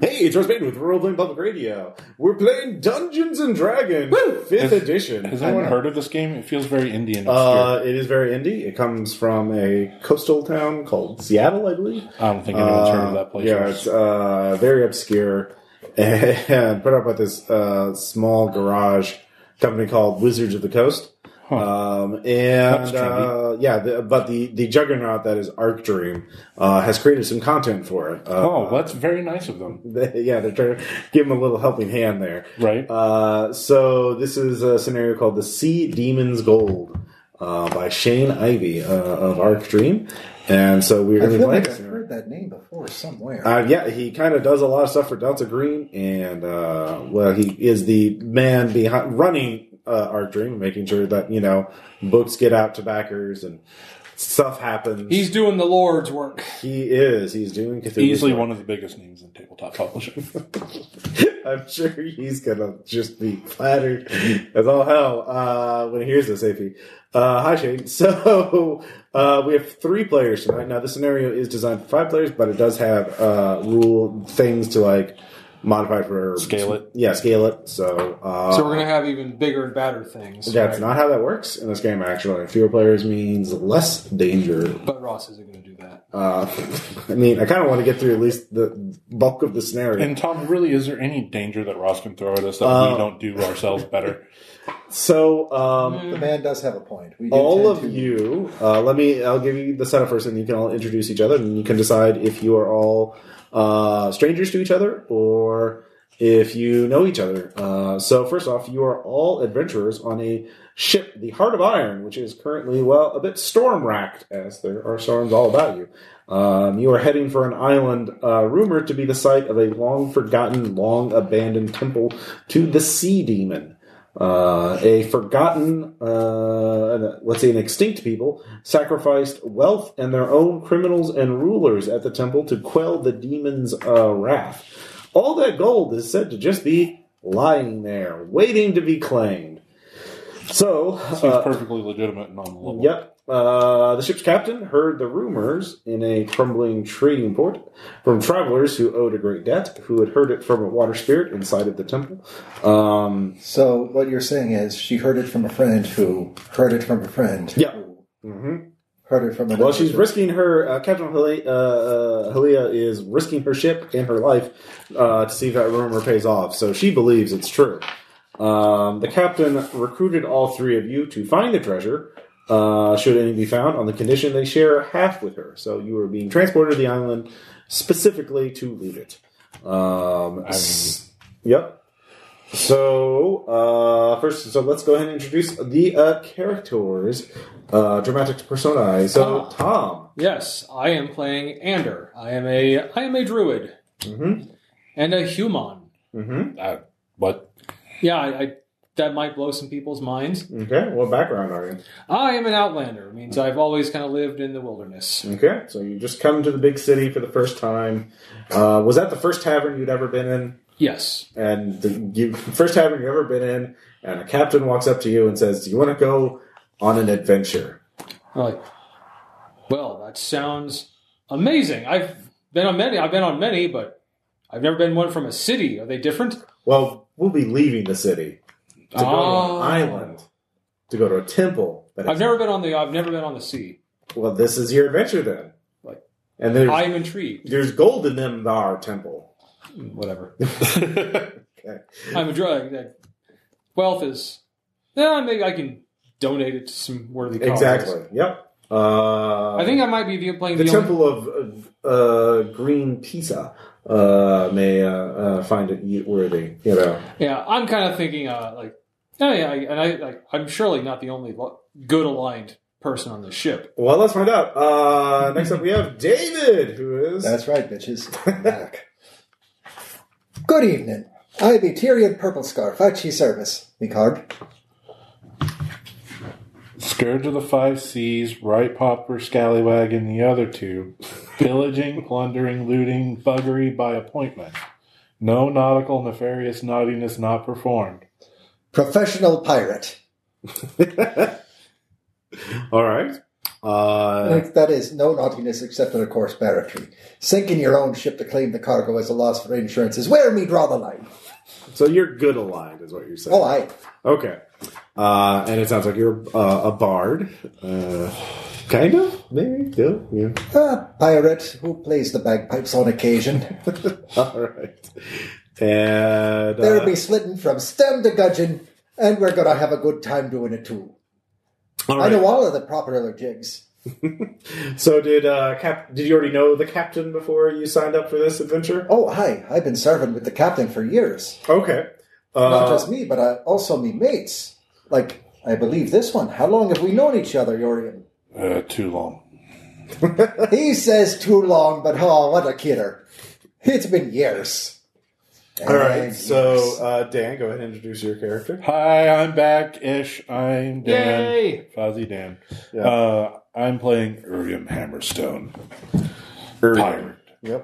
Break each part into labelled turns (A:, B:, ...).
A: Hey, it's Russ Baden with Rural Playing Public Radio. We're playing Dungeons and Dragons, fifth
B: Has-
A: edition.
B: Has
A: I
B: anyone
A: know.
B: heard of this game? It feels very Indian. obscure.
A: Uh, it is very indie. It comes from a coastal town called Seattle, I believe.
B: I don't think anyone's heard of
A: Uh,
B: that place.
A: Yeah, it's uh, very obscure and put up by this uh, small garage company called Wizards of the Coast. Um, and
B: That's trendy.
A: uh, yeah, the, but the, the juggernaut that is Arc Dream uh, has created some content for it. Uh,
B: oh, that's very nice of them,
A: yeah, they're trying to give him a little helping hand there.
B: right?
A: Uh, so this is a scenario called "The Sea Demon's Gold" uh, by Shane Ivy uh, of Arc Dream, and so we're
C: I
A: going to
C: feel
A: play.
C: like I've
A: this.
C: heard that name before somewhere.
A: Uh, yeah, he kind of does a lot of stuff for Delta Green, and uh, well, he is the man behind running uh, Arc Dream, making sure that you know books get out to backers and stuff happens.
D: He's doing the Lord's work.
A: he is. He's doing Cthulhu's
B: Easily
A: work.
B: one of the biggest names in tabletop publishing.
A: I'm sure he's gonna just be flattered as all hell uh, when he hears this, AP. Uh, hi, Shane. So uh, we have three players tonight. Now the scenario is designed for five players, but it does have uh, rule things to like modify for
B: Scale it.
A: Yeah, scale it. So, uh,
D: So we're gonna have even bigger and badder things.
A: that's
D: right?
A: not how that works in this game. Actually, fewer players means less danger.
D: But Ross isn't gonna do that.
A: Uh, I mean, I kind of want to get through at least the bulk of the scenario.
B: and Tom, really, is there any danger that Ross can throw at us that
A: Uh,
B: we don't do ourselves better?
A: so.
D: Hmm.
A: Um,
C: the man does have a point. We do
A: all
C: tend
A: of
C: to-
A: you uh, let me i'll give you the setup first and you can all introduce each other and you can decide if you are all uh, strangers to each other or if you know each other uh, so first off you are all adventurers on a ship the heart of iron which is currently well a bit storm racked as there are storms all about you um, you are heading for an island uh, rumored to be the site of a long forgotten long abandoned temple to the sea demon uh, a forgotten, uh, an- let's say an extinct people, sacrificed wealth and their own criminals and rulers at the temple to quell the demon's uh, wrath. All that gold is said to just be lying there, waiting to be claimed. So,
B: Seems
A: uh,
B: perfectly legitimate and on the level.
A: Yep. Uh, the ship's captain heard the rumors in a crumbling trading port from travelers who owed a great debt, who had heard it from a water spirit inside of the temple. Um,
C: So what you're saying is she heard it from a friend who heard it from a friend.
A: Yeah.
C: Who
A: mhm.
C: heard it from another.
A: Well, she's risking her. Uh, Captain Halia, uh, uh, Halia is risking her ship and her life uh, to see if that rumor pays off. So she believes it's true. Um, the captain recruited all three of you to find the treasure, uh, should any be found, on the condition they share half with her. So you are being transported to the island specifically to loot it. Um, s- yep. So uh, first, so let's go ahead and introduce the uh, characters, uh, dramatic personae. So Tom,
D: Yes, I am playing Ander. I am a I am a druid
A: mm-hmm.
D: and a human.
A: Mm-hmm.
B: Uh, what?
D: Yeah, I, I that might blow some people's minds.
A: okay, what background are you?
D: I am an outlander. It means I've always kind of lived in the wilderness.
A: Okay, so you just come to the big city for the first time. Uh, was that the first tavern you'd ever been in?
D: Yes.
A: and the you, first tavern you've ever been in, and a captain walks up to you and says, "Do you want to go on an adventure?"
D: I'm like, well, that sounds amazing. I've been on many. I've been on many, but I've never been one from a city. Are they different?
A: Well, we'll be leaving the city to go to an
D: Oh.
A: island, to go to a temple. That
D: I've never been on the. I've never been on the sea.
A: Well, this is your adventure then.
D: Like-
A: and there's
D: I am intrigued.
A: there's gold in them thar temple.
D: Whatever.
C: Oh,
A: Okay.
D: I'm a drug. That wealth is. Yeah, maybe I can donate it to some worthy causes.
A: Exactly. Yep. Uh,
D: I think I might be the playing
A: the
D: the, only,
A: temple of uh, Green Pisa uh, may uh, uh, find it worthy. You know.
D: Yeah, I'm kind of thinking uh, like, oh yeah, I- and I like, I'm surely not the only lo- good aligned person on this ship.
A: Well, let's find out. Uh, next up, we have David, who is
C: That's right, bitches. I'm back. Good evening. I be Tyrion Purple Scarf at ye service. Me card.
B: Scourge of the Five Seas, Right Popper, Scallywag, and the other two. Pillaging, plundering, looting, buggery by appointment. No nautical, nefarious naughtiness not performed.
C: Professional pirate.
A: all right. Uh,
C: Like, that is no naughtiness except in a course barratry. Sinking your own ship to claim the cargo as a loss for insurance is where me draw the line.
A: so you're good aligned, is what you're saying.
C: Oh, I.
A: Okay. Uh, and it sounds like you're uh, a bard. Uh, kind of? Maybe? Yeah. yeah.
C: A Ah, pirate who plays the bagpipes on occasion.
A: All right. And. uh,
C: There'll be slitting from stem to gudgeon, and we're going to have a good time doing it too.
A: all
C: I
A: right.
C: know all of the proper jigs.
A: So did uh, Cap? Did you already know the captain before you signed up for this adventure?
C: Oh, hi. I've been serving with the captain for years.
A: Okay.
C: Not
A: Uh,
C: just me, but uh, also me mates. Like, I believe this one. How long have we known each other, Yorian?
B: Uh, too long.
C: He says too long, but oh, what a kidder. It's been years.
A: all right.
C: And
A: So
C: years.
A: uh, Dan, go ahead and introduce your character.
B: Hi, I'm back ish. I'm Dan.
D: Yay!
B: Fozzie Dan.
A: Yeah.
B: Uh, I'm playing Urium Hammerstone. Pirate.
A: Yep.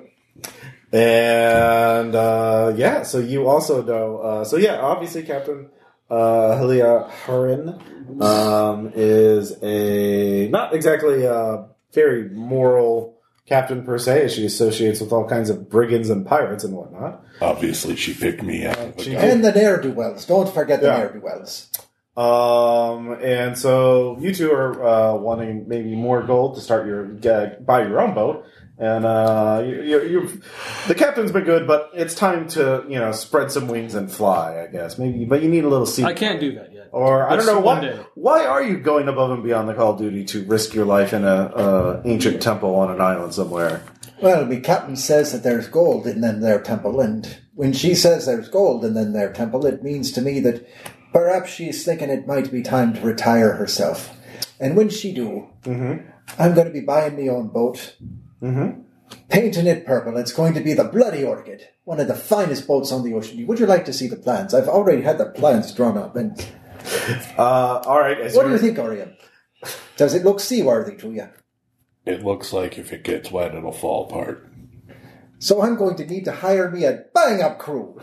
A: And uh, yeah, so you also know. Uh, so yeah, obviously Captain uh, Helia Harin um, is a not exactly a very moral captain per se. as She associates with all kinds of brigands and pirates and whatnot.
B: Obviously, she picked me up.
A: She
C: And the ne'er do wells. Don't forget the
A: Yeah.
C: ne'er do wells.
A: Um, and so you two are uh, wanting maybe more gold to start your uh, buy your own boat, and uh, you, you, you've the captain's been good, but it's time to you know spread some wings and fly, I guess. Maybe, but you need a little sea.
D: I can't do that yet.
A: Or I don't
D: That's
A: know
D: one day.
A: why. Why are you going above and beyond the call of duty to risk your life in a uh, ancient temple on an island somewhere?
C: Well, the captain says that there's gold in them their temple, and when she says there's gold in them their temple, it means to me that perhaps she's thinking it might be time to retire herself. And when she do, I'm going to be buying me own boat, painting it purple. It's going to be the Bloody Orchid, one of the finest boats on the ocean. Would you like to see the plans? I've already had the plans drawn up. And
A: Uh, all right. as
C: what do you
A: you're-
C: think, Orion? Does it look seaworthy to you?
B: It looks like if it gets wet, it'll fall apart.
C: So I'm going to need to hire me a bang up crew,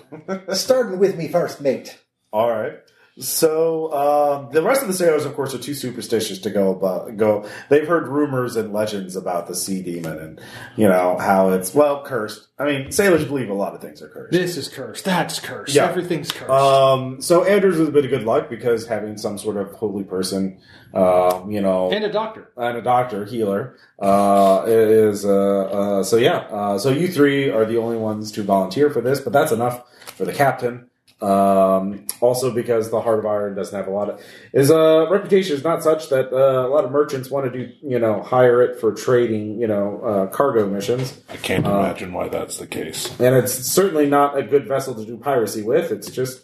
C: starting with me first mate.
A: All right. So um, the rest of the sailors, of course, are too superstitious to go about go. They've heard rumors and legends about the sea demon, and you know how it's well cursed. I mean, sailors believe a lot of things are cursed.
D: This is cursed. That's cursed.
A: Yeah.
D: Everything's cursed.
A: Um, so Andrews was a bit of good luck because having some sort of holy person, um, you know,
D: and a doctor.
A: and a doctor healer uh, is uh, uh, so yeah. Uh, so you three are the only ones to volunteer for this, but that's enough for the captain. Um, also, because the Heart of Iron doesn't have a lot of his uh, reputation is not such that uh, a lot of merchants want to do you know hire it for trading you know uh, cargo missions,
B: I can't imagine why that's the case.
A: and it's certainly not a good vessel to do piracy with. It's just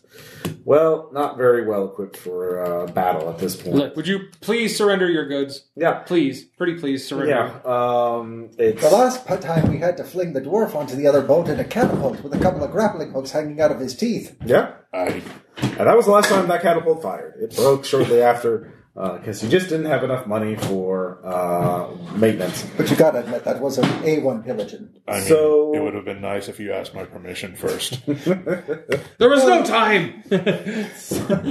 A: well not very well equipped for uh, battle at this point.
D: Look, would you please surrender your goods?
A: Yeah,
D: Please, pretty please surrender.
A: yeah. Um, it's
C: The last pu- time we had to fling the dwarf onto the other boat in a catapult with a couple of grappling hooks hanging out of his teeth.
A: yeah.
B: I
A: And that was the last time that catapult fired. It broke shortly after because you just didn't have enough money for uh, maintenance.
C: But you gotta admit, that was an A1 pillaging.
B: I mean,
A: So-
B: it would have been nice if you asked my permission first.
D: There was no time.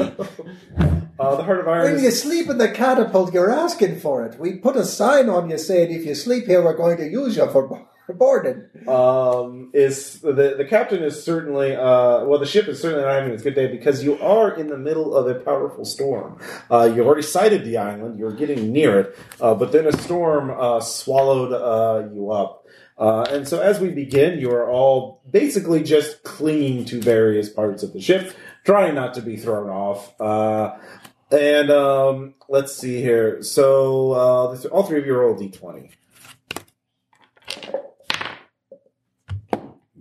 A: Uh, the Heart of Iron.
C: When
A: Is,
C: you sleep in the catapult, you're asking for it. We put a sign on you saying if you sleep here, we're going to use you for bo- for boarding.
A: um, is the the captain is certainly uh, well the ship is certainly not having its good day because you are in the middle of a powerful storm. Uh, you already sighted the island. You're getting near it, uh, but then a storm uh, swallowed uh, you up. Uh, and so as we begin, you are all basically just clinging to various parts of the ship, trying not to be thrown off. Uh, and um, let's see here. So uh, the- all three of you roll d20.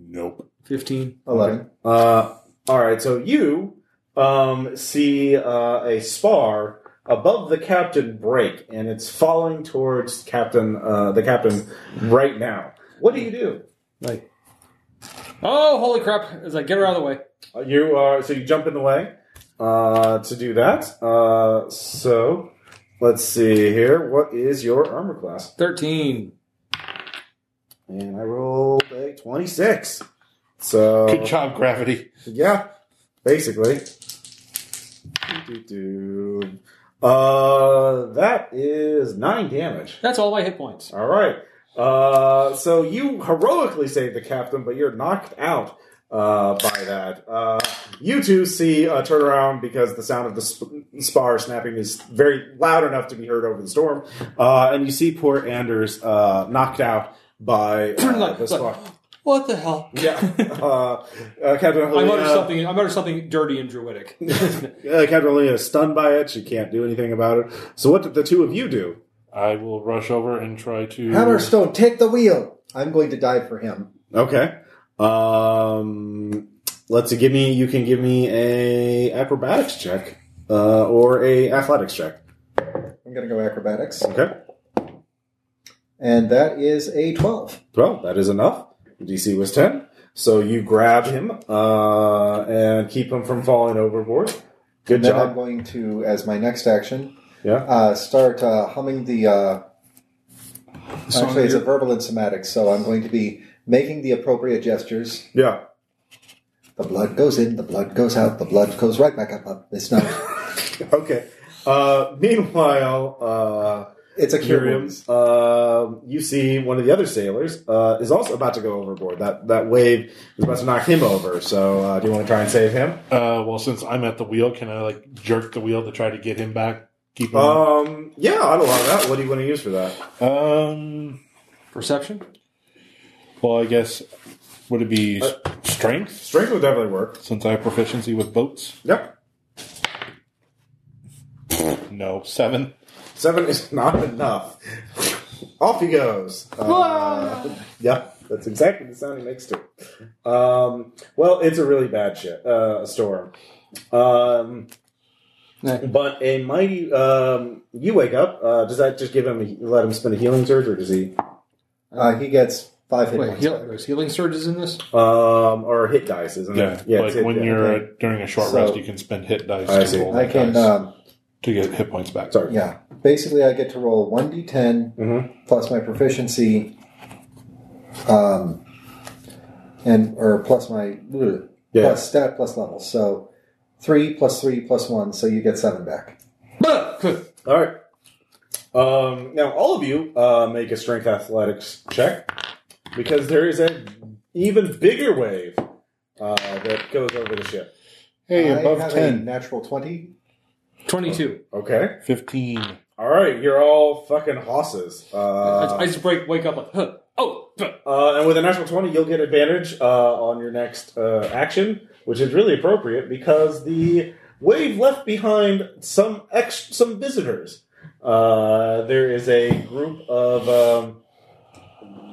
B: nope.
D: Fifteen.
C: 11.
A: Uh, all right, so you um, see uh, a spar above the captain break, and it's falling towards captain uh, the captain right now. What do you do?
D: Like, oh, holy crap! As I get her out of the way,
A: Uh, You are so you jump in the way uh, to do that. Uh, so let's see here. What is your armor class?
D: thirteen.
A: And I rolled a twenty-six. So
B: Good job, Gravity.
A: Yeah, basically. Do-do-do. Uh, that is nine damage.
D: That's all my hit points.
A: All right. Uh, so you heroically saved the captain, but you're knocked out uh, by that. Uh, you two see a turnaround because the sound of the sp- spar snapping is very loud enough to be heard over the storm. Uh, and you see poor Anders uh, knocked out by uh,
D: Like-
A: the spar.
D: What the hell?
A: Yeah. Uh, uh, Captain
D: I muttered
A: Helena-
D: something. I muttered something dirty and druidic.
A: Uh, Captain Helena is stunned by it. She can't do anything about it. So what did the two of you do?
B: I will rush over and try to.
C: Hammerstone, take the wheel. I'm going to dive for him.
A: Okay. Um, let's give me. You can give me a acrobatics check uh, or a athletics check.
C: I'm going to go acrobatics,
A: Okay.
C: and that is a 12.
A: Well, that is enough. DC was ten, so you grab him uh, and keep him from falling overboard. Good
C: And then I'm
A: job.
C: going to, as my next action,
A: Yeah.
C: uh, start uh, humming the. Uh,
B: Song
C: actually, it's a
B: here.
C: verbal and somatic, so I'm going to be making the appropriate gestures.
A: Yeah.
C: The blood goes in, the blood goes out, the blood goes right back up. up. It's not.
A: Okay. Uh, meanwhile. Uh,
C: It's a cure.
A: Miriam,
C: wounds.
A: um, you see one of the other sailors uh, is also about to go overboard. That that wave is about to knock him over. So, uh, do you want to try and save him?
B: Uh, well, since I'm at the wheel, can I like jerk the wheel to try to get him back? Keep him.
A: Um, yeah, I'd allow that. What do you want to use for that?
B: um.
D: Perception.
B: Well, I guess would it be
A: Uh,
B: s- strength
A: Strength would definitely work.
B: since I have proficiency with boats?
A: Yep,
B: No, seven.
A: seven is not enough. Off he goes. Uh, yep, that's exactly the sound he makes to. it. Um, well, it's a really bad shit uh, storm. Um,
D: Yeah.
A: But a mighty, um, you wake up. Uh, does that just give him, a, let him spend a healing surge, or does he,
C: Uh, he gets five hit
D: Wait,
C: points.
D: heal,
C: back.
D: there's healing surges in this.
A: um, or hit dice? Isn't
B: Yeah,
A: it? Yeah, it's
B: like
A: hit,
B: when
A: yeah.
B: you're uh during a short
C: So-
B: rest, you can spend hit dice
A: I
B: to,
A: see.
B: roll
C: I
B: that
C: can.
B: dice
C: Um,
B: to get hit points back.
A: Sorry.
C: yeah. Basically, I get to roll 1d10
A: Mhm.
C: plus my proficiency, um, and or plus my ugh,
A: Yeah.
C: plus stat plus level. So three plus three plus one. So you get seven back.
A: All right. Um, now, all of you uh, make a strength athletics check because there is an even bigger wave uh, that goes over the ship.
B: Hey,
C: I
B: above
C: have a
B: 10.
C: natural twenty.
D: Twenty-two.
A: Okay.
B: 15.
A: All right. You're all fucking hosses. Uh,
D: I, I just break, wake up like, huh, oh, huh.
A: Uh, and with a natural 20, you'll get advantage uh, on your next uh, action, which is really appropriate because the wave left behind some ex- some visitors. Uh, there is a group of um,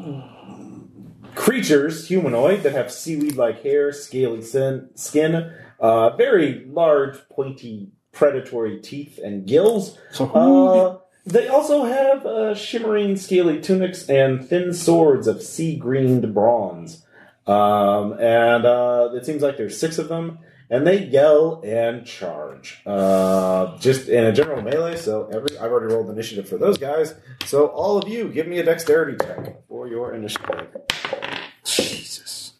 A: creatures, humanoid, that have seaweed like hair, scaly sin- skin, uh, very large, pointy, predatory teeth and gills.
B: So who did-
A: Uh, they also have uh, shimmering, scaly tunics and thin swords of sea greened bronze. Um, and uh, it seems like there's six of them, and they yell and charge. Uh, just in a general melee, so every, I've already rolled initiative for those guys. So all of you, give me a dexterity check for your initiative.
D: Jesus.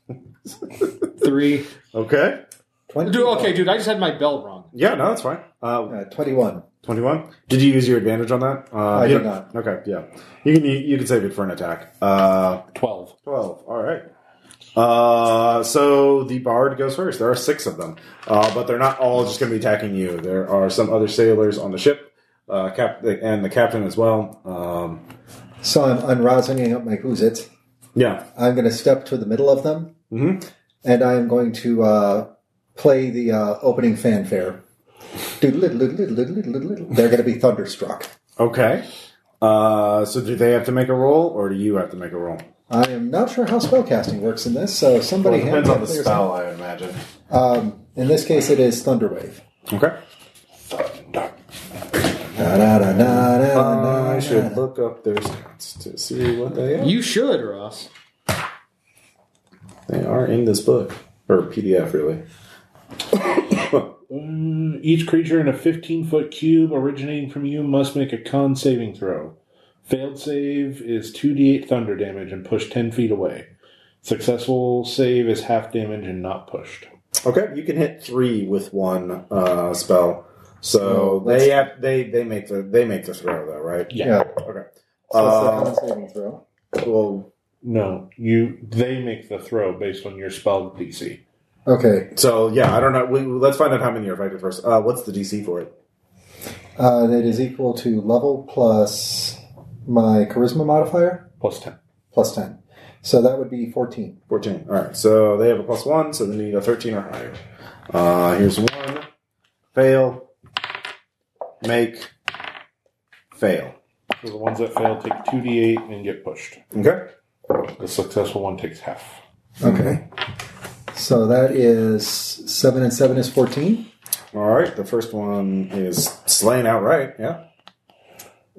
D: Three.
A: Okay.
C: Twenty.
D: Dude, okay, dude, I just had my bell wrong.
A: Yeah, no, that's fine. Uh,
C: Uh, Twenty-one.
A: 21. Did you use your advantage on that? Uh,
C: I
A: you
C: did
A: don't- Okay, yeah. You can, you, you can save it for an attack. Uh,
B: 12.
A: 12. All right. Uh, so the bard goes first. There are six of them, uh, but they're not all just going to be attacking you. There are some other sailors on the ship, uh, cap- and the captain as well. Um,
C: So I'm unrosining up my who's it.
A: yeah.
C: I'm going to step to the middle of them,
A: Mhm.
C: and I am going to uh, play the uh, opening fanfare. Doodle, doodle, doodle, doodle, doodle, doodle, doodle. They're going to be thunderstruck.
A: Okay. Uh, so do they have to make a roll, or do you have to make a roll?
C: I am not sure how spellcasting works in this, so somebody hand me a clear-
A: I would imagine.
C: Um, in this case, it is Thunderwave.
A: Okay. I should look up their stats to see what they are.
D: You should, Ross.
A: They are in this book or PDF, really.
B: Mm, Each creature in a 15 foot cube originating from you must make a con saving throw. Failed save is 2d8 thunder damage and pushed 10 feet away. Successful save is half damage and not pushed.
A: Okay, you can hit three with one uh, spell. So
C: Well,
A: they have, they they make the they make the throw though, right?
D: Yeah.
A: Okay.
C: So
A: Uh,
C: it's the con saving throw.
A: well,
B: No, you. They make the throw based on your spell DC.
C: Okay.
A: so yeah, I don't know. We, let's find out how many are affected first. Uh, what's the DC for it?
C: Uh, that is equal to level plus my charisma modifier
B: Plus ten.
C: plus 10. So that would be 14.
A: Fourteen. All right. So they have a plus one, so they need a thirteen or higher. Uh, here's one. Fail. Make. Fail.
B: So the ones that fail take two d8 and get pushed.
A: Okay.
B: The successful one takes half.
C: Okay. So that is 7 and 7 is 14.
A: All right. The first one is slain outright. Yeah.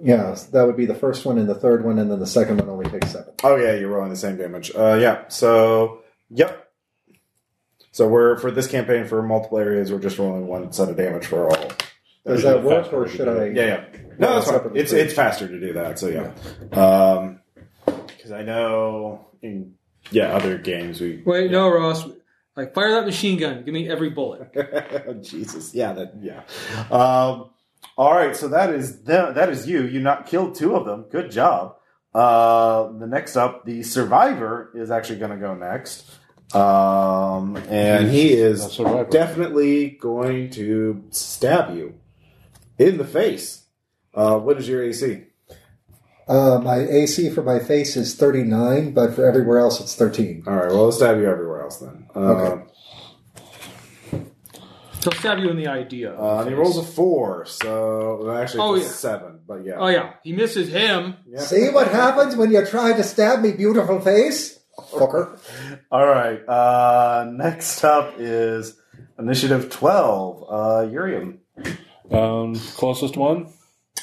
C: Yeah, that would be the first one and the third one, and then the second one only takes 7.
A: Oh yeah, you're rolling the same damage. Uh, yeah. So yep. So we're for this campaign for multiple areas, we're just rolling one set of damage for all.
B: There's
C: Does that
B: no
C: work,
B: faster
C: or
B: way to
C: should
B: do
C: I?
B: it.
A: Yeah, yeah. No, that's fine.
C: separately
A: It's
C: free.
A: it's faster to do that. So yeah, because I know in yeah other games we
D: Wait, no, Ross. Like fire that machine gun. Give me every bullet.
A: Jesus yeah that yeah. Um, all right, so that is the, that is you. You not killed two of them. Good job. Uh, the next up, the survivor is actually going to go next, um, and he is
B: A survivor.
A: definitely going to stab you in the face. Uh, what is your AC?
C: Uh, my AC for my face is 39, but for everywhere else it's 13.
A: All right. Well, let's stab you everywhere else then. Uh,
C: Okay.
D: They'll stab you in the idea.
A: Uh, and he rolls a four, so well, actually
D: Oh,
A: it's a
D: yeah.
A: seven, but yeah.
D: oh yeah, he misses him.
A: Yeah.
C: See what happens when you try to stab me, beautiful face? Fucker.
A: All right. Uh, next up is initiative twelve. Uh, Urium.
B: Um, closest one.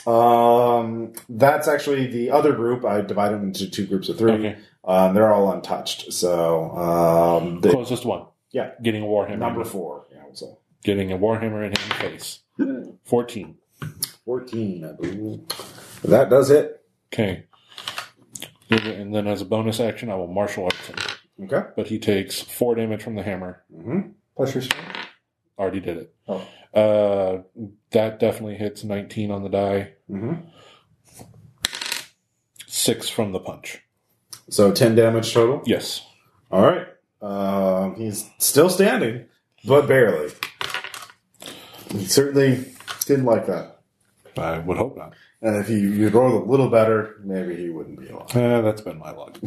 A: Um, that's actually the other group. I divide them into two groups of three.
B: Okay.
A: Uh, they're all untouched. So um, the
B: Closest one.
A: Yeah.
B: Getting a warhammer.
A: number
B: in-
A: four. Yeah, so
B: Getting a warhammer in his face. Fourteen.
A: fourteen. I believe. That does it.
B: Okay. And then as a bonus action, I will martial arts him.
A: Okay.
B: But he takes four damage from the hammer.
A: hmm
C: Plus your strength.
B: Already did it.
C: Oh.
B: Uh, that definitely hits 19 on the die.
A: hmm
B: Six from the punch.
A: So ten damage total.
B: Yes.
A: All right. Um, he's still standing, but barely. He certainly didn't like that.
B: I would hope not.
A: And if he, you'd rolled a little better, maybe he wouldn't be alive.
B: Uh, that's been my luck.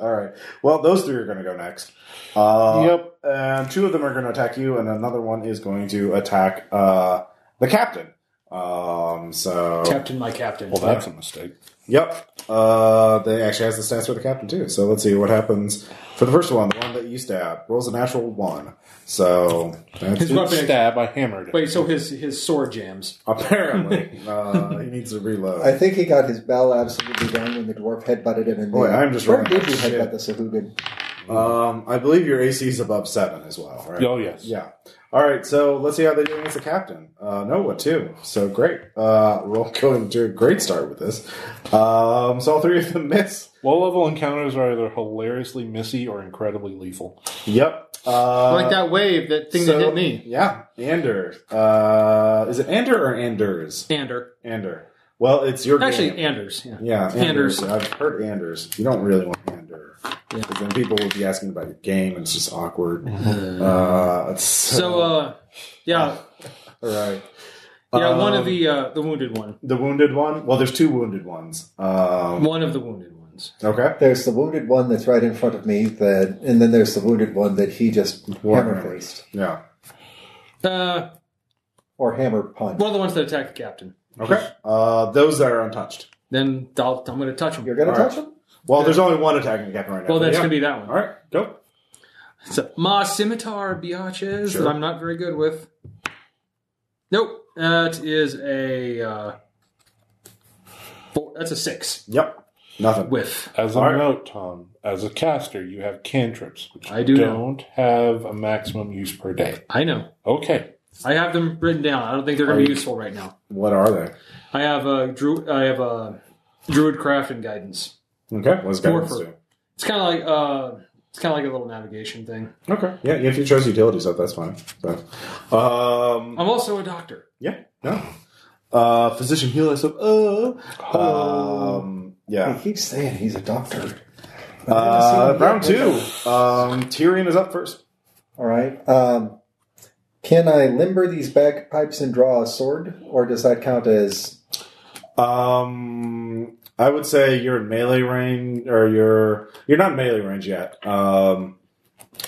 A: All right. Well, those three are going to go next. Uh,
B: Yep.
A: And two of them are going to attack you, and another one is going to attack uh, the captain. Um, so.
D: Captain, my captain.
B: Well, that's a mistake.
A: Yep. Uh, they actually has the stats for the captain too. So let's see what happens for the first one. The one that you stab rolls a natural one. So that's
D: His weapon.
B: Stab, I hammered it.
D: Wait, so his his sword jams.
A: apparently uh, he needs to
C: I
A: reload.
C: think he got his bell absolutely down when the dwarf headbutted him. In
A: Boy,
C: the,
A: I'm just
C: Where
A: running
C: did you
A: shit.
C: headbutt the Sahugan?
A: Um, I believe your AC is above seven as well, right?
B: Oh, yes.
A: Yeah. All right. So let's see how they do against the captain. Uh, Nova too. So great. Uh, we're going to a great start with this. Um, so all three of them miss.
B: Low level encounters are either hilariously missy or incredibly lethal.
A: Yep. Uh,
D: like that wave, that thing
A: so-
D: that hit me.
A: Yeah, Ander. Uh, is it Ander or Anders?
D: Ander.
A: Ander. Well, it's your
D: Actually,
A: game.
D: Anders. Yeah.
A: yeah, Anders.
D: Anders.
A: I've heard Anders. You don't really want Ander.
D: Yeah. Mm-hmm.
A: Because then people will be asking about your game, and it's just awkward. Uh, it's,
D: So, uh, yeah,
A: all right.
D: yeah, one
A: Um,
D: of the uh, the wounded one,
A: the wounded one. Well, there's two wounded ones. Um,
D: one of the wounded ones.
A: okay.
C: There's the wounded one that's right in front of me, that, and then there's the wounded one that he just hammer faced
A: Yeah.
D: Uh,
C: or hammer punched.
D: one of the ones that attacked the captain.
A: Okay. Uh, those that are untouched.
D: Then I'll, I'm going to touch him.
C: You're gonna
A: All
C: touch
A: right.
C: him?
A: Well, there's only one attacking the captain right now.
D: well,
A: but
D: that's
A: yeah.
D: going to be that
A: All
D: one.
A: right. Go.
D: It's a Ma Scimitar Biatches
A: Sure.
D: that I'm not very good with. Nope. That is a. Uh, four, that's a six.
A: Yep. Nothing.
D: Whiff.
B: As a
A: All right.
B: note, Tom, as a caster, you have cantrips, which
D: I do know.
B: don't have a maximum use per day.
D: I know.
B: Okay.
D: I have them written down. I don't think they're going to
A: Are
D: be
A: you-
D: useful right now.
A: What are they?
D: I have a druid. I have a druid craft and guidance.
A: Okay. What's guidance
D: Morpher.
A: do?
D: It's kind of like uh, It's kind of like a little navigation thing.
A: Okay. Yeah, if you chose utilities, that, that's fine. So, um,
D: I'm also a doctor.
A: yeah, no. Uh, physician heal us up. Uh,
D: Oh.
A: um,
C: He
A: yeah.
C: keeps saying he's a doctor. But I haven't seen
A: Uh,
C: him
A: round
C: yet.
A: two. Um, Tyrion is up first.
C: All right. Um, can I limber these bagpipes and draw a sword, or does that count as?
A: Um, I would say you're in melee range, or you're you're not in melee range yet. Um,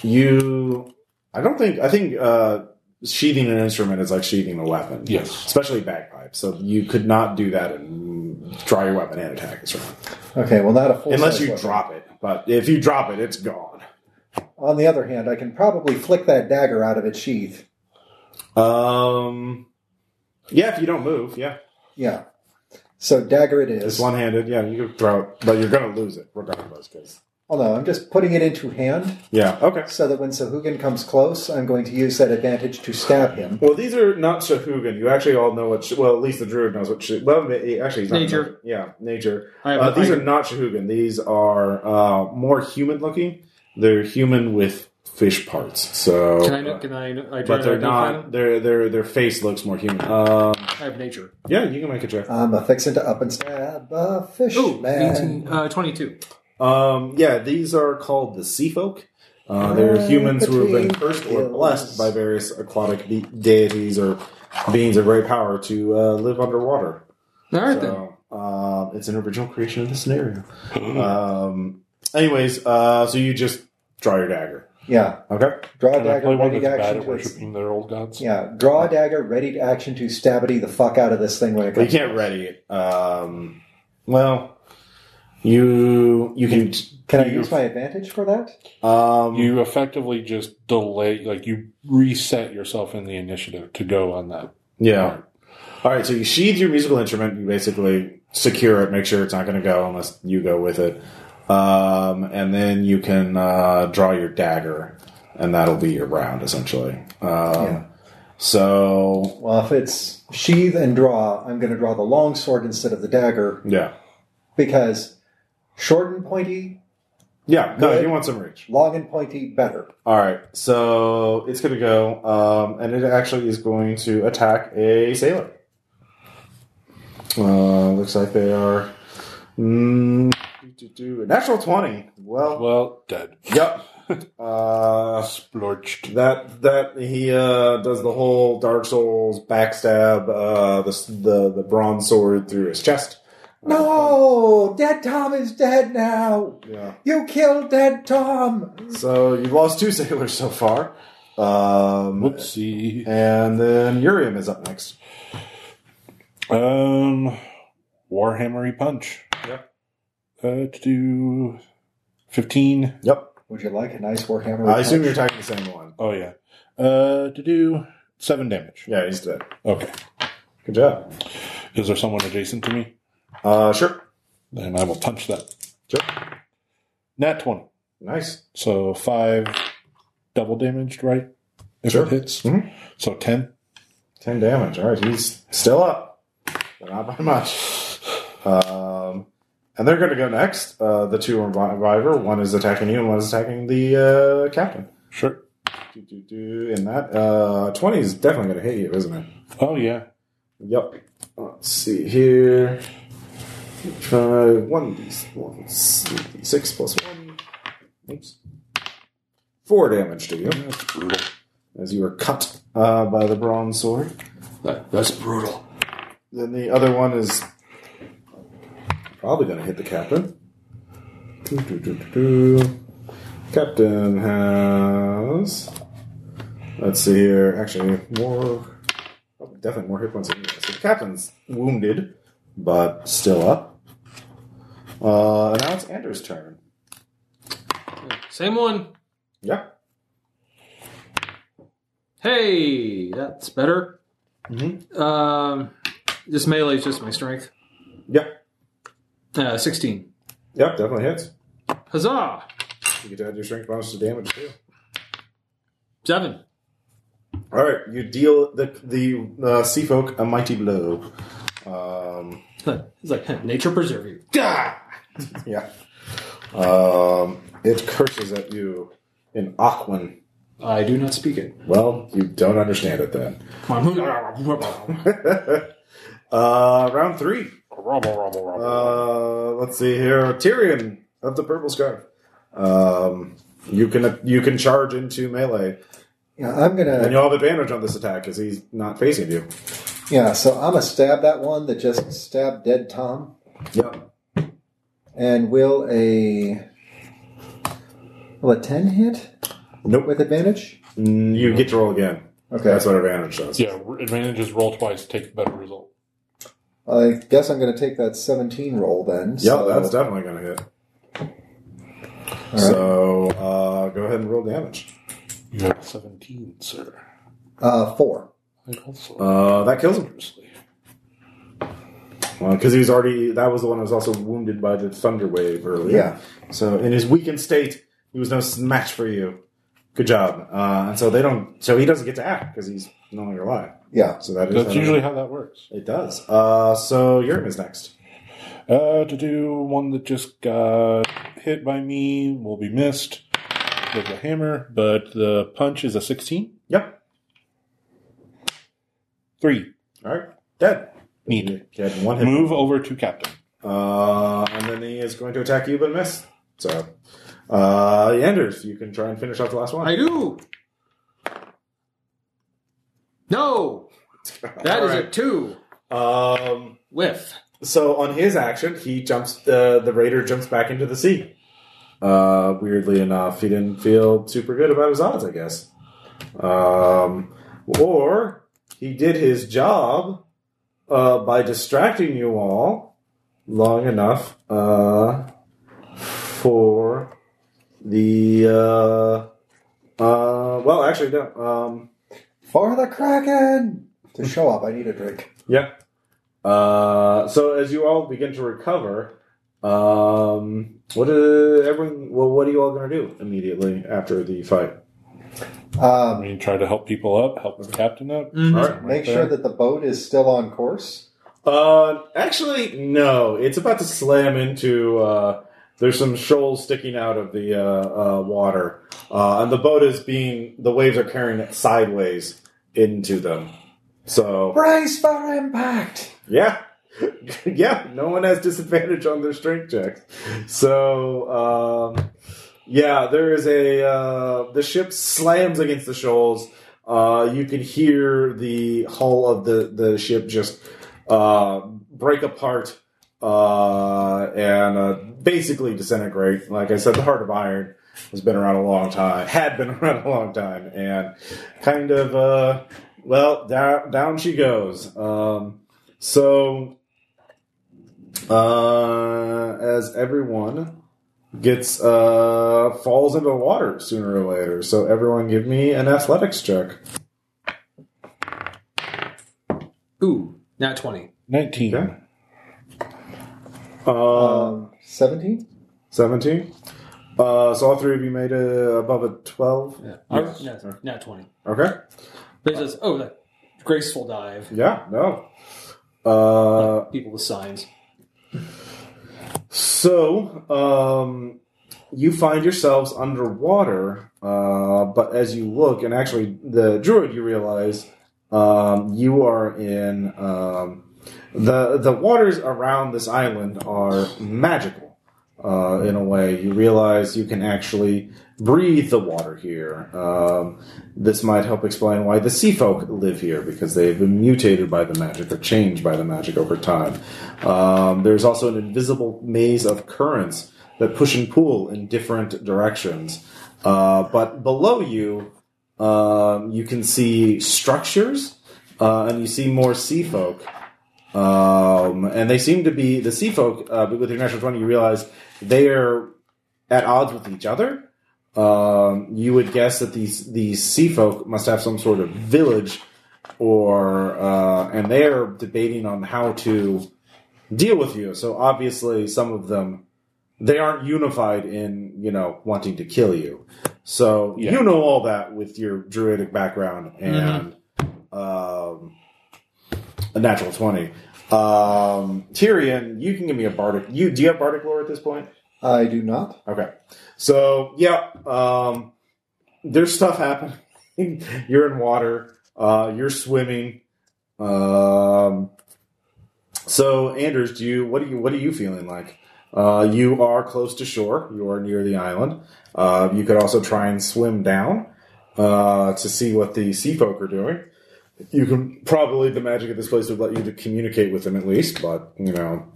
A: you, I don't think. I think uh, sheathing an instrument is like sheathing a weapon.
B: Yes.
A: especially bagpipe. So you could not do that and draw your weapon and attack this round,
C: Okay, well, not a full.
A: unless
C: size
A: you
C: weapon.
A: drop it. But if you drop it, it's gone.
C: On the other hand, I can probably flick that dagger out of its sheath.
A: Um, yeah, if you don't move, yeah,
C: Yeah. So dagger it
A: it's
C: is.
A: one handed. Yeah, you can throw it, but you're gonna lose it regardless. 'cause-
C: Oh no, I'm just putting it into hand
A: yeah, okay.
C: so that when Sahugan comes close, I'm going to use that advantage to stab him.
A: Well, these are not Shahugan. You actually all know what. Sh- well, at least the druid knows what. Sh- well, ma- actually, he's not
D: Nature.
A: Know, yeah, nature.
D: I have
A: Uh, these
D: I-
A: are not Shahugan. These are uh, more human looking. They're human with fish parts. So,
D: Can I? kn- Can I? kn- I
A: but they're
D: identify
A: not.
D: them?
A: Their their their face looks more human. Um,
D: I have nature.
A: yeah, you can make a check.
C: I'm a fixin' to up and stab a fish
D: Oh,
C: man.
D: 18, uh, 22.
A: Um, yeah, these are called the sea folk. Uh, they're
C: Ah,
A: humans who have been
C: between
A: cursed or
C: hills.
A: blessed by various aquatic be- deities or beings of great power to uh, live underwater.
D: All right, then.
A: So, uh, it's an original creation of the scenario.
B: Hmm.
A: um, anyways, uh, so you just draw your dagger.
C: Yeah,
A: Okay.
C: draw a
B: And I play
C: dagger,
B: one
C: ready
B: that's
C: to
B: bad
C: action
B: at
C: to its-
B: worshiping their old gods.
C: Yeah, draw a dagger, ready to action to stabbity the fuck out of this thing when it
A: But you
C: comes.
A: can't ready it. Um, well, you you can.
C: Can I
B: You-
C: use my advantage for that?
A: Um,
B: You effectively just delay, like you reset yourself in the initiative to go on that.
A: yeah. All right. So you sheathe your musical instrument. You basically secure it. Make sure it's not going to go unless you go with it. Um, and then you can uh, draw your dagger, and that'll be your round essentially. Um,
C: Yeah.
A: So
C: Well, if it's sheathe and draw, I'm going to draw the long sword instead of the dagger
A: yeah.
C: because short and pointy,
A: Yeah, no,
C: Good.
A: you want some reach.
C: long and pointy, better.
A: All right, so it's going to go, um, and it actually is going to attack a sailor. Uh, looks like they are mm, do, do, do, a natural twenty. Well,
B: Well, dead.
A: yep. Uh,
B: Splorched.
A: that that he uh, does the whole Dark Souls backstab uh, the, s- the the bronze sword through his chest.
C: No, Dead Tom is dead now.
A: Yeah.
C: You killed Dead Tom.
A: So you've lost two sailors so far. Um,
B: Whoopsie.
A: And then Urium is up next.
B: Um, Warhammery punch.
A: Yep.
B: Uh, to do 15.
A: Yep.
C: Would you like a nice warhammer?
A: I assume
C: punch?
A: you're attacking the same one.
B: Oh, yeah. Uh, to do 7 damage.
A: Yeah, he's dead.
B: Okay.
A: Good job.
B: Is there someone adjacent to me?
A: Uh, sure.
B: Then I will punch that.
A: Sure.
B: Nat 20.
A: Nice.
B: So 5 double damaged, right? If
A: Sure.
B: it hits.
A: Mhm.
B: So 10.
A: 10 damage. All right, he's still up. But not by much. Um, and they're going to go next. Uh, the two survivor. One is attacking you, and one is attacking the uh, captain.
B: Sure.
A: Do, do, do, and that uh, 20 is definitely going to hit you, isn't it?
B: Oh, yeah.
A: Yep. Let's see here. Try one d one six plus one. Oops. Four damage to you
B: That's brutal.
A: as you are cut uh, by the bronze sword.
D: That, that's brutal.
A: Then the other one is probably going to hit the captain. Doo, doo, doo, doo, doo. Captain has. Let's see here. Actually, more. oh, Definitely more hit points. Than you. So the captain's wounded, but still up. Uh, and now it's Andrew's turn.
D: Same one.
A: Yeah.
D: Hey, that's better.
A: Mhm.
D: Um, this melee is just my strength.
A: Yeah.
D: Uh, 16.
A: Yep, definitely hits.
D: Huzzah!
A: You get to add your strength bonus to damage too.
D: Seven.
A: All right, you deal the the uh, sea folk a mighty blow. Um,
D: It's like, nature preserve you.
A: Gah! Yeah. Um, It curses at you in Aquan.
D: I do not speak it.
A: Well, you don't understand it then.
D: Come
A: uh, round three.
D: on.
A: Uh, let's see here. Tyrion of the Purple Scarf. Um, you can you can charge into melee,
C: Yeah, I'm gonna.
A: and you'll have advantage on this attack because he's not facing you.
C: Yeah, so I'm gonna stab that one that just stabbed dead Tom,
A: Yep.
C: and will a will a ten hit
A: Nope.
C: with advantage?
A: Mm, You get to roll again.
C: Okay,
A: That's what advantage does.
B: Yeah, r- advantage is roll twice, take better result.
C: I guess I'm gonna take that 17 roll then.
A: Yep,
C: so-
A: that's definitely going to hit.
C: all right.
A: So uh, go ahead and roll damage.
B: You have 17, sir.
C: uh, four.
B: I also.
A: Uh, that kills him
B: Seriously.
A: because he was already. That was the one that was also wounded by the thunder wave earlier.
C: Yeah.
A: So in his weakened state, he was no match for you. Good job. Uh, and so they don't. So he doesn't get to act because he's no longer alive.
C: Yeah.
A: So that is
B: That's
A: not-
B: usually how that works.
A: it does. Uh, so Urim is next.
B: Uh, to do one that just got hit by me will be missed with a hammer, but the punch is a 16.
A: Yep.
B: Three.
A: All right. Dead.
B: Neat.
A: He had one hit.
B: Move over to captain.
A: Uh, and then he is going to attack you, but miss. So, uh, Anders, you can try and finish off the last one.
D: I do. No, that is a two
A: Um,
D: with.
A: so on his action, he jumps. Uh, the raider jumps back into the sea. Uh, weirdly enough, he didn't feel super good about his odds, I guess. Um, or he did his job uh, by distracting you all long enough uh, for the. Uh, uh, well, actually, no. Um,
C: For the Kraken! To show up, I need a drink.
A: yeah. Uh, so as you all begin to recover, um, what is everyone? Well, what are you all going to do immediately after the fight?
B: I
C: Um,
B: mean, try to help people up, help the captain up.
D: Mm-hmm.
A: All right.
C: make sure that the boat is still on course.
A: Uh, actually, no. It's about to slam into. Uh, there's some shoals sticking out of the uh, uh, water, uh, and the boat is being. The waves are carrying it sideways into them. So
C: Brace for impact!
A: Yeah. yeah, no one has disadvantage on their strength checks. So, um, yeah, there is a. Uh, the ship slams against the shoals. Uh, you can hear the hull of the, the ship just uh, break apart uh, and uh, basically disintegrate. Like I said, the Heart of Iron has been around a long time, had been around a long time, and kind of, uh, well, down, down she goes. Um, so, uh, as everyone gets uh, falls into the water sooner or later, so everyone give me an athletics check.
D: Ooh, not twenty.
B: 19.
A: Okay. Uh,
C: Um, 17?
A: Seventeen. Uh, so all three of you made a, above a twelve.
D: Yeah,
A: Yes.
D: not, not twenty.
A: Okay.
D: But it says, oh, that graceful dive.
A: Yeah. No. Uh,
D: People with signs.
A: So, um, you find yourselves underwater, uh, but as you look, and actually the druid, you realize um, you are in um, the the waters around this island are magical. Uh, in a way, you realize you can actually breathe the water here. Um, this might help explain why the sea folk live here because they've been mutated by the magic or changed by the magic over time. Um, there's also an invisible maze of currents that push and pull in different directions. Uh, but below you, um, you can see structures uh, and you see more sea folk. Um, and they seem to be the sea folk. Uh, with your natural twenty, you realize they are at odds with each other. Um, you would guess that these these sea folk must have some sort of village, or uh, and they are debating on how to deal with you. So obviously, some of them they aren't unified in you know wanting to kill you. So
B: Yeah.
A: you know all that with your druidic background and um, a natural twenty. Um, Tyrion, you can give me a bardic. You do you have bardic lore at this point?
C: I do not.
A: Okay. So yeah, um, there's stuff happening. you're in water. Uh, you're swimming. Um, so Anders, do you what are you what are you feeling like? Uh, you are close to shore. You are near the island. Uh, you could also try and swim down uh, to see what the sea folk are doing. You can probably the magic of this place would let you to communicate with them at least, but you know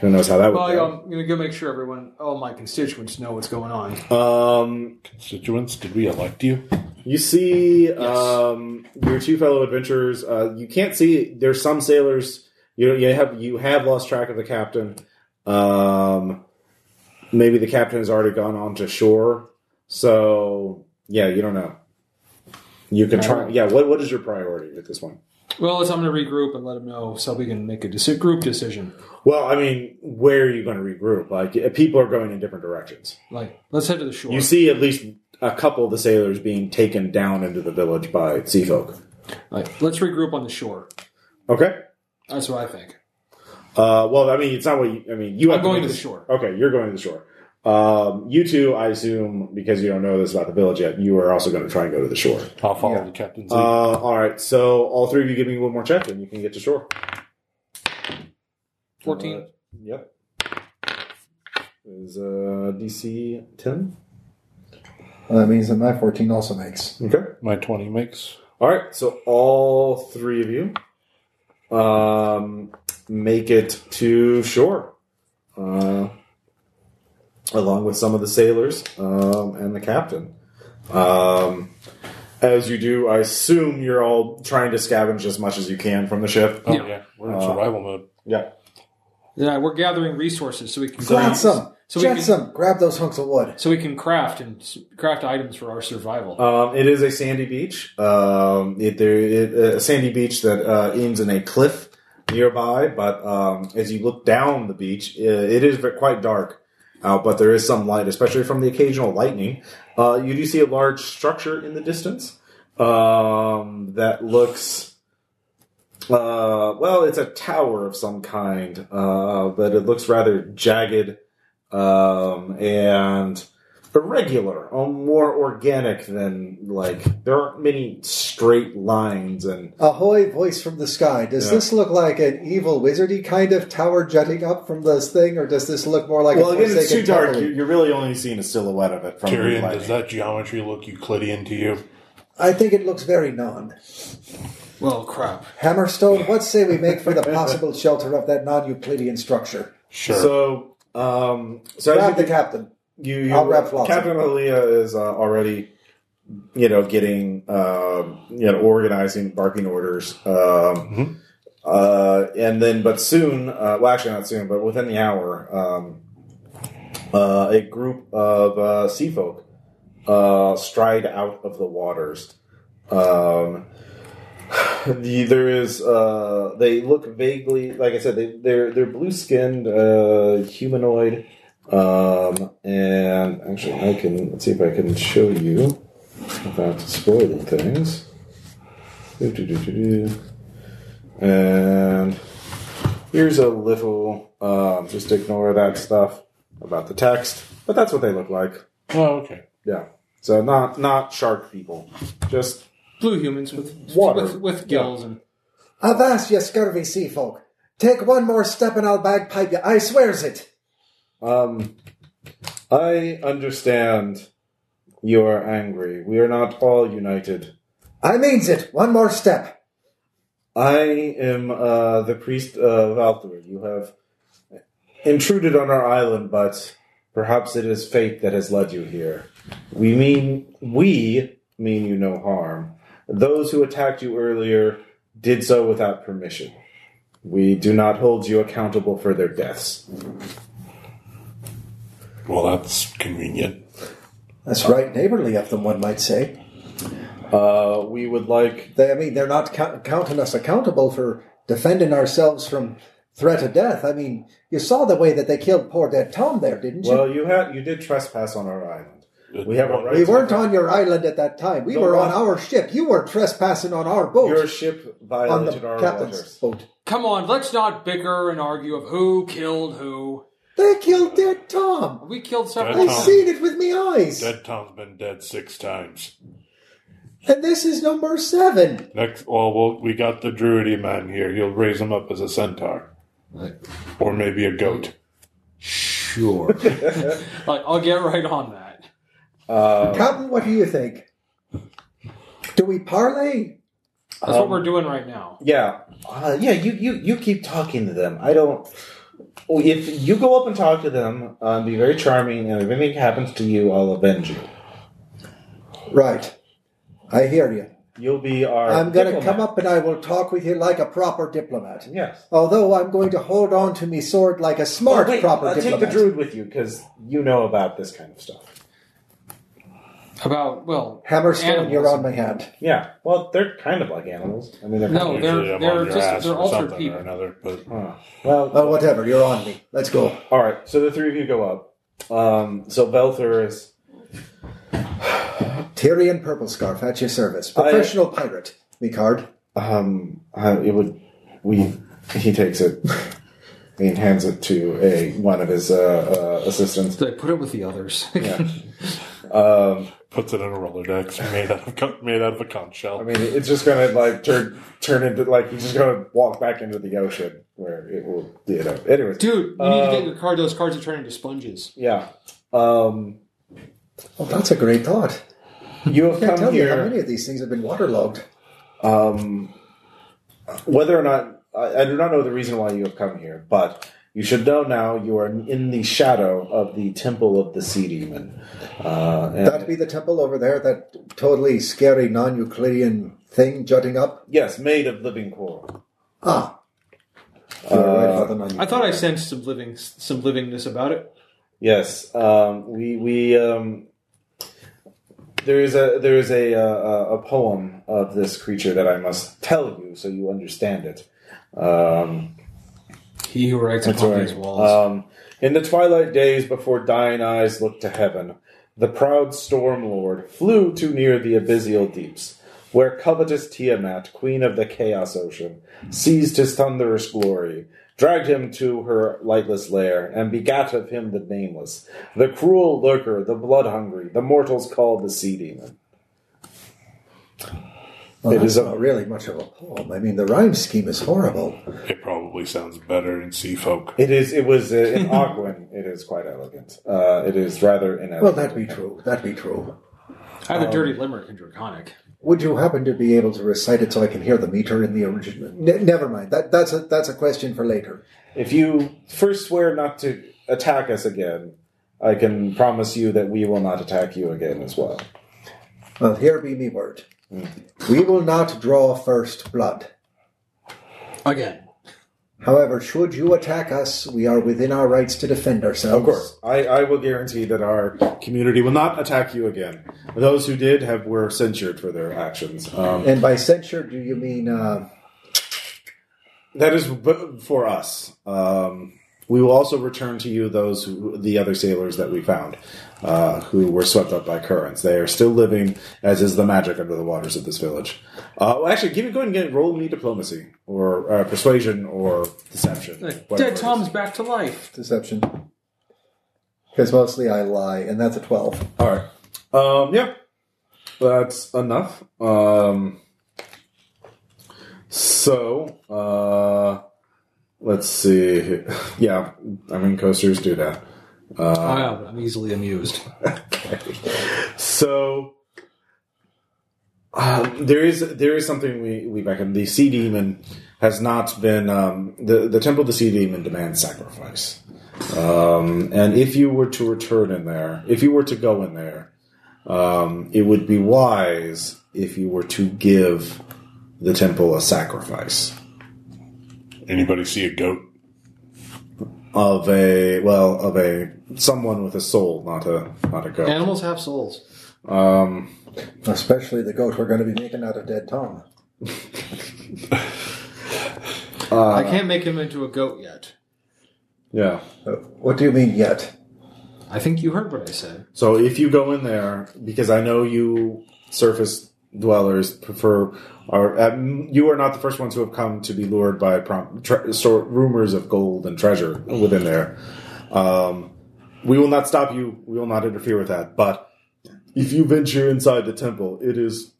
A: who knows how that would
D: Well,
A: go.
D: I'm gonna go make sure everyone, all my constituents, know what's going on.
A: Um,
B: Constituents, did we elect you?
A: You see um, your two fellow adventurers. Uh, you can't see. There's some sailors. You you have you have lost track of the captain. Um, maybe the captain has already gone on to shore. So yeah, you don't know. You can try. Yeah. What what is your priority at this point?
D: Well, it's, I'm gonna regroup and let them know so we can make a deci- group decision.
A: Well, I mean, where are you going to regroup? Like eh, people are going in different directions.
D: Like, let's head to the shore.
A: You see at least a couple of the sailors being taken down into the village by sea folk.
D: like, let's regroup on the shore.
A: Okay.
D: That's what I think.
A: Uh, well, I mean, it's not what you, I mean. You
D: I'm
A: have
D: going
A: make
D: to the
A: this-
D: shore.
A: Okay, you're going to the shore. Um, you two, I assume, because you don't know this about the village yet, you are also going to try and go to the shore.
B: I'll follow
C: Yeah.
B: the captain's
A: Uh,
B: lead.
A: all right, so all three of you give me one more check, and you can get to shore.
D: 14.
A: Uh, yep. Is uh, DC ten?
C: Well, Uh, that means that my 14 also makes.
A: Okay.
B: My 20 makes.
A: All right, so all three of you um, make it to shore, uh, along with some of the sailors um, and the captain. Um, as you do, I assume you're all trying to scavenge as much as you can from the ship.
B: Oh,
D: Yeah.
B: yeah. We're in
A: Uh,
B: survival mode.
A: Yeah.
D: yeah, we're gathering resources so we can
C: Grab
D: craft,
C: some.
D: So we
C: Grab
D: can-
C: some. Grab those hunks of wood.
D: so we can craft and s- craft items for our survival.
A: Um, it is a sandy beach. Um, it, there, it, a sandy beach that uh, ends in a cliff nearby. But um, as you look down the beach, uh, it is ve- quite dark out, but there is some light, especially from the occasional lightning. Uh, you do see a large structure in the distance um, that looks. Uh, well, it's a tower of some kind, uh, but it looks rather jagged um, and irregular, or oh, more organic than like there aren't many straight lines and
C: Ahoy, voice from the sky. Does
A: Yeah.
C: this look like an evil wizardy kind of tower jutting up from this thing, or does this look more like
A: well
C: a
A: again it's too
C: forsaken
A: dark.
C: temple?
A: You- You're really only seeing a silhouette of it from the
B: Tyrion,
A: lighting.
B: does that geometry look Euclidean to you?
C: I think it looks very non.
D: Well, crap.
C: Hammerstone, what say we make for the possible shelter of that non Euclidean structure?
B: Sure.
A: So, um, so as
C: Grab
A: you,
C: the captain.
A: you, you
C: I'll wrap Flossy.
A: Captain Aaliyah is uh, already, you know, getting, um, you know, organizing barking orders. Um,
B: Mhm.
A: uh, and then, but soon, uh, well, actually not soon, but within the hour, um, uh, a group of uh, sea folk uh, stride out of the waters. Um, the, there is uh, they look vaguely like I said they they're they're blue skinned uh, humanoid um, and actually I can let's see if I can show you without spoiling things. Doo-doo-doo-doo-doo. And here's a little um, just ignore that stuff about the text, but that's what they look like.
B: oh, okay.
A: Yeah. So not not shark people, just
D: Blue humans with
A: Water.
D: with, with gills and
C: Avast, ye scurvy sea folk. Take one more step and I'll bagpipe you. I swears it.
A: Um, I understand you are angry. We are not all united.
C: I means it. One more step.
A: I am uh, the priest of Valthur. You have intruded on our island, but perhaps it is fate that has led you here. We mean we mean you no harm. Those who attacked you earlier did so without permission. We do not hold you accountable for their deaths.
B: Well, that's convenient.
C: That's right, neighborly of them, one might say.
A: Uh, we would like
C: They, I mean, they're not count- counting us accountable for defending ourselves from threat of death. I mean, you saw the way that they killed poor dead Tom there, didn't you?
A: Well, you had you did trespass on our island. We have a right.
C: we
A: to-
C: weren't on your island at that time. We
A: No,
C: were on
A: no.
C: our ship. You were trespassing on our boat.
A: Your ship
C: on the
A: violated our
C: captain's
A: waters.
C: boat.
D: come on. Let's not bicker and argue of who killed who.
C: They killed dead Tom.
D: We killed
B: Dead
D: several.
C: I
B: Tom.
C: seen it with me eyes.
B: Dead Tom's been dead six times.
C: And this is number seven.
B: Next, well, we'll we got the Druidy man here. He'll raise him up as a centaur, or maybe a goat.
D: Sure. like, I'll get right on that.
A: Uh,
C: Cotton, what do you think? Do we parlay?
D: That's
A: Um,
D: what we're doing right now.
A: yeah, uh, yeah. You, you you keep talking to them. I don't. oh, If you go up and talk to them, um, be very charming, and if anything happens to you, I'll avenge you.
C: Right. I hear you.
A: You'll be our.
C: I'm going to
A: diplomat.
C: come up and I will talk with you like a proper diplomat.
A: Yes.
C: Although I'm going to hold on to me sword like a smart
A: Oh, wait,
C: proper
A: uh,
C: diplomat.
A: Take the druid with you because you know about this kind of stuff.
D: About, well,
C: Hammerstone,
D: animals.
C: you're on my hand.
A: Yeah. Well, they're kind of like animals. I mean, they're
D: No,
A: kind of-
D: Oh, they're-
B: Usually I'm on your
D: just-
B: ass
D: they're
B: or
D: altered
B: something
D: people.
B: or another. But
A: Huh. Well,
C: Well, whatever, you're on me. Let's go.
A: all right. So the three of you go up. Um, so Belther is.
C: Tyrion Purple Scarf at your service. Professional pirate, Micard.
A: Um, I, it would. We. He takes it. and hands it to a one of his uh, uh, assistants.
D: They put it with the others.
A: Yeah. um,
B: puts it in a Rolodex made out of con- made out of a conch shell.
A: I mean, it's just gonna like turn turn into like he's just gonna walk back into the ocean where it will. You know. Anyways.
D: Dude, you need to
A: Uh,
D: get your card. Those cards are turning into sponges.
A: Yeah. Um,
C: Oh, that's a great thought.
A: you have
C: I can't
A: come
C: tell you how
A: here.
C: many of these things have been waterlogged.
A: Um, whether or not I, I do not know the reason why you have come here, but you should know now you are in the shadow of the temple of the sea demon. Uh, and-
C: That'd be the temple over there, that totally scary non Euclidean thing jutting up.
A: yes, made of living coral.
C: Ah. You're
A: Uh,
C: right about the
D: I
C: non-Euclidean.
D: thought I sensed some living, some livingness about it.
A: Yes, um, we we um, there is a there is a, uh, a a poem of this creature that I must tell you so you understand it. Um,
D: He who writes
A: That's
D: upon
A: right.
D: these walls.
A: Um, in the twilight days before dying eyes looked to heaven, the proud storm lord flew too near the abyssal deeps, where covetous Tiamat, queen of the chaos ocean, seized his thunderous glory, dragged him to her lightless lair, and begat of him the nameless, the cruel lurker, the blood hungry, the mortals called the sea demon.
C: Well,
A: It
C: Oh, that's
A: is a-
C: not really much of a poem. I mean, the rhyme scheme is horrible.
B: It probably sounds better in Sea Folk.
A: It is. It was uh, in Ogwen. It is quite elegant. Uh, it is rather inelegant.
C: Well, that'd be true. That'd be true.
D: I
A: um,
D: have a dirty limerick in Draconic.
C: Would you happen to be able to recite it so I can hear the meter in the original? N- never mind. That, that's a that's a question for later.
A: If you first swear not to attack us again, I can promise you that we will not attack you again as well.
C: Well, here be me word.
A: Hmm.
C: We will not draw first blood.
D: Again.
C: However, should you attack us, we are within our rights to defend ourselves.
A: Of course, I, I will guarantee that our community will not attack you again. Those who did have were censured for their actions. Um,
C: And by censure, do you mean uh,
A: that is b- for us. Um, we will also return to you those who, the other sailors that we found, uh, who were swept up by currents. They are still living, as is the magic under the waters of this village. Uh, well, actually, give me go ahead and get roll me diplomacy or uh, persuasion or deception. whatever it
D: Dead
A: is.
D: Tom's back to life.
C: deception? Because mostly I lie, and that's a twelve.
A: All right. Um, yeah, that's enough. Um, so uh, let's see. Yeah, I mean coasters do that. Uh,
D: I am. I'm easily amused.
A: So um, there is there is something we we reckon the sea demon has not been um, the the temple of the sea demon demands sacrifice. Um, and if you were to return in there, if you were to go in there, um, it would be wise if you were to give the temple a sacrifice
B: Anybody see a goat?
A: of a well of a someone with a soul, not a not a goat.
D: Animals have souls.
A: Um,
C: Especially the goat we're going to be making out of dead Tom.
D: I
A: Uh,
D: can't make him into a goat yet.
A: yeah.
C: Uh, What do you mean yet?
D: I think you heard what I said.
A: So if you go in there, because I know you surface dwellers prefer, are um, you are not the first ones who have come to be lured by prom, tre- sor- rumors of gold and treasure within there. Um, we will not stop you. We will not interfere with that. But if you venture inside the temple, it is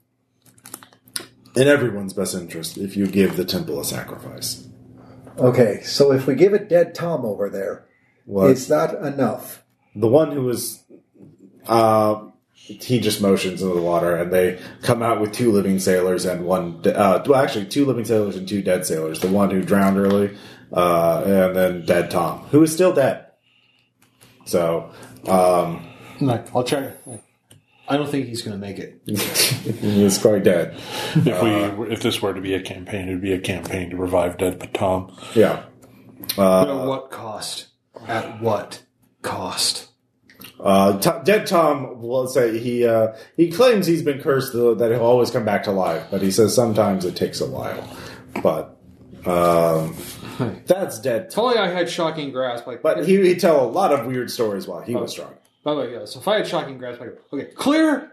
A: in everyone's best interest if you give the temple a sacrifice.
C: Okay, so if we give a dead Tom over there,
A: What?
C: it's not enough.
A: the one who was uh, he just motions into the water and they come out with two living sailors and one de- uh, well actually two living sailors and two dead sailors the one who drowned early uh, and then dead tom who is still dead so um,
D: No, I'll try. I don't think he's going to make it.
A: he's quite dead
B: If
A: Uh,
B: we if this were to be a campaign, it would be a campaign to revive dead Tom.
A: yeah Uh,
D: But at what cost? At what cost?
A: Uh, T- Dead Tom will say he uh, he claims he's been cursed though, that he'll always come back to life, but he says sometimes it takes a while. But um, that's Dead
D: If
A: Tom.
D: only I had shocking grasp. Like,
A: But he would tell a lot of weird stories while he was drunk.
D: by the way, yeah. So if I had shocking grasp, like, okay, clear.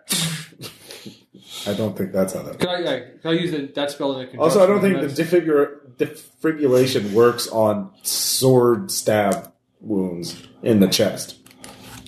A: I don't think that's how that.
D: Could I, I, could I use the, that spell in a conjunction?
A: Also, I don't
D: with
A: think the
D: medicine?
A: defibr- defibrillation works on sword stab wounds in the chest.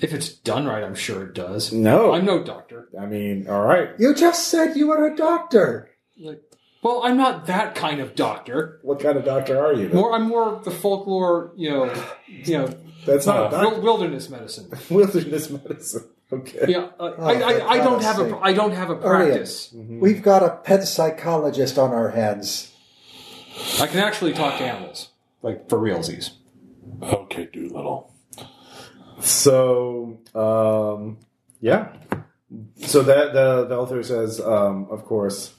D: if it's done right, I'm sure it does.
A: No,
D: I'm no doctor.
A: I mean, all right.
C: You just said you were a doctor.
D: Like, well, I'm not that kind of doctor.
A: What kind of doctor are you? then?
D: More, I'm more the folklore, you know, you know,
A: That's
D: Uh,
A: not a
D: wil-
A: doctor.
D: wilderness medicine.
A: Wilderness medicine. Okay.
D: Yeah, uh, I,
C: for
D: I, I don't
C: God's
D: have a,
C: sake.
D: I don't have a practice.
C: We've got a pet psychologist on our hands.
D: I can actually talk to animals, like for realsies.
B: Okay, Doolittle.
A: So, um, yeah. So that the, the author says, um, of course,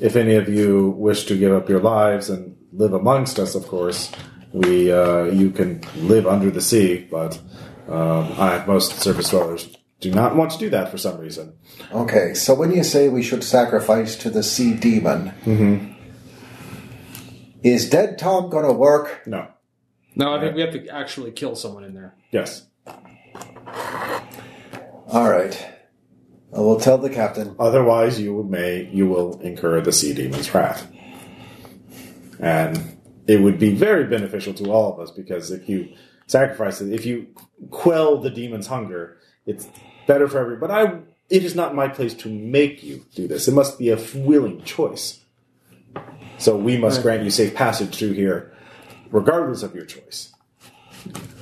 A: if any of you wish to give up your lives and live amongst us, of course, we uh, you can live under the sea. But um, I, most surface dwellers do not want to do that for some reason.
C: Okay, so when you say we should sacrifice to the sea demon, is dead Tom going to work?
A: No.
D: No, I think we have to actually kill someone in there.
A: Yes.
C: All right. I will tell the captain.
A: Otherwise, you may you will incur the sea demon's wrath, and it would be very beneficial to all of us because if you sacrifice it, if you quell the demon's hunger, it's better for everyone. But I, it is not my place to make you do this. It must be a willing choice. So we must grant you safe passage through here, regardless of your choice.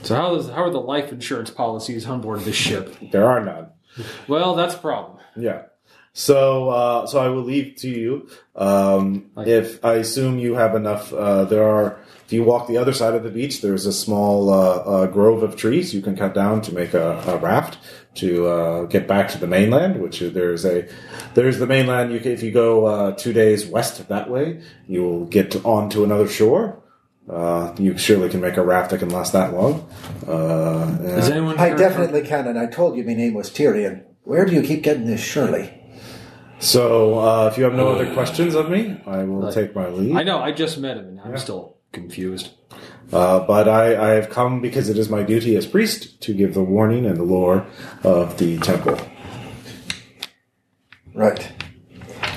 D: So how is how are the life insurance policies on board this ship?
A: There are none.
D: Well, that's a problem.
A: Yeah. So, uh, so I will leave to you. Um, if I assume you have enough, uh, there are. If you walk the other side of the beach, there's a small uh, uh, grove of trees you can cut down to make a, a raft to uh, get back to the mainland. Which there's a there's the mainland. You can, if you go uh, two days west that way, you will get onto another shore. Uh, you surely can make a raft that can last that long. Uh,
D: Is
A: and-
D: anyone?
C: I definitely can, and I told you my name was Tyrion. Where do you keep getting this, Shirley?
A: so, uh, if you have no other questions of me, I will take my leave.
D: I know. I just met him, and I'm still confused.
A: Uh, but I, I have come because it is my duty as priest to give the warning and the lore of the temple.
C: Right.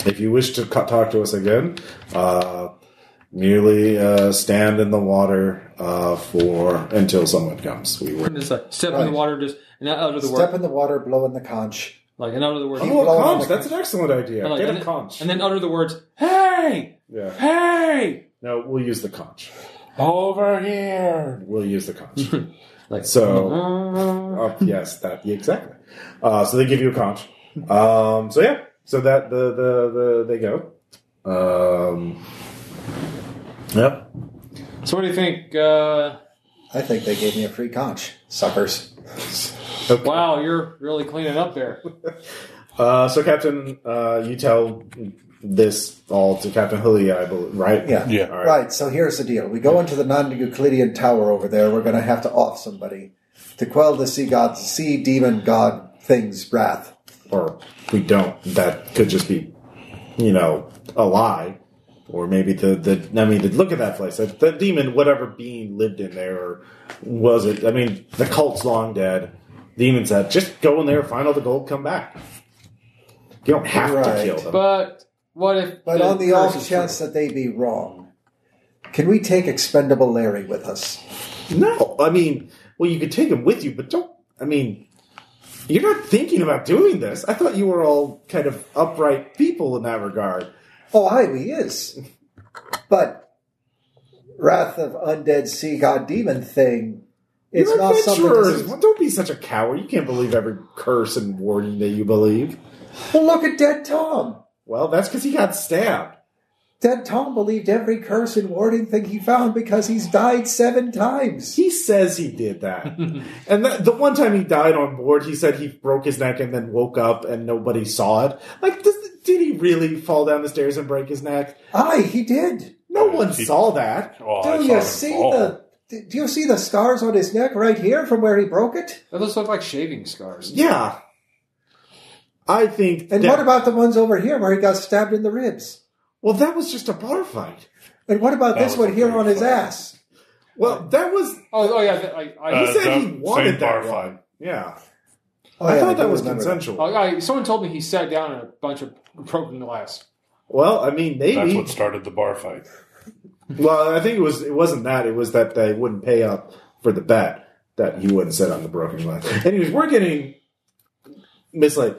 A: If you wish to co- talk to us again, uh, merely uh, stand in the water uh, for until someone comes. We will.
D: And it's like step in the
C: Right.
D: water, just and out of the
C: Step
D: word,
C: in the water, blow in the conch.
D: like and out of the word,
A: Oh, a
C: Blow
A: conch!
C: on the
A: That's an excellent idea.
D: and, like,
A: Get
D: and
A: a
D: then-
A: conch.
D: and then utter the words, "Hey,
A: yeah.
D: hey!"
A: No, we'll use the conch.
B: Over here.
A: We'll use the conch.
D: Like mm-hmm.
A: So-
D: "Mm-mm."
A: Uh, yes, that yeah, exactly. Uh, so they give you a conch. Um, so yeah, so that the the, the they go. Um, yep.
D: So what do you think? Uh,
C: I think they gave me a free conch. Suckers.
A: Okay.
D: wow, you're really cleaning up there.
A: Uh, so Captain, uh, you tell this all to Captain Hilly, I believe, right?
C: Yeah.
B: Yeah.
A: All right.
C: Right, so here's the deal. We go into the non Euclidean tower over there. We're going to have to off somebody to quell the sea god, sea demon god thing's wrath.
A: Or we don't. That could just be, you know, a lie. Or maybe the, the I mean, the, look at that place. That, that demon, whatever being lived in there, or was it? I mean, the cult's long dead. Demon said, just go in there, find all the gold, come back. You don't have to
C: Right.
A: kill them.
D: But what if?
C: But on the
D: curse
C: off
D: is true?
C: chance that they be wrong, can we take expendable Larry with us?
A: No, I mean, well, you could take him with you, but don't. I mean, you're not thinking about doing this. I thought you were all kind of upright people in that regard.
C: Oh, Ivy is. But Wrath of Undead Sea God Demon thing, it's
A: you're
C: not something.
A: adventurers.
C: that's-
A: Well, don't be such a coward. You can't believe every curse and warning that you believe.
C: Well, look at Dead Tom.
A: Well, that's because he got stabbed.
C: Dead Tom believed every curse and warning thing he found because he's died seven times.
A: He says he did that. and that, the one time he died on board, he said he broke his neck and then woke up and nobody saw it. Like, does, did he really fall down the stairs and break his neck?
C: Aye, he did.
A: No
B: Yeah,
A: one
B: Uh, he-
A: saw that.
B: Well, I
C: Do
B: saw
C: you
B: him
C: see
B: fall.
C: the? Do you see the scars on his neck right here from where he broke it?
D: those look like shaving scars.
A: Yeah. I think.
C: And
A: that-
C: what about the ones over here where he got stabbed in the ribs?
A: Well, that was just a bar fight.
C: And what about
B: That
C: this
B: was
C: one
B: a
C: here
B: great
C: on his
B: fight.
C: ass?
A: Well, that was.
D: Oh, oh yeah. I, I,
A: He
B: Uh,
A: said he
B: that
A: wanted that
B: same bar
A: one.
B: fight. Uh,
A: Yeah.
C: Oh,
A: I
C: yeah,
A: thought
C: do
A: that was
C: remember
A: consensual.
D: oh, I- someone told me he sat down in a bunch of broken glass.
A: Well, I mean, maybe.
B: That's what started the bar fight.
A: Well, I think it was it wasn't that. It was that they wouldn't pay up for the bet that he wouldn't set on the broken glass. Anyways, we're getting misled.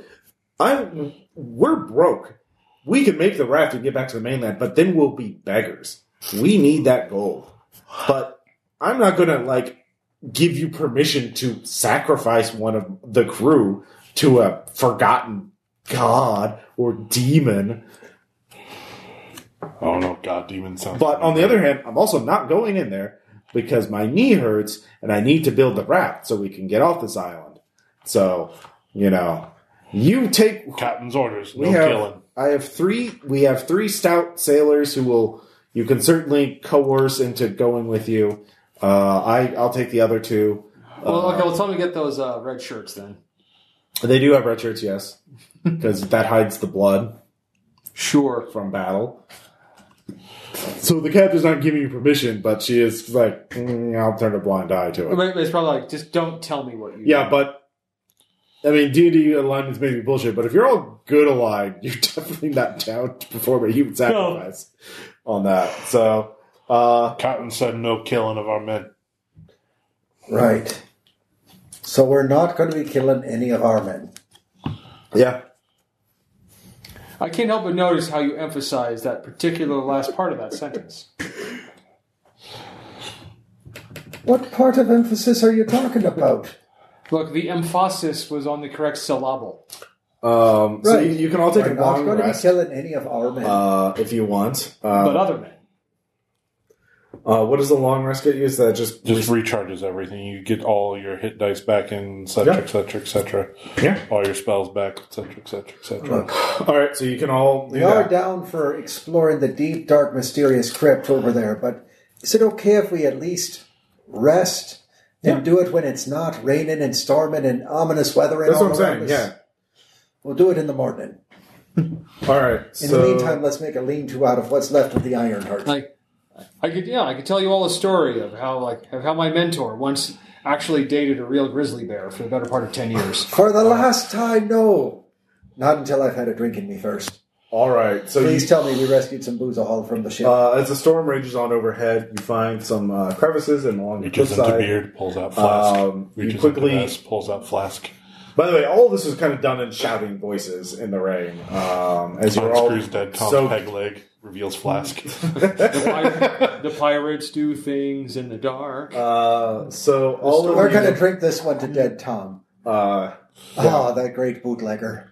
A: I we're broke. We can make the raft and get back to the mainland, but then we'll be beggars. We need that gold. But I'm not gonna like give you permission to sacrifice one of the crew to a forgotten god or demon.
B: Oh no, God, demon sounds.
A: But on the other hand, I'm also not going in there because my knee hurts and I need to build the raft so we can get off this island. So, you know, you take
B: captain's orders,
A: we
B: no
A: have
B: killing.
A: I have three we have three stout sailors who will you can certainly coerce into going with you. Uh, I I'll take the other two.
D: Well,
A: Uh,
D: okay. Well, tell me to get those uh, red shirts then.
A: They do have red shirts, yes, because that hides the blood.
D: Sure.
A: from battle. So the captain's not giving you permission, but she is like, "Mm, I'll turn a blind eye to it.
D: It's probably like just don't tell me what you.
A: Yeah, but I mean, D and D alignments may be bullshit, but if you're all good aligned, you're definitely not down to perform a human sacrifice on that. So, uh,
B: Captain said no killing of our men.
C: that. Right. So we're not going to be killing any of our men.
A: yeah,
D: I can't help but notice how you emphasize that particular last part of that sentence.
C: What part of emphasis are you talking about?
D: Look, the emphasis was on the correct syllable.
A: um, so
C: Right.
A: you, you can all take
C: We're
A: a
C: not
A: long
C: going to be
A: rest
C: killing any of our men.
A: uh, if you want.
D: But
A: Uh,
D: other men.
A: uh, what does the long rest get you? Is that just
B: Just recharges everything. You get all your hit dice back, and etc.
A: Yeah.
B: etc. etc.
A: yeah?
B: All your spells back, etc. etc. etc.
A: All right, so you can all do
C: we are
A: that.
C: down for exploring the deep, dark, mysterious crypt over there, but is it okay if we at least rest and do it when it's not raining and storming and ominous weather and
A: That's
C: all
A: what I'm
C: around
A: saying.
C: us?
A: Yeah.
C: We'll do it in the morning.
A: All right.
C: In
A: so-
C: the meantime, let's make a lean-to out of what's left of the iron heart.
D: Like, I could, yeah, I could tell you all a story of how, like, of how my mentor once actually dated a real grizzly bear for the better part of ten years.
C: For the last time, no. Not until I've had a drink in me first.
A: all right. So you,
C: Please tell me we rescued some booze hall from the ship.
A: Uh, as the storm rages on overhead, you find some uh, crevices and along the
B: Reaches into
A: cliffside.
B: beard, pulls out flask.
A: Um, you
B: Reaches into
A: quickly-
B: vest, pulls out flask.
A: By the way, all this is kind of done in shouting voices in the rain. Um, as you're all
B: Unscrews dead Tom's
A: soaked-
B: peg leg. Reveals flask.
D: The, pir- the pirates do things in the dark.
A: Uh, so all
C: We're
A: of
C: going to
A: you,
C: drink this one to dead Tom.
A: uh,
C: Ah, that great bootlegger.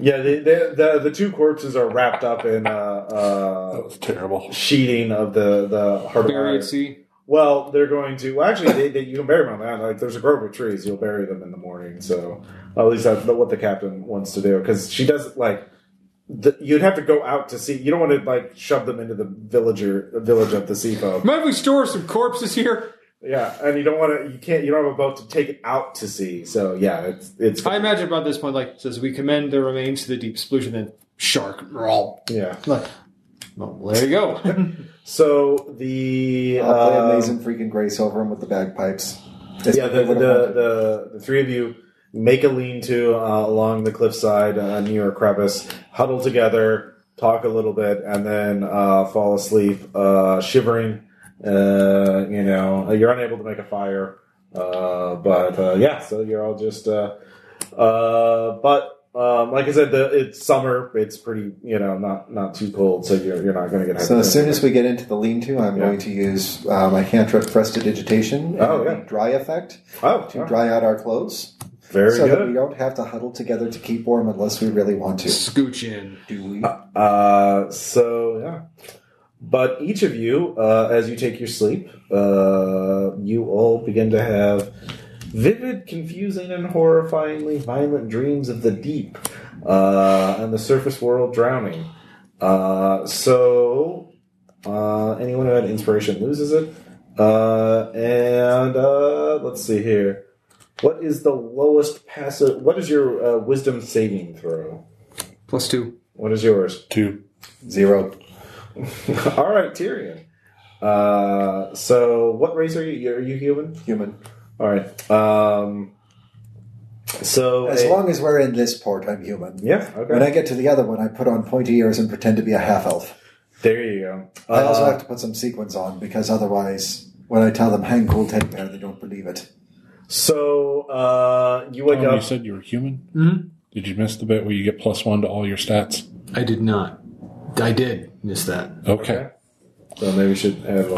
A: yeah, the, the the the two corpses are wrapped up in uh,
B: that
A: uh,
B: was terrible.
A: sheeting of the the harbor.
D: Bury at sea.
A: Well, they're going to. Well, actually, they, they, you can bury them on that. Like, there's a grove of trees. You'll bury them in the morning. So, at least that's what the captain wants to do. Because she does like. The, you'd have to go out to sea. You don't want to like shove them into the villager village of the sea folk.
D: Might we store some corpses here?
A: Yeah, and you don't want to. You can't. You don't have a boat to take it out to sea. So yeah, it's it's
D: I imagine about this point, like it says, we commend the remains to the deep solution, then shark roll.
A: yeah.
D: Well, there you go.
A: So the
C: I'll play
A: um,
C: Amazing Freaking Grace over him with the bagpipes. That's
A: yeah,
C: what
A: the,
C: they
A: the,
C: would've wanted.
A: the, the three of you make a lean to uh, along the cliffside uh, near a crevice, huddle together, talk a little bit, and then uh, fall asleep, uh, shivering. Uh, you know, you're unable to make a fire. Uh, but uh, yeah, so you're all just. Uh, uh, but um, like I said, the, it's summer. It's pretty, you know, not not too cold, so you're you're not going to get.
C: So as
A: hypothermia.
C: soon as we get into the lean-to, I'm
A: Yeah.
C: going to use uh, my cantrip prestidigitation and
A: Oh, yeah.
C: the dry effect
A: oh,
C: to
A: oh,
C: dry out our clothes,
A: very
C: so that we
A: good.
C: don't have to huddle together to keep warm unless we really want to.
D: Scooch in.
C: Do we?
A: Uh, so yeah, but each of you, uh, as you take your sleep, uh, you all begin to have vivid, confusing, and horrifyingly violent dreams of the deep uh, and the surface world drowning. Uh, so uh, anyone who had inspiration loses it. Uh, and uh, let's see here. What is the lowest passive? What is your uh, wisdom saving throw?
D: Plus two.
A: What is yours?
B: Two.
C: Zero.
A: All right, Tyrion. Uh, so, what race are you? Are you human?
C: Human.
A: All right. Um, so,
C: As
A: a-
C: long as we're in this port, I'm human.
A: yeah,
C: When
A: okay.
C: I get to the other one, I put on pointy ears and pretend to be a half elf.
A: there you go. Uh,
C: I also have to put some sequins on because otherwise, when I tell them hang cool teddy bear, they don't believe it.
A: so uh, you wake
B: Tom, you
A: up.
B: said you were human?
A: Mm-hmm.
D: Mhm.
B: Did you miss the bit where you get plus one to all your stats?
D: I did not. I did miss that.
B: Okay.
A: So maybe we should have.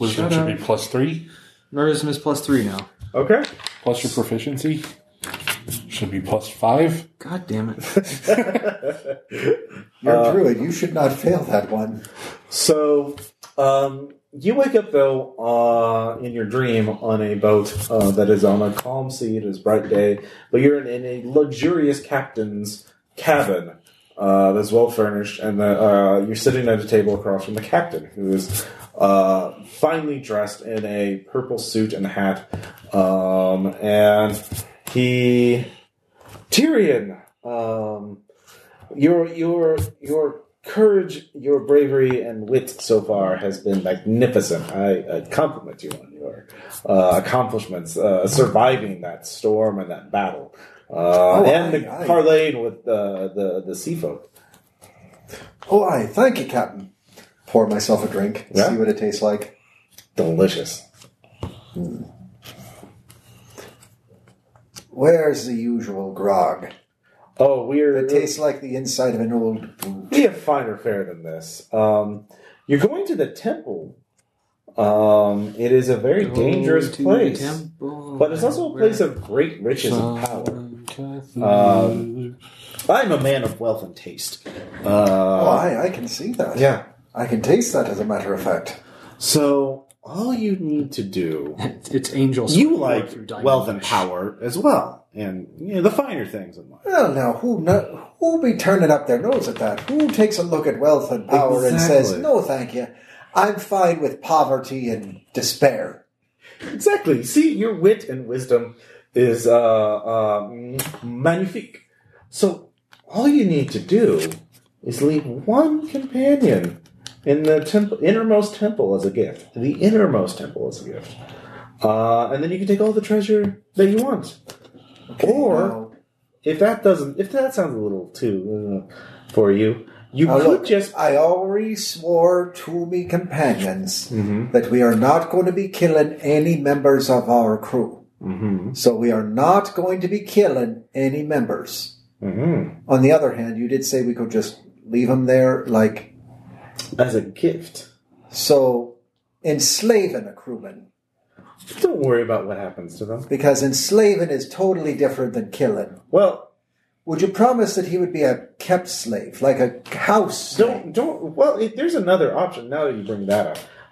B: Wisdom should be plus three.
D: Wisdom is plus three now.
A: A- okay.
B: Plus your proficiency should be plus five.
D: God damn it.
C: You're a druid. You should not fail that one.
A: So, um, you wake up though uh, in your dream on a boat uh, that is on a calm sea. It is bright day, but you're in, in a luxurious captain's cabin uh, that's well furnished, and the, uh, you're sitting at a table across from the captain, who is uh, finely dressed in a purple suit and hat, um, and he Tyrion. Um, your your your courage, your bravery, and wit so far has been magnificent. I, I compliment you on your uh, accomplishments, uh, surviving that storm and that battle, uh,
C: Oh,
A: and
C: aye,
A: the
C: aye.
A: parlaying with uh, the the sea folk.
C: Oh, aye. Thank you, Captain. Pour myself a drink.
A: Yeah.
C: See what it tastes like.
A: Delicious.
C: Where's the usual grog?
A: Oh, we're
C: It tastes like the inside of an old boot.
A: be a finer fare than this. Um, you're going to the temple. Um, it is a very dangerous place. But it's also a place of great riches and power. Um, I'm a man of wealth and taste.
C: Oh,
A: Uh,
C: aye. I can see that.
A: yeah.
C: I can taste that, as a matter of fact.
A: So all you need to do,
D: It's angels.
A: you like wealth and power as well, and you know the finer things in life.
C: Well, now, who no, who be turning up their nose at that? Who takes a look at wealth and power and says,
A: Exactly.
C: no, thank you. I'm fine with poverty and despair.
A: Exactly. See, your wit and wisdom is uh, uh, magnifique. So all you need to do is leave one companion in the temple, innermost temple as a gift. The innermost temple as a gift. Uh, and then you can take all the treasure that you want. or
C: Now,
A: if that doesn't, if that sounds a little too uh, for you, you
C: Now,
A: could
C: Oh, look,
A: just.
C: I already swore to me companions
A: mm-hmm,
C: that we are not going to be killing any members of our crew.
A: mm-hmm,
C: So we are not going to be killing any members.
A: Mhm.
C: On the other hand, you did say we could just leave them there, like
A: as a gift.
C: so, enslaving a crewman
A: Don't worry about what happens to them.
C: because enslaving is totally different than killing.
A: Well,
C: Would you promise that he would be a kept slave, like a house?
A: don't
C: slave?
A: don't. Well, it, there's another option now that you bring that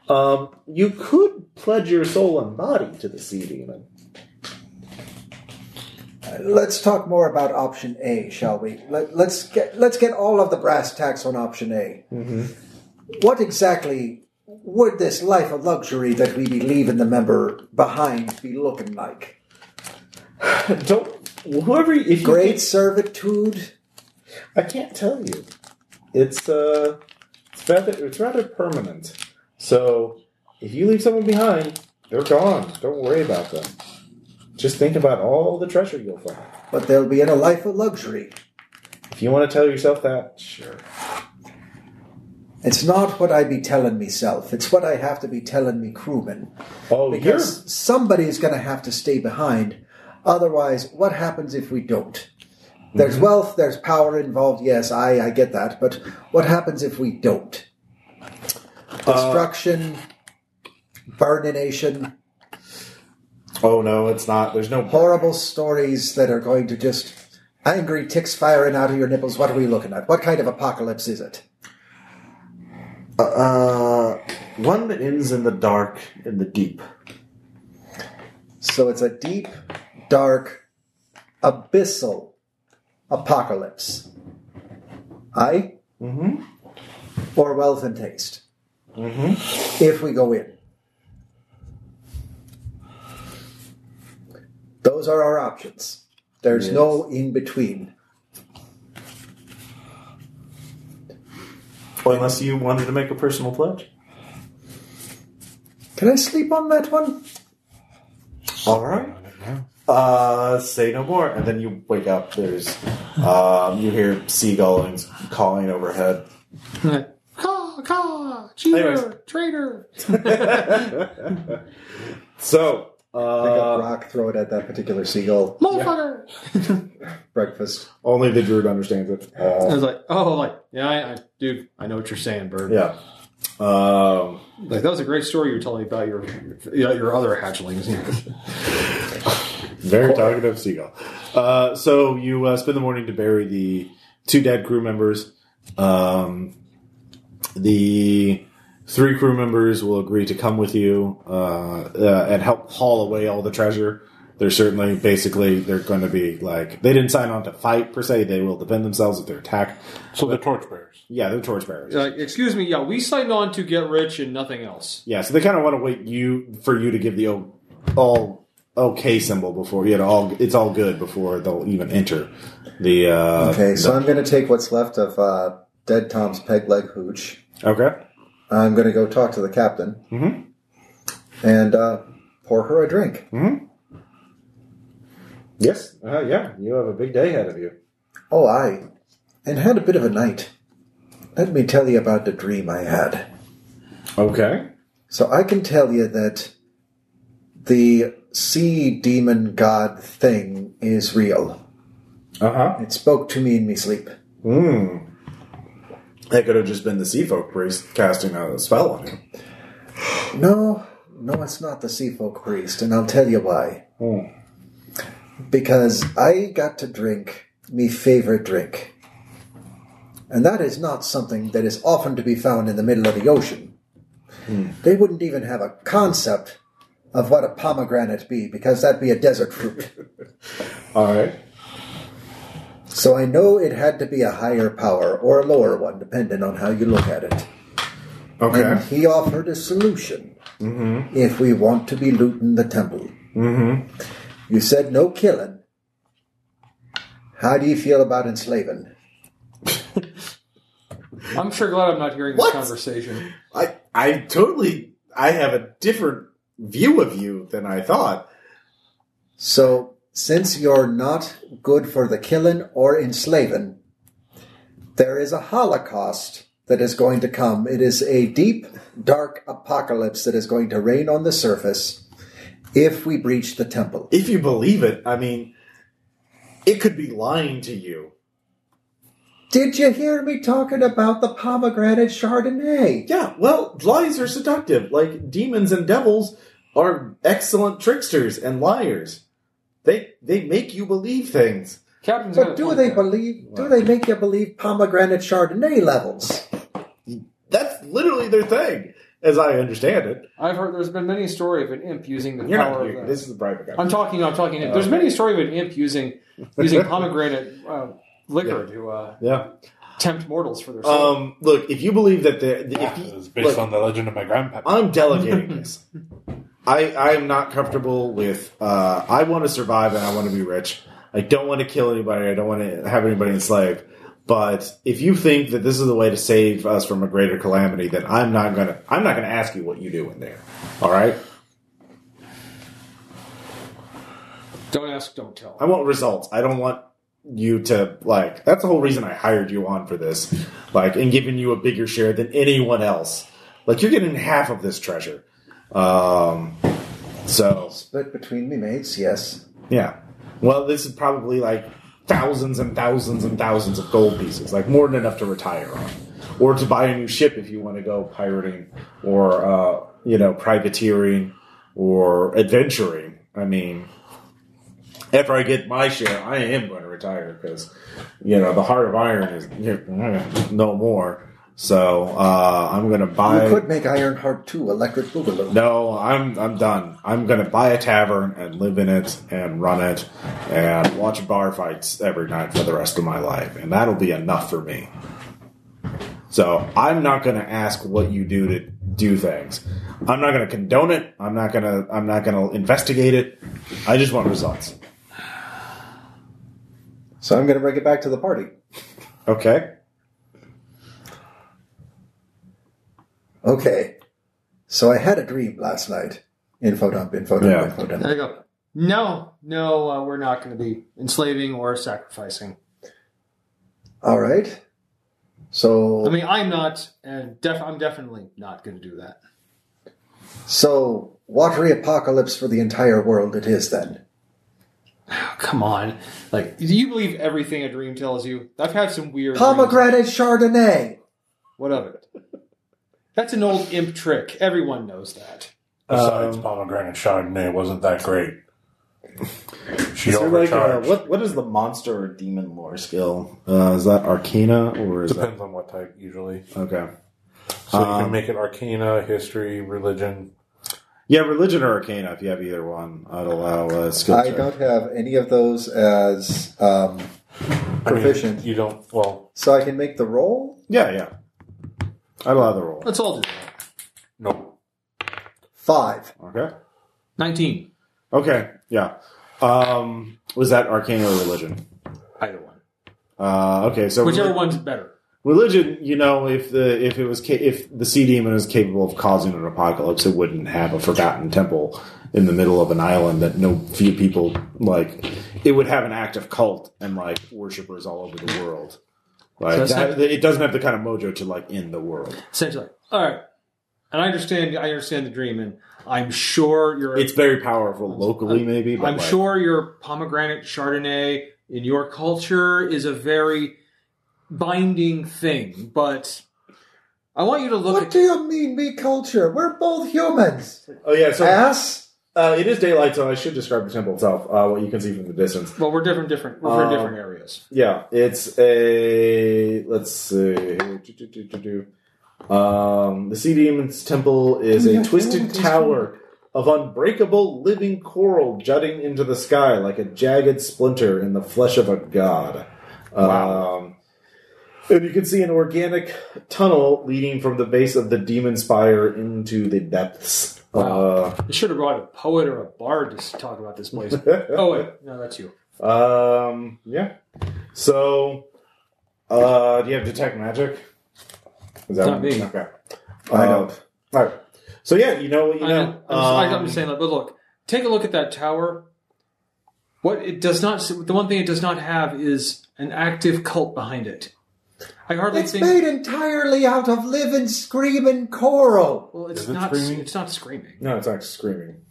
A: up. Um, you could pledge your soul and body to the sea demon.
C: Let's talk more about option A, shall we? Let, let's get let's get all of the brass tacks on option A. What exactly would this life of luxury that we be leaving the member behind be looking like?
A: Don't whoever if you
C: Great servitude.
A: I can't tell you. It's uh, it's rather it's rather permanent. So if you leave someone behind, they're gone. Don't worry about them. Just think about all the treasure you'll find.
C: But they'll be in a life of luxury.
A: If you want to tell yourself that, sure.
C: It's not what I be telling myself. It's what I have to be telling me crewmen.
A: Oh,
C: Because somebody is going to have to stay behind. Otherwise, what happens if we don't? There's wealth, there's power involved. Yes, I, I get that. But what happens if we don't? Destruction, burnination,
A: you're. Oh no, it's not. There's no.
C: horrible stories that are going to just angry ticks firing out of your nipples. What are we looking at? What kind of apocalypse is it?
A: Uh, one that ends in the dark, in the deep.
C: So it's a deep, dark, abyssal apocalypse. Aye? Mm-hmm. Or wealth and taste. Mm-hmm. If we go in. Those are our options. There's no in between.
A: Unless you wanted to make a personal pledge.
C: Can I sleep on that one?
A: All right. Uh, say no more. And then you wake up. There's, um, you hear seagulls calling overhead.
D: Caw, caw, cheater,
A: Anyways.
D: traitor.
A: So,
C: Pick
A: uh,
C: up rock, throw it at that particular seagull.
D: Motherfucker!
C: Breakfast.
A: only the druid understands it. Uh,
D: I was like, oh, like, yeah, I, I, dude, I know what you're saying, Bird.
A: yeah. Um,
D: Like, that was a great story you were telling me about your yeah, your other hatchlings.
A: Very talkative seagull. Uh, so you uh, spend the morning to bury the two dead crew members. Um, the three crew members will agree to come with you uh, uh, and help haul away all the treasure. They're certainly, basically, they're going to be like they didn't sign on to fight per se. They will defend themselves if they're attacked.
B: So the torchbearers.
A: Yeah, they're torchbearers.
D: like, Uh, excuse me, yeah, we signed on to get rich and nothing else.
A: Yeah, so they kind of want to wait you for you to give the o- all okay symbol before you know all it's all good before they'll even enter the uh,
C: Okay, so I'm going to take what's left of uh, Dead Tom's peg leg hooch.
A: Okay.
C: I'm going to go talk to the captain and uh, pour her a drink.
A: Yes. Uh, yeah. You have a big day ahead of you.
C: Oh, I. And had a bit of a night. Let me tell you about the dream I had.
A: Okay.
C: So I can tell you that the sea demon god thing is real.
A: Uh huh.
C: It spoke to me in me sleep.
A: Hmm. That could have just been the sea folk priest casting out a spell on him.
C: No, no, it's not the sea folk priest, and I'll tell you why.
A: Hmm.
C: Because I got to drink me favorite drink. And that is not something that is often to be found in the middle of the ocean. They wouldn't even have a concept of what a pomegranate be, because that'd be a desert fruit.
A: All right.
C: so I know it had to be a higher power or a lower one, depending on how you look at it.
A: Okay.
C: And he offered a solution if we want to be looting the temple. You said no killing. How do you feel about enslaving?
D: I'm sure glad I'm not hearing
A: What?
D: this conversation.
A: I I totally I have a different view of you than I thought.
C: So, since you're not good for the killing or enslaving, there is a holocaust that is going to come. It is a deep, dark apocalypse that is going to rain on the surface if we breach the temple.
A: If you believe it, I mean, it could be lying to you.
C: Did you hear me talking about the pomegranate Chardonnay?
A: Yeah. Well, lies are seductive. Like demons and devils are excellent tricksters and liars. They they make you believe things.
D: Captain's got
C: But
D: a
C: do
D: point
C: they
D: there.
C: believe? Do they make you believe pomegranate Chardonnay levels?
A: That's literally their thing, as I understand it.
D: I've heard there's been many story of an imp using the
A: You're not
D: power
A: here.
D: of that.
A: This is a private guy.
D: I'm talking. I'm talking. Imp. There's many story of an imp using using pomegranate uh, liquor to uh,
A: yeah.
D: tempt mortals for their soul.
A: Um. Look, if you believe that the, the if
B: It
A: you,
B: was based
A: look,
B: on the legend of my grandpa.
A: I'm delegating this. I I am not comfortable with. Uh, I want to survive and I want to be rich. I don't want to kill anybody. I don't want to have anybody enslaved. But if you think that this is the way to save us from a greater calamity, then I'm not gonna. I'm not gonna ask you what you do in there. All right.
D: don't ask, don't tell.
A: I want results. I don't want you to like that's the whole reason I hired you on for this. Like and giving you a bigger share than anyone else. Like you're getting half of this treasure. Um so
C: Split between me mates, yes.
A: yeah. Well, this is probably like thousands and thousands and thousands of gold pieces, like more than enough to retire on, or to buy a new ship if you want to go pirating or uh, you know privateering or adventuring. I mean, after I get my share, I am going to retire because you know the heart of iron is no more. So uh, I'm going to
C: You
A: buy.
C: could make Ironheart 2 Electric Boogaloo.
A: No, I'm I'm done. I'm gonna buy a tavern and live in it and run it and watch bar fights every night for the rest of my life, and that'll be enough for me. So I'm not gonna ask what you do to do things. I'm not gonna condone it. I'm not gonna I'm not gonna investigate it. I just want results.
C: So I'm going to bring it back to the party.
A: Okay.
C: Okay. So I had a dream last night. Info dump, info dump,
A: Yeah.
C: info
D: There
C: dump.
D: you go. No, no, uh, we're not going to be enslaving or sacrificing.
C: All right. So
D: I mean, I'm not, and def- I'm definitely not going to do that.
C: so watery apocalypse for the entire world it is then.
D: Oh, come on, like, do you believe everything a dream tells you? I've had some weird. dreams.
C: Pomegranate Chardonnay.
D: What of it? That's an old imp trick. Everyone knows that.
B: Besides,
A: Um,
B: pomegranate chardonnay wasn't that great. She
A: Is there like uh
B: overcharged.
A: what what is the monster or demon lore skill? Uh, is that Arcana or is
B: Depends on what type, usually.
A: that okay?
B: So you
A: Um,
B: can make it arcana, history, religion.
A: Yeah, religion or Arcana. If you have either one, I'd allow a skill.
C: I
A: check.
C: don't have any of those as um,
B: I mean,
C: proficient,
B: you don't. Well,
C: so I can make the roll.
A: Yeah, yeah. I'd allow the roll.
D: Let's all do that.
B: no.
C: Five.
A: Okay.
D: Nineteen.
A: Okay. Yeah. Um, was that arcane or religion?
D: Either one.
A: Uh, okay. So
D: Whichever
A: reli-
D: one's better.
A: religion, you know, if the if it was ca- if the sea demon is capable of causing an apocalypse, it wouldn't have a forgotten temple in the middle of an island that no few people like. It would have an active cult and like worshippers all over the world. Like
D: that's
A: that, it doesn't have the kind of mojo to like end the world.
D: Essentially. All right. And I understand. I understand the dream, and I'm sure you're.
A: It's very powerful locally, maybe. But
D: I'm
A: like-
D: sure your pomegranate chardonnay in your culture is a very binding thing, but I want you to look
C: What
D: at
C: do you mean, me culture? We're both humans.
A: Oh yeah. So
C: Ass.
A: Uh, it is daylight, so I should describe the temple itself. Uh, what you can see from the distance.
D: well, we're different, different, we're from
A: Um,
D: different areas.
A: Yeah, it's a let's see. Um, the Sea Demon's Temple is a twisted tower of unbreakable living coral jutting into the sky like a jagged splinter in the flesh of a god.
B: Wow.
A: Um, and you can see an organic tunnel leading from the base of the demon spire into the depths.
D: Wow. You should have brought a poet or a bard to s- talk about this place.
A: Uh,
D: oh wait, no, that's you.
A: Um, yeah. So, uh, do you have detect magic? Is
D: Not me.
A: Okay.
C: I
A: Uh,
C: don't.
A: All right. So yeah, you know, you know.
D: I know. I'm, just,
A: um,
D: I'm just saying that, but look, take a look at that tower. What it does not, the one thing it does not have is an active cult behind it. I hardly
C: It's
D: think.
C: made entirely out of living, screaming coral.
D: well, it's
B: Is it
D: not.
B: screaming?
D: It's not screaming.
A: No, it's not screaming.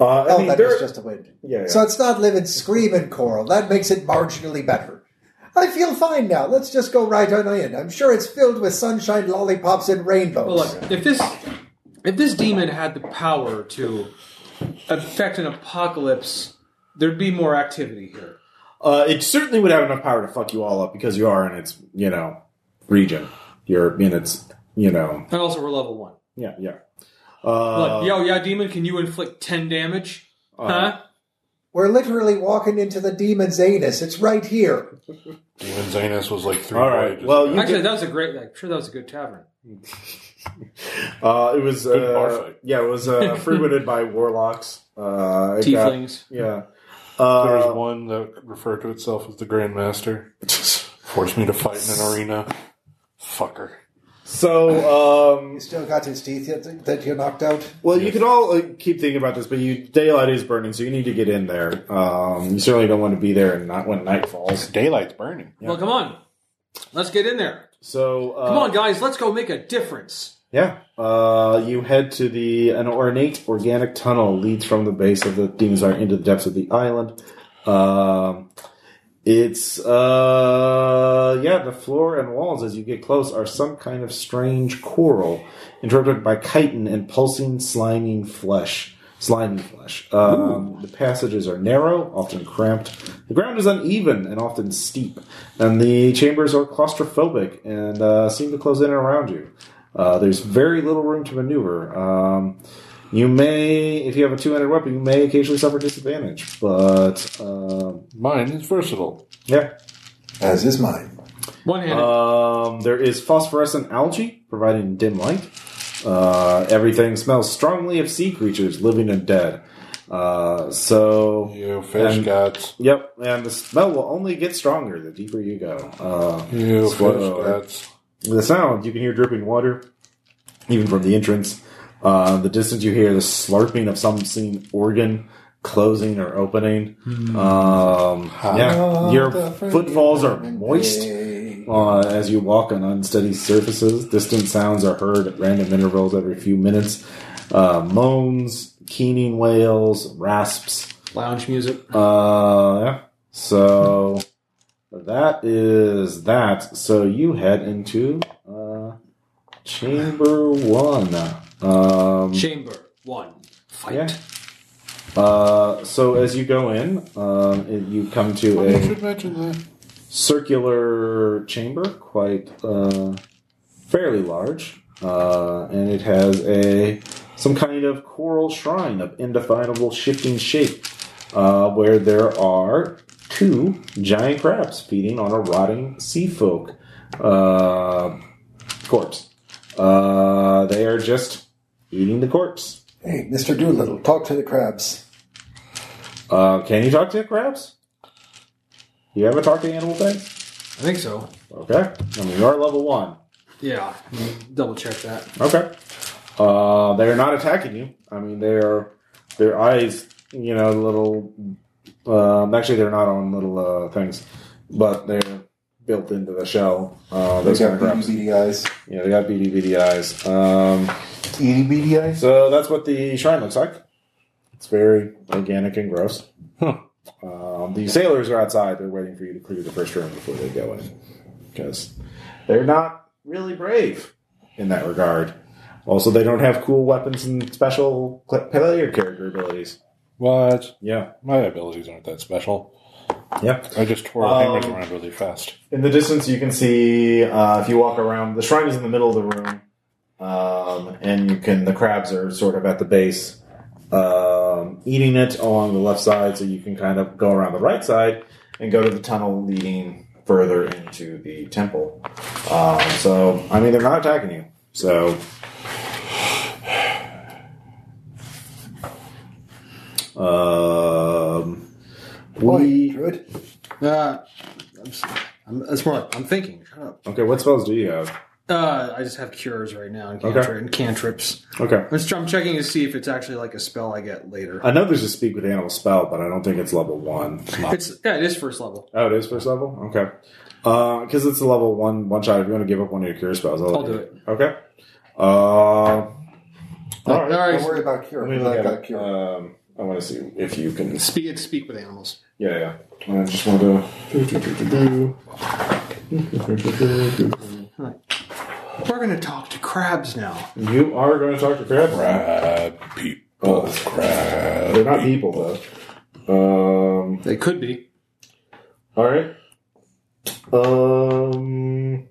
A: Uh, I
C: Oh,
A: mean,
C: that
A: there-
C: was just a wind.
A: Yeah, yeah.
C: So it's not living screaming coral. That makes it marginally better. I feel fine now. Let's just go right on in. I'm sure it's filled with sunshine, lollipops, and rainbows.
D: Well, look, if this if this demon had the power to affect an apocalypse, there'd be more activity here.
A: uh, it certainly would have enough power to fuck you all up because you are in its, you know, region. You're in its, you know,
D: And also, we're level one.
A: yeah, yeah. Uh,
D: Look, yo, yeah, demon, can you inflict ten damage? huh?
C: We're literally walking into the demon's anus. It's right here.
B: Demon Zanus was like three
A: All right,
B: voyages
A: well,
B: ago.
A: you-
D: Actually, that was a great. I'm sure that was a good tavern.
A: uh, it was,
B: Good bar
A: uh,
B: fight.
A: yeah, it was uh, frequented by warlocks. Uh, it got-
D: Tieflings.
A: yeah.
B: there
A: Uh,
B: was one that referred to itself as the Grand Master. Forced me to fight in an arena. Fucker.
A: So, um,
C: You still got his teeth yet that you knocked out?
A: Well, you can all uh, keep thinking about this, but you daylight is burning, so you need to get in there. Um, you certainly don't want to be there and not when night falls.
B: Daylight's burning.
D: Well, come on. Let's get in there.
A: So, uh,
D: Come on, guys. Let's go make a difference.
A: yeah, uh, you head to the an ornate organic tunnel leads from the base of the Demon's Eye into the depths of the island. Um it's uh, yeah, the floor and walls as you get close are some kind of strange coral, interrupted by chitin and pulsing, sliming flesh. Slimy flesh. Um, the passages are narrow, often cramped. The ground is uneven and often steep, and the chambers are claustrophobic and uh, seem to close in and around you. Uh, there's very little room to maneuver. Um, you may, if you have a two-handed weapon, you may occasionally suffer disadvantage, but um,
B: Mine is versatile.
A: yeah.
C: As is mine.
D: One handed.
A: Um, there is phosphorescent algae providing dim light. Uh, everything smells strongly of sea creatures, living and dead. Uh, so,
B: You fish
A: And-
B: guts.
A: yep, and the smell will only get stronger the deeper you go. Uh,
B: You fish
A: Swallow.
B: guts.
A: the sound you can hear dripping water, even from the entrance. Uh, the distance you hear the slurping of some seen organ closing or opening. Um, yeah, your footfalls are moist
C: Hey.
A: uh, as you walk on unsteady surfaces. Distant sounds are heard at random intervals every few minutes. Uh, moans, keening wails, rasps.
D: Lounge music.
A: Uh, yeah. So that is that. So you head into uh, chamber one. Um,
D: Chamber. One. Fight.
A: Yeah. uh, so as you go in, um, it- you come to
B: You
A: a
B: should mention that.
A: circular chamber, quite uh, fairly large, uh, and it has a some kind of coral shrine of indefinable shifting shape, uh, where there are two giant crabs feeding on a rotting sea folk uh, corpse. Uh, they are just eating the corpse.
C: Hey, Mr. Doolittle, talk to the crabs.
A: Uh, can you talk to the crabs? You ever talk to animal things?
D: I think so.
A: Okay. I mean, you are level one.
D: Yeah. Let me Double check that.
A: Okay. Uh, they're not attacking you. I mean, they are their eyes, you know, little. Um, actually, they're not on little uh, things, but they're built into the shell. Uh, those kind of crabs.
C: beady eyes.
A: Yeah, they got beady beady eyes. Um,
C: Beady beady eyes?
A: so that's what the shrine looks like. It's very organic and gross.
B: Huh.
A: Um, the sailors are outside. They're waiting for you to clear the first room before they go in. Because they're not really brave in that regard. Also, they don't have cool weapons and special cl- player character abilities.
B: What?
A: Yeah.
B: My abilities aren't that special.
A: Yeah.
B: I just twirl
A: Um,
B: hammers around really fast.
A: In the distance, you can see uh, if you walk around, the shrine is in the middle of the room. Um, and you can, the crabs are sort of at the base, um, eating it along the left side, so you can kind of go around the right side and go to the tunnel leading further into the temple. Um, so, I mean, they're not attacking you. So. Um,
C: Boy,
A: we,
C: druid.
D: Uh, I'm, s- I'm, that's more like I'm thinking. Shut up.
A: okay, what spells do you have?
D: Uh, I just have cures right now and,
A: Okay.
D: cantri- and cantrips.
A: Okay.
D: I'm, just, I'm checking to see if it's actually like a spell I get later.
A: I know there's a speak with animal spell, but I don't think it's level one.
D: It's yeah, it is first level.
A: Oh, it is first level. Okay, because it's a level one one shot. If you want to give up one of your cure spells,
D: I'll do it.
A: Okay. Uh, all
D: All
A: right.
D: right.
C: Don't worry about cure.
A: Let me
C: because
A: look
C: I've
A: at
C: got
A: it.
C: cure.
A: Um, I want to see if you can.
D: Speak and speak with animals.
A: Yeah, yeah. I just want to.
D: We're gonna talk to crabs now.
A: You are going to talk to crab. Rat.
B: Crab people.
A: Oh,
B: Crab.
A: They're not people though. Um,
D: They could be.
A: all right. Um.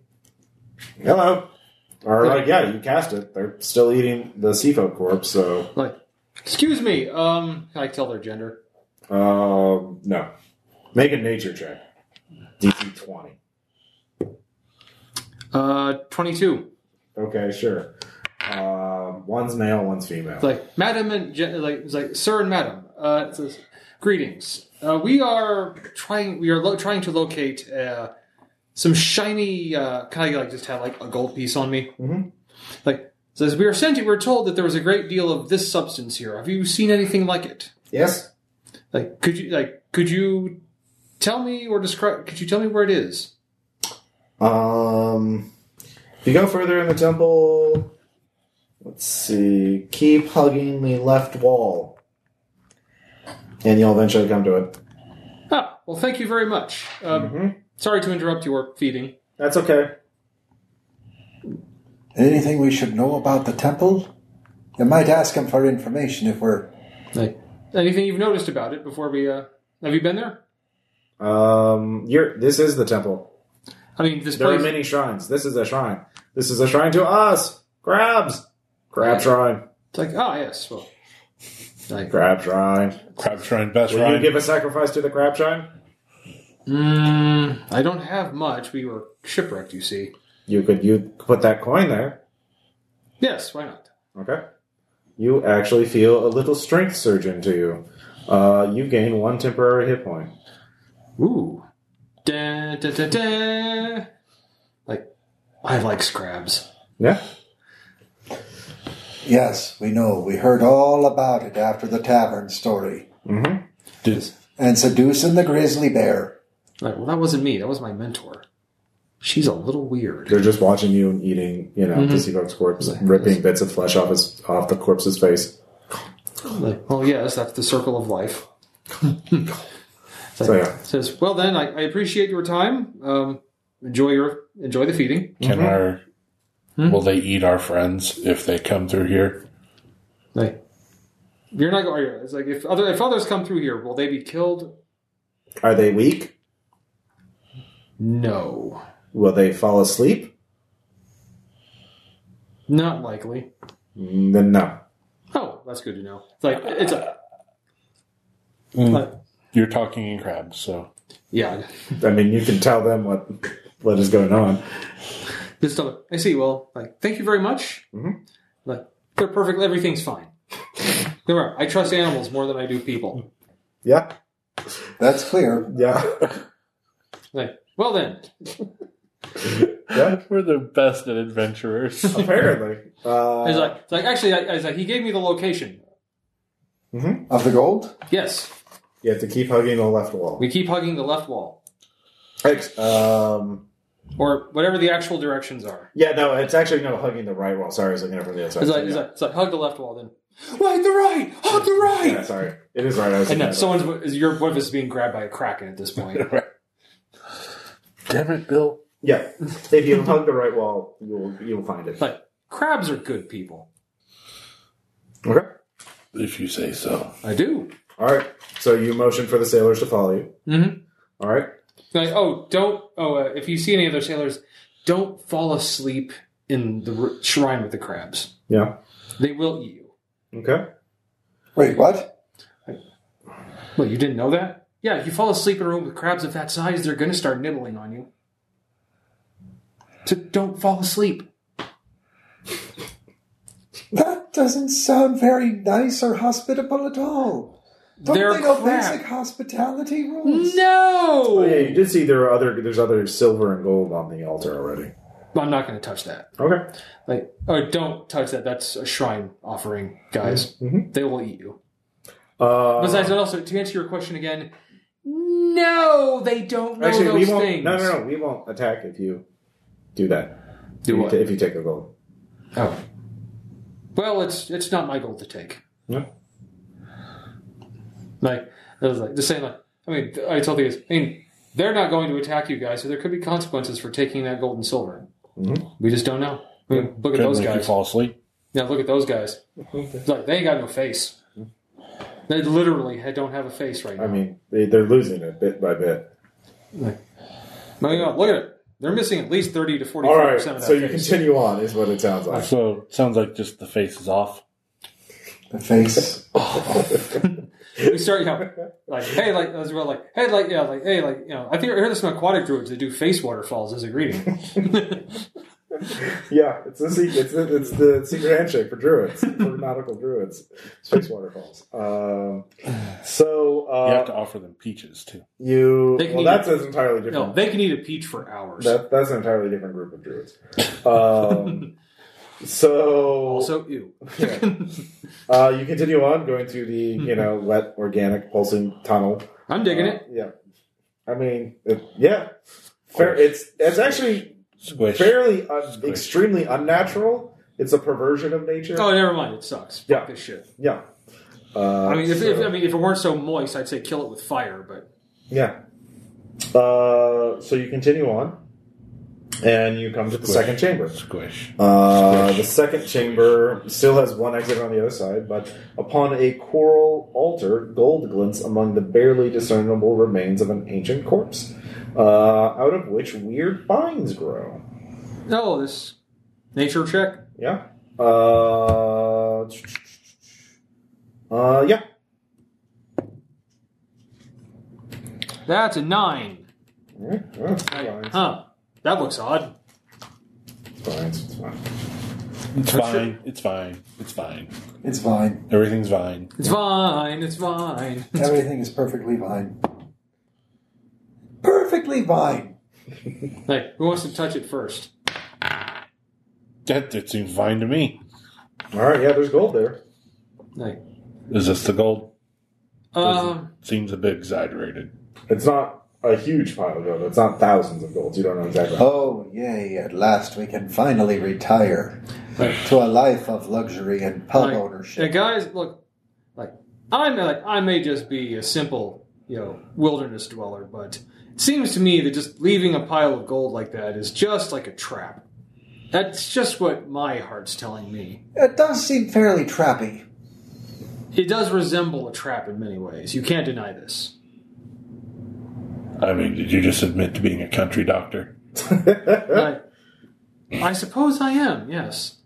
A: Hello. All right. Yeah, you cast it. They're still eating the seafoam corpse, so.
D: Like, excuse me. Um, can I tell their gender?
A: Um, no. Make a nature check. DC 20.
D: Uh, twenty-two.
A: Okay, sure. Um, one's male, one's female.
D: It's like madam and gen- like it's like sir and madam. Uh, it says greetings. Uh, we are trying. We are lo- trying to locate uh, some shiny. Uh, kind of like just had like a gold piece on me.
A: Mhm.
D: Like says, we are sent. We were told that there was a great deal of this substance here. Have you seen anything like it?
A: Yes.
D: Like could you like could you tell me or describe? Could you tell me where it is?
A: Um, if you go further in the temple, let's see. Keep hugging the left wall, and you'll eventually come to it.
D: Ah, well, thank you very much. Um,
A: Mm-hmm.
D: Sorry to interrupt your feeding.
A: That's okay.
C: Anything we should know about the temple? You might ask him for information if we're.
D: Like, anything you've noticed about it before we? Uh, have you been there?
A: Um, you're. This is the temple.
D: I mean, this
A: There are
D: place.
A: many shrines. This is a shrine. This is a shrine to us. Crabs. Crab shrine.
D: It's like ah yes, well, like,
A: Crab shrine.
B: Crab shrine, best
A: Will you
B: shrine.
A: give a sacrifice to the crab shrine?
D: mm, I don't have much. We were shipwrecked, you see.
A: You could. You put that coin there.
D: Yes, why not?
A: Okay. You actually feel a little strength surge into you. Uh, you gain one temporary hit point.
D: Ooh, da da da da. Like, I like scrabs.
A: Yeah.
C: Yes, we know. We heard all about it after the tavern story.
A: Mm-hmm.
B: Did-
C: And seducing the grizzly bear.
D: Like, well, that wasn't me. That was my mentor. She's a little weird.
A: They're just watching you and eating, you know, the Seacock's corpse, ripping bits of flesh off his off the corpse's face.
D: Like, well, yes, that's the circle of life. It's like-
A: So yeah,
D: Says, well, then I, I appreciate your time. Um, enjoy your enjoy the feeding.
B: Can our will they eat our friends if they come through here?
D: Like, you're not going. It's like if other if others come through here, will they be killed?
A: are they weak?
D: No,
A: Will they fall asleep?
D: not likely.
A: Mm, Then no.
D: Oh, that's good to know. It's like it's a
B: Mm, You're talking in crabs, so
D: yeah.
A: I mean, you can tell them what what is going on.
D: Just tell them, I see. Well, like thank you very much.
A: Mhm.
D: Like they're perfect. Everything's fine. Remember, I trust animals more than I do people.
A: Yeah,
C: That's clear.
A: yeah,
D: Like, well then,
A: yeah.
B: we're the best at adventurers.
A: Apparently, uh,
D: it's like, it's like actually, I, I was like, he gave me the location.
C: Of the gold?
D: Yes,
A: you have to keep hugging the left wall.
D: we keep hugging the left wall.
A: Ex- Um,
D: or whatever the actual directions are.
A: yeah, no, it's actually no hugging the right wall. Sorry, I was looking at it from the outside.
D: It's like, it's like, it's like hug the left wall, then right the right, hug the right.
A: yeah, sorry, it is right. I was
D: And
A: looking at
D: then
A: it.
D: someone's is your wife is being grabbed by a kraken at this point.
B: Damn it, Bill.
A: yeah, if you hug the right wall, you'll you'll find it.
D: like crabs are good people.
A: Okay.
B: If you say so.
D: I do.
A: All right. So you motion for the sailors to follow you.
D: Mm-hmm.
A: All right.
D: Like oh don't oh uh, if you see any other sailors, don't fall asleep in the r- shrine with the crabs.
A: Yeah.
D: They will eat you.
A: Okay.
C: Wait, what?
D: Well, you didn't know that. Yeah, if you fall asleep in a room with crabs of that size, they're going to start nibbling on you. So don't fall asleep.
C: That doesn't sound very nice or hospitable at all. Don't
D: They're
C: they know
D: crap.
C: basic hospitality rules?
D: No.
A: Oh yeah, you did see there are other there's other silver and gold on the altar already.
D: I'm not going to touch that.
A: Okay.
D: Like, oh, don't touch that. That's a shrine offering, guys. They will eat you.
A: Mm-hmm, Uh,
D: Besides, and also to answer your question again, no, they don't know
A: actually, we
D: those
A: won't.
D: things.
A: No, no, no. We won't attack if you do that.
D: Do
A: if,
D: what?
A: You ta- if you take the gold.
D: Oh, well, it's it's not my goal to take.
A: No.
D: Like, I was like the same. Like, I mean, I told you, guys, I mean, they're not going to attack you guys, so there could be consequences for taking that gold and silver.
A: Mm-hmm.
D: We just don't know. I mean, look at
B: Could
D: those
B: make you
D: guys.
B: fall asleep.
D: Now look at those guys. It's like they ain't got no face. They literally ha- don't have a face right
A: I
D: now.
A: mean, they, they're losing it bit by bit.
D: No, you know, look at it. They're missing at least thirty to
A: All
D: forty-five
A: right.
D: percent of that
A: So you
D: face.
A: continue on is what it sounds like.
B: So sounds like just the face is off.
C: The face.
D: we start, you know, like hey, like as well, like hey, like yeah, like hey, like you know. I think I heard there's some aquatic druids that do face waterfalls as a greeting.
A: Yeah, it's the secret. It's the, it's the secret handshake for druids, for nautical druids, space waterfalls. Um, so uh,
B: you have to offer them peaches too.
A: you
D: They can
A: well,
D: eat
A: that's an entirely different.
D: No, they can eat a peach for hours.
A: that, that's an entirely different group of druids. Um, so
D: also, ew.
A: Yeah. uh, you continue on going to the you know wet organic pulsing tunnel.
D: I'm Mm-hmm. digging
A: Uh,
D: it.
A: Yeah, I mean, it, yeah, Fair, it's it's actually
B: Squish.
A: fairly un-
B: Squish.
A: extremely unnatural. It's a perversion of nature.
D: Oh, never mind. It sucks. Fuck
A: Yeah.
D: this shit.
A: Yeah. Uh,
D: I mean, if,
A: so-
D: if, I mean, if it weren't so moist, I'd say kill it with fire. But
A: yeah. Uh, so you continue on, and you come to the
B: Squish.
A: second chamber.
B: Squish.
A: Uh, the second chamber still has one exit on the other side, but upon a coral altar, gold glints among the barely discernible remains of an ancient corpse, uh, out of which weird vines grow.
D: no, this nature check.
A: Yeah. Uh, uh, yeah.
D: That's a nine.
A: All right. All right. Vines.
D: Huh? That looks odd.
A: Vines. It's fine.
B: It's fine. It's fine. It's fine.
C: It's fine.
B: Everything's fine.
D: It's fine. It's fine.
C: Everything is perfectly fine. Perfectly fine.
D: Like, who wants to touch it first?
B: That, that seems fine to me.
A: All right. Yeah. There's gold there.
D: Like,
B: Is this the gold?
D: um,
B: Seems a bit exaggerated.
A: It's not a huge pile of gold. It's not thousands of golds. You don't know exactly.
C: Oh, yay, at last we can finally retire
D: like,
C: to a life of luxury and pub
D: Right.
C: ownership.
D: And guys, look, like I may, like I may just be a simple, you know, wilderness dweller, but it seems to me that just leaving a pile of gold like that is just like a trap. That's just what my heart's telling me.
C: It does seem fairly trappy.
D: It does resemble a trap in many ways. You can't deny this.
B: I mean, did you just admit to being a country doctor?
D: But I suppose I am. Yes.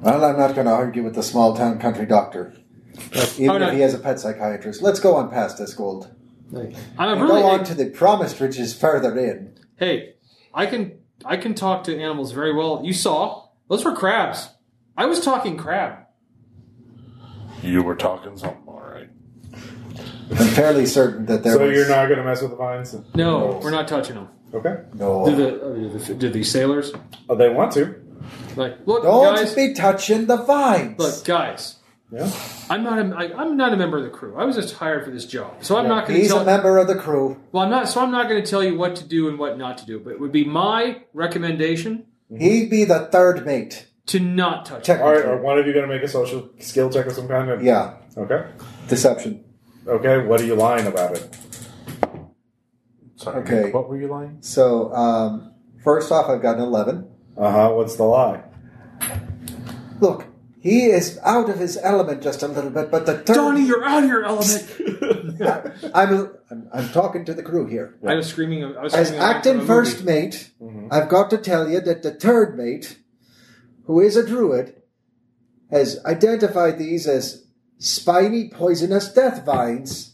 C: Well, I'm not going to argue with the small town country doctor. Even
D: Oh, no.
C: if he has a pet psychiatrist. Let's go on past this gold.
D: Like, I'm a
C: And
D: really
C: go on to the promised, which is further in.
D: hey, I can I can talk to animals very well. You saw those were crabs. I was talking crab.
B: You were talking something, all right.
C: I'm fairly certain that there
A: So
C: was
A: you're not going to mess with the vines?
D: No, we're not touching them.
A: Okay.
C: no.
D: Did the, uh, did the did these sailors
A: Oh, they want to.
D: like look
C: Don't
D: guys?
C: be touching the vines.
D: Look guys,
A: Yeah.
D: I'm not a, I, I'm not a member of the crew. I was just hired for this job, so I'm not going to
C: He's a
D: tell.
C: member of the crew.
D: well, I'm not. So I'm not going to tell you what to do and what not to do. But it would be my recommendation
C: He'd be the third mate.
D: to not touch.
C: Check.
D: it.
A: All right, are one of you going to make a social skill check of some kind? Then?
C: Yeah,
A: Okay.
C: deception.
A: Okay. What are you lying about it?
B: Sorry.
C: Okay.
B: What were you lying?
C: So, um, first off, I've got an 11.
A: Uh huh. What's the lie?
C: Look, he is out of his element just a little bit, but the third.
D: Donnie, you're out of your element.
C: I'm, I'm, I'm talking to the crew here.
D: I was screaming. I was
C: As
D: screaming like from
C: acting
D: a
C: first
D: movie.
C: mate,
D: Mm-hmm.
C: I've got to tell you that the third mate, who is a druid, has identified these as spiny, poisonous death vines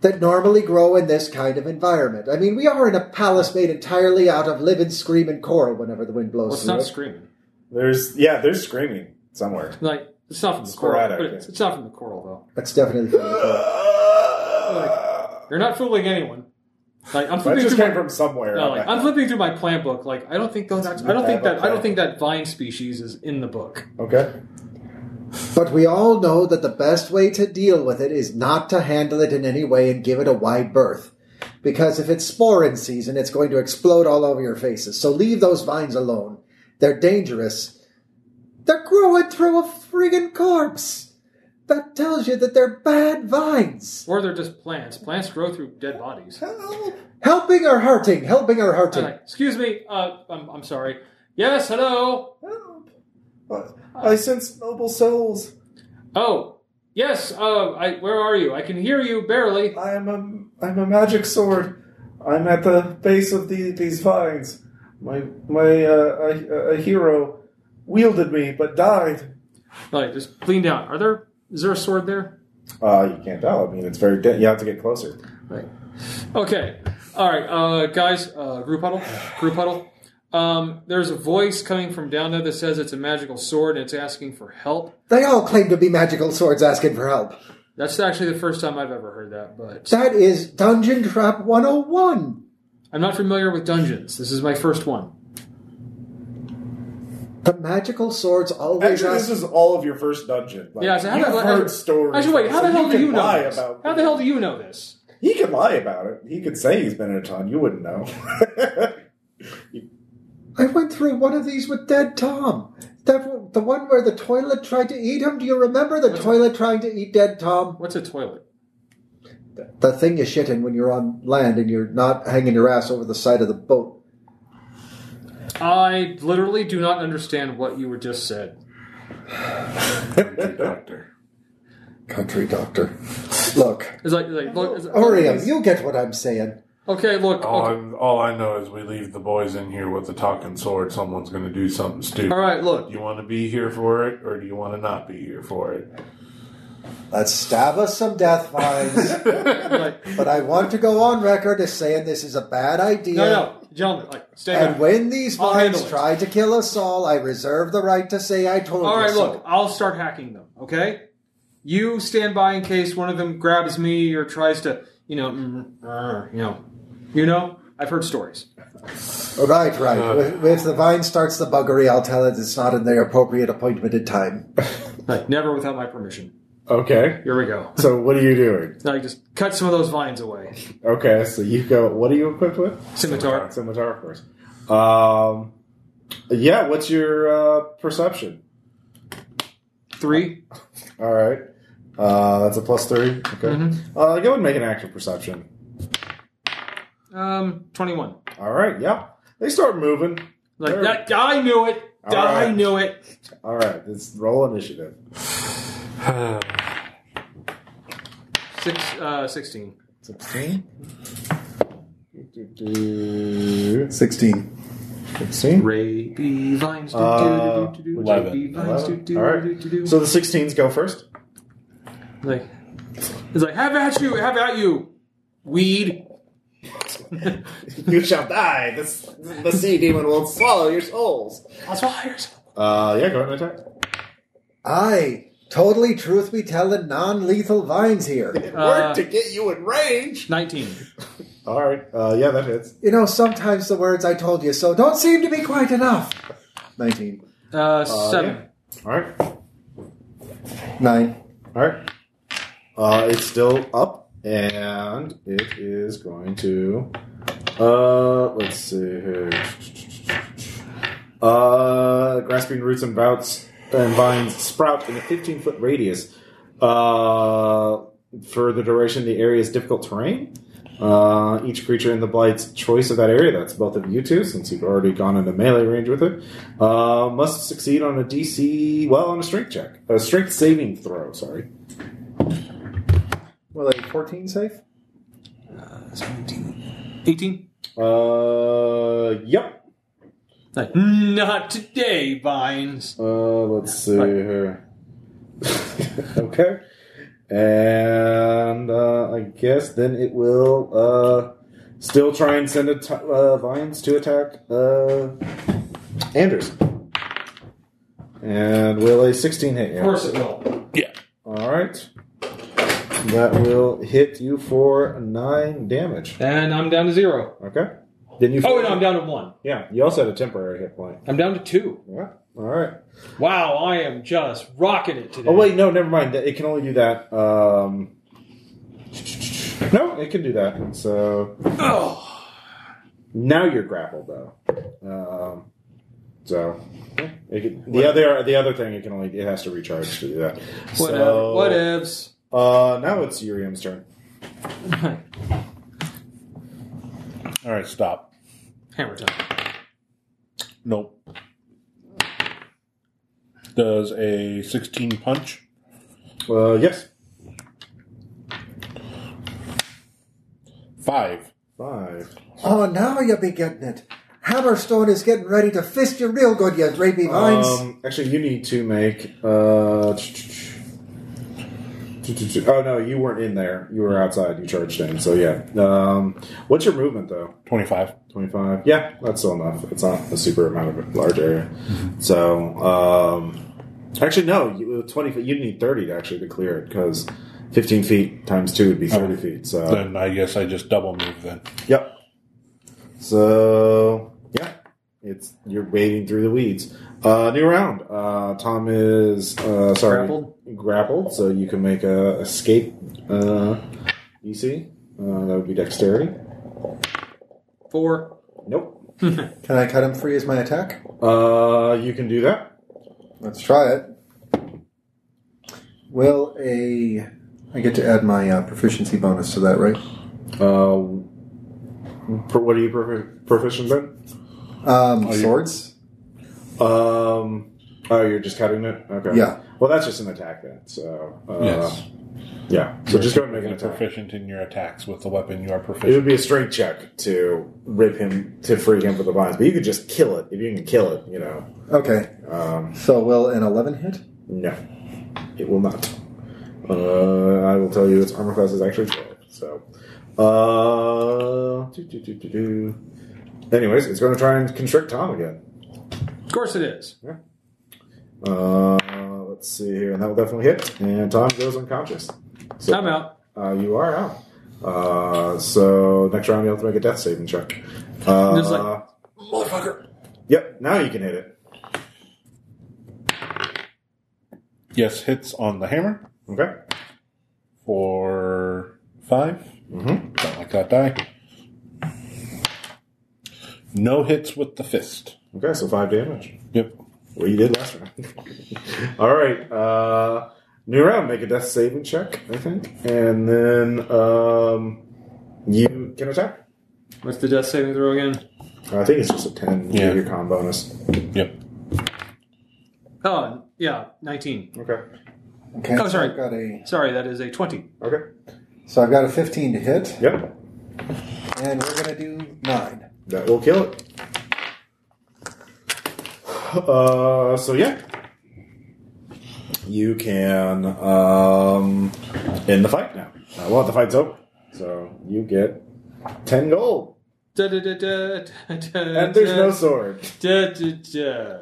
C: that normally grow in this kind of environment. I mean, we are in a palace made entirely out of living, screaming coral whenever the wind blows
D: Well, it's
C: through
D: not
C: it.
D: screaming.
A: There's yeah. There's screaming somewhere.
D: Like it's not from the
A: Sporadic,
D: coral. But it's,
A: yeah.
D: it's not from the coral though.
C: That's definitely the
A: That
D: You're not fooling anyone. Like I'm flipping
A: just
D: through
A: came
D: my,
A: from somewhere.
D: no, like, I'm flipping through my plant book. Like I don't think those. I don't think that. I don't think that vine species is in the book.
A: okay.
C: But we all know that the best way to deal with it is not to handle it in any way and give it a wide berth. Because if it's sporin season, it's going to explode all over your faces. So leave those vines alone. They're dangerous. They're growing through a friggin' corpse. That tells you that they're bad vines.
D: Or they're just plants. Plants grow through dead bodies.
C: Helping or hurting? Helping or hurting?
D: Like, excuse me. Uh, I'm, I'm sorry. Yes. Hello.
A: I sense noble souls.
D: Oh. Yes. Uh. I. Where are you? I can hear you barely.
A: I am a I'm a magic sword. I'm at the base of the, these vines. My my uh, a, a hero wielded me but died.
D: Like just lean down. Are there? Is there a sword there?
A: Uh, you can't tell. I mean, it's very. Di- you have to get closer.
D: Right. Okay. All right. Uh. Guys. Uh. Group huddle. Group huddle. Um, there's a voice coming from down there that says it's a magical sword and it's asking for help.
C: They all claim to be magical swords asking for help.
D: That's actually the first time I've ever heard that, but
C: That is Dungeon Trap 101.
D: I'm not familiar with dungeons. This is my first one.
C: The magical swords always
A: Actually, this
C: ask.
A: is all of your first dungeon. Like,
D: Yeah, so how
A: you've
D: the hell-
A: heard stories.
D: Actually, wait,
A: from
D: how
A: this,
D: the
A: so
D: hell do
A: can
D: you know
A: lie
D: this?
A: about?
D: How the hell do you know this?
A: He can lie about it. He could say he's been in a ton. You wouldn't know.
C: I went through one of these with Dead Tom. That, the one where the toilet tried to eat him. Do you remember the toilet trying to eat Dead Tom?
D: What's a toilet?
C: The thing you shit in when you're on land and you're not hanging your ass over the side of the boat.
D: I literally do not understand what you were just said.
B: Doctor.
C: Country doctor. Look,
D: It's like, like look, it's-
C: Orium, you get what I'm saying.
D: Okay, look.
B: All,
D: Okay.
B: I'm, all I know is we leave the boys in here with the talking sword. Someone's going to do something stupid.
D: All right,
B: Do
D: look.
B: you want to be here for it, or do you want to not be here for it?
C: Let's stab us some death vines.
D: Like,
C: but I want to go on record as saying this is a bad idea.
D: no, no, gentlemen, like, stand
C: And
D: back.
C: when these
D: I'll handle
C: vines
D: it.
C: try to kill us all, I reserve the right to say I told
D: All
C: you
D: right,
C: so.
D: look. I'll start hacking them. Okay. You stand by in case one of them grabs me or tries to, you know, mm, mm, you know, you know. I've heard stories.
C: Right, right.
B: Uh.
C: If- if the vine starts the buggery, I'll tell it it's not in the appropriate appointed time.
D: Like never without my permission.
A: okay.
D: Here we go.
A: So what are you doing?
D: Now you just cut some of those vines away.
A: Okay, so you go. What are you equipped with?
D: Scimitar.
A: Scimitar, of course. Um, yeah. What's your uh, perception?
D: Three.
A: All right. Uh, that's a plus three. Okay.
D: Mm-hmm.
A: Uh, go and make an active perception.
D: Um, twenty-one.
A: All right. Yeah. They start moving.
D: Like
A: There.
D: that, I knew it.
A: All
D: I
A: right.
D: knew it.
A: All right. It's roll initiative.
D: Six, uh, sixteen.
A: Sixteen. Do, do, do.
C: 16.
A: Sixteen.
D: Ray vines. do,
A: Uh,
D: do, do, do, do,
B: eleven.
D: Ray vines, do,
A: Eleven.
D: do,
A: All
D: do,
A: right.
D: do, do.
A: So the sixteens go first.
D: like, it's like have at you, have at you, weed.
A: you shall die. This the sea demon will swallow your souls.
D: That's wires.
A: Uh, yeah. Go ahead and attack.
C: I totally truth be telling non lethal vines here.
A: It
D: Uh,
A: worked to get you in range.
D: Nineteen.
A: All right. Uh, yeah, that hits.
C: You know, sometimes the words I told you so don't seem to be quite enough. 19.
D: Uh, seven.
A: All right.
C: 9.
A: All right. Uh, it's still up, and it is going to. Uh, let's see here. Uh, grasping roots and bouts and vines sprout in a 15 foot radius. Uh, for the duration, the area is difficult terrain. Uh, each creature in the blight's choice of that area, that's both of you two, since you've already gone into melee range with it, uh, must succeed on a DC, well, on a strength check. A strength saving throw, sorry.
C: Well, a 14 safe?
D: Eighteen.
A: Uh, yep.
D: Like not today, vines.
A: Uh, let's see here. okay. And uh, I guess then it will uh, still try and send a t- uh, Vines to attack uh, Anders. And will a 16 hit you?
D: Of course it will.
A: All right. That will hit you for 9 damage.
D: And I'm down to zero.
A: Okay. Then you
D: Oh, no, I'm down to one.
A: Yeah, you also had a temporary hit point.
D: I'm down to two.
A: Yeah. All right.
D: Wow, I am just rocking it today.
A: Oh wait, no, never mind. It can only do that. Um, no, it can do that. So
D: Oh.
A: now you're grappled though. Um, so it can, the other the other thing it can only it has to recharge to do that.
D: Whatever.
A: So,
D: Whatevs.
A: Uh, now it's Urium's turn.
B: All right, stop.
D: Hammer time.
B: Nope. Does a 16 punch?
A: Uh, yes,
B: Five.
A: five.
C: Oh, now you'll be getting it. Hammerstone is getting ready to fist you real good, you rapey vines.
A: Um, actually, you need to make uh, Oh no, you weren't in there. You were outside. You charged in. So yeah. Um, what's your movement though?
B: 25.
A: Twenty-five. Yeah, that's still enough. It's not a super amount of a large area. So um, actually, no. You, with twenty. feet- You'd need thirty to actually to clear it because fifteen feet times two would be thirty feet. So
B: Then I guess I just double move then.
A: Yep. So yeah, it's you're wading through the weeds. Uh, new round. Uh, Tom is uh, sorry
D: Grappled.
A: grappled, so you can make a escape. Uh, EC. Uh, that would be dexterity.
D: Four.
A: Nope.
C: Can I cut him free as my attack?
A: Uh, you can do that.
C: Let's try it. Will a. I get to add my uh, proficiency bonus to that, right?
A: Uh, pro- what are you profi- proficient in?
C: Um,
B: Oh, you-
C: swords?
A: Um, oh, you're just cutting it. Okay.
C: Yeah.
A: Well, that's just an attack then. So uh,
B: yes.
A: Yeah. So just go ahead and make an
B: You're
A: attack.
B: proficient in your attacks with the weapon you are
A: It
B: proficient
A: would be a strength check to rip him to free him from the binds, but you could just kill it if you can kill it. You know,
C: Okay.
A: um,
C: So will an 11 hit?
A: no, it will not. Uh, I will tell you its armor class is actually twelve. So, uh, do, do, do, do, do. anyways, it's going to try and constrict Tom again.
D: Of course it is.
A: Uh, let's see here, and that will definitely hit. And Tom goes unconscious. So,
D: I'm out.
A: Uh, you are out. Uh, so next round you have to make a death saving check. Uh,
D: There's like- Motherfucker.
A: Yep, now you can hit it.
B: Yes, hits on the hammer
A: Okay.
B: for 5.
A: Mhm.
B: Don't like that die. No hits with the fist.
A: Okay, so five damage.
B: Yep.
A: What you did last round. All right. Uh, new round. Make a death saving check, I think, and then um, you can attack.
D: What's the death saving throw again?
A: I think it's just a ten. You
B: Yeah.
A: get your con bonus.
B: Yep.
D: Oh, yeah, 19.
A: Okay.
C: Okay.
D: Oh,
C: so
D: sorry.
C: I've got a,
D: Sorry, that is a 20.
A: Okay.
C: so I've got a 15 to hit,
A: Yep.
C: and we're going to do 9.
A: That will kill it. Uh, so yeah, you can um, end the fight now. Uh, well, the fight's over, so you get ten gold.
D: Da, da, da, da, da, da,
A: And there's
D: da,
A: no sword.
D: da, da, da.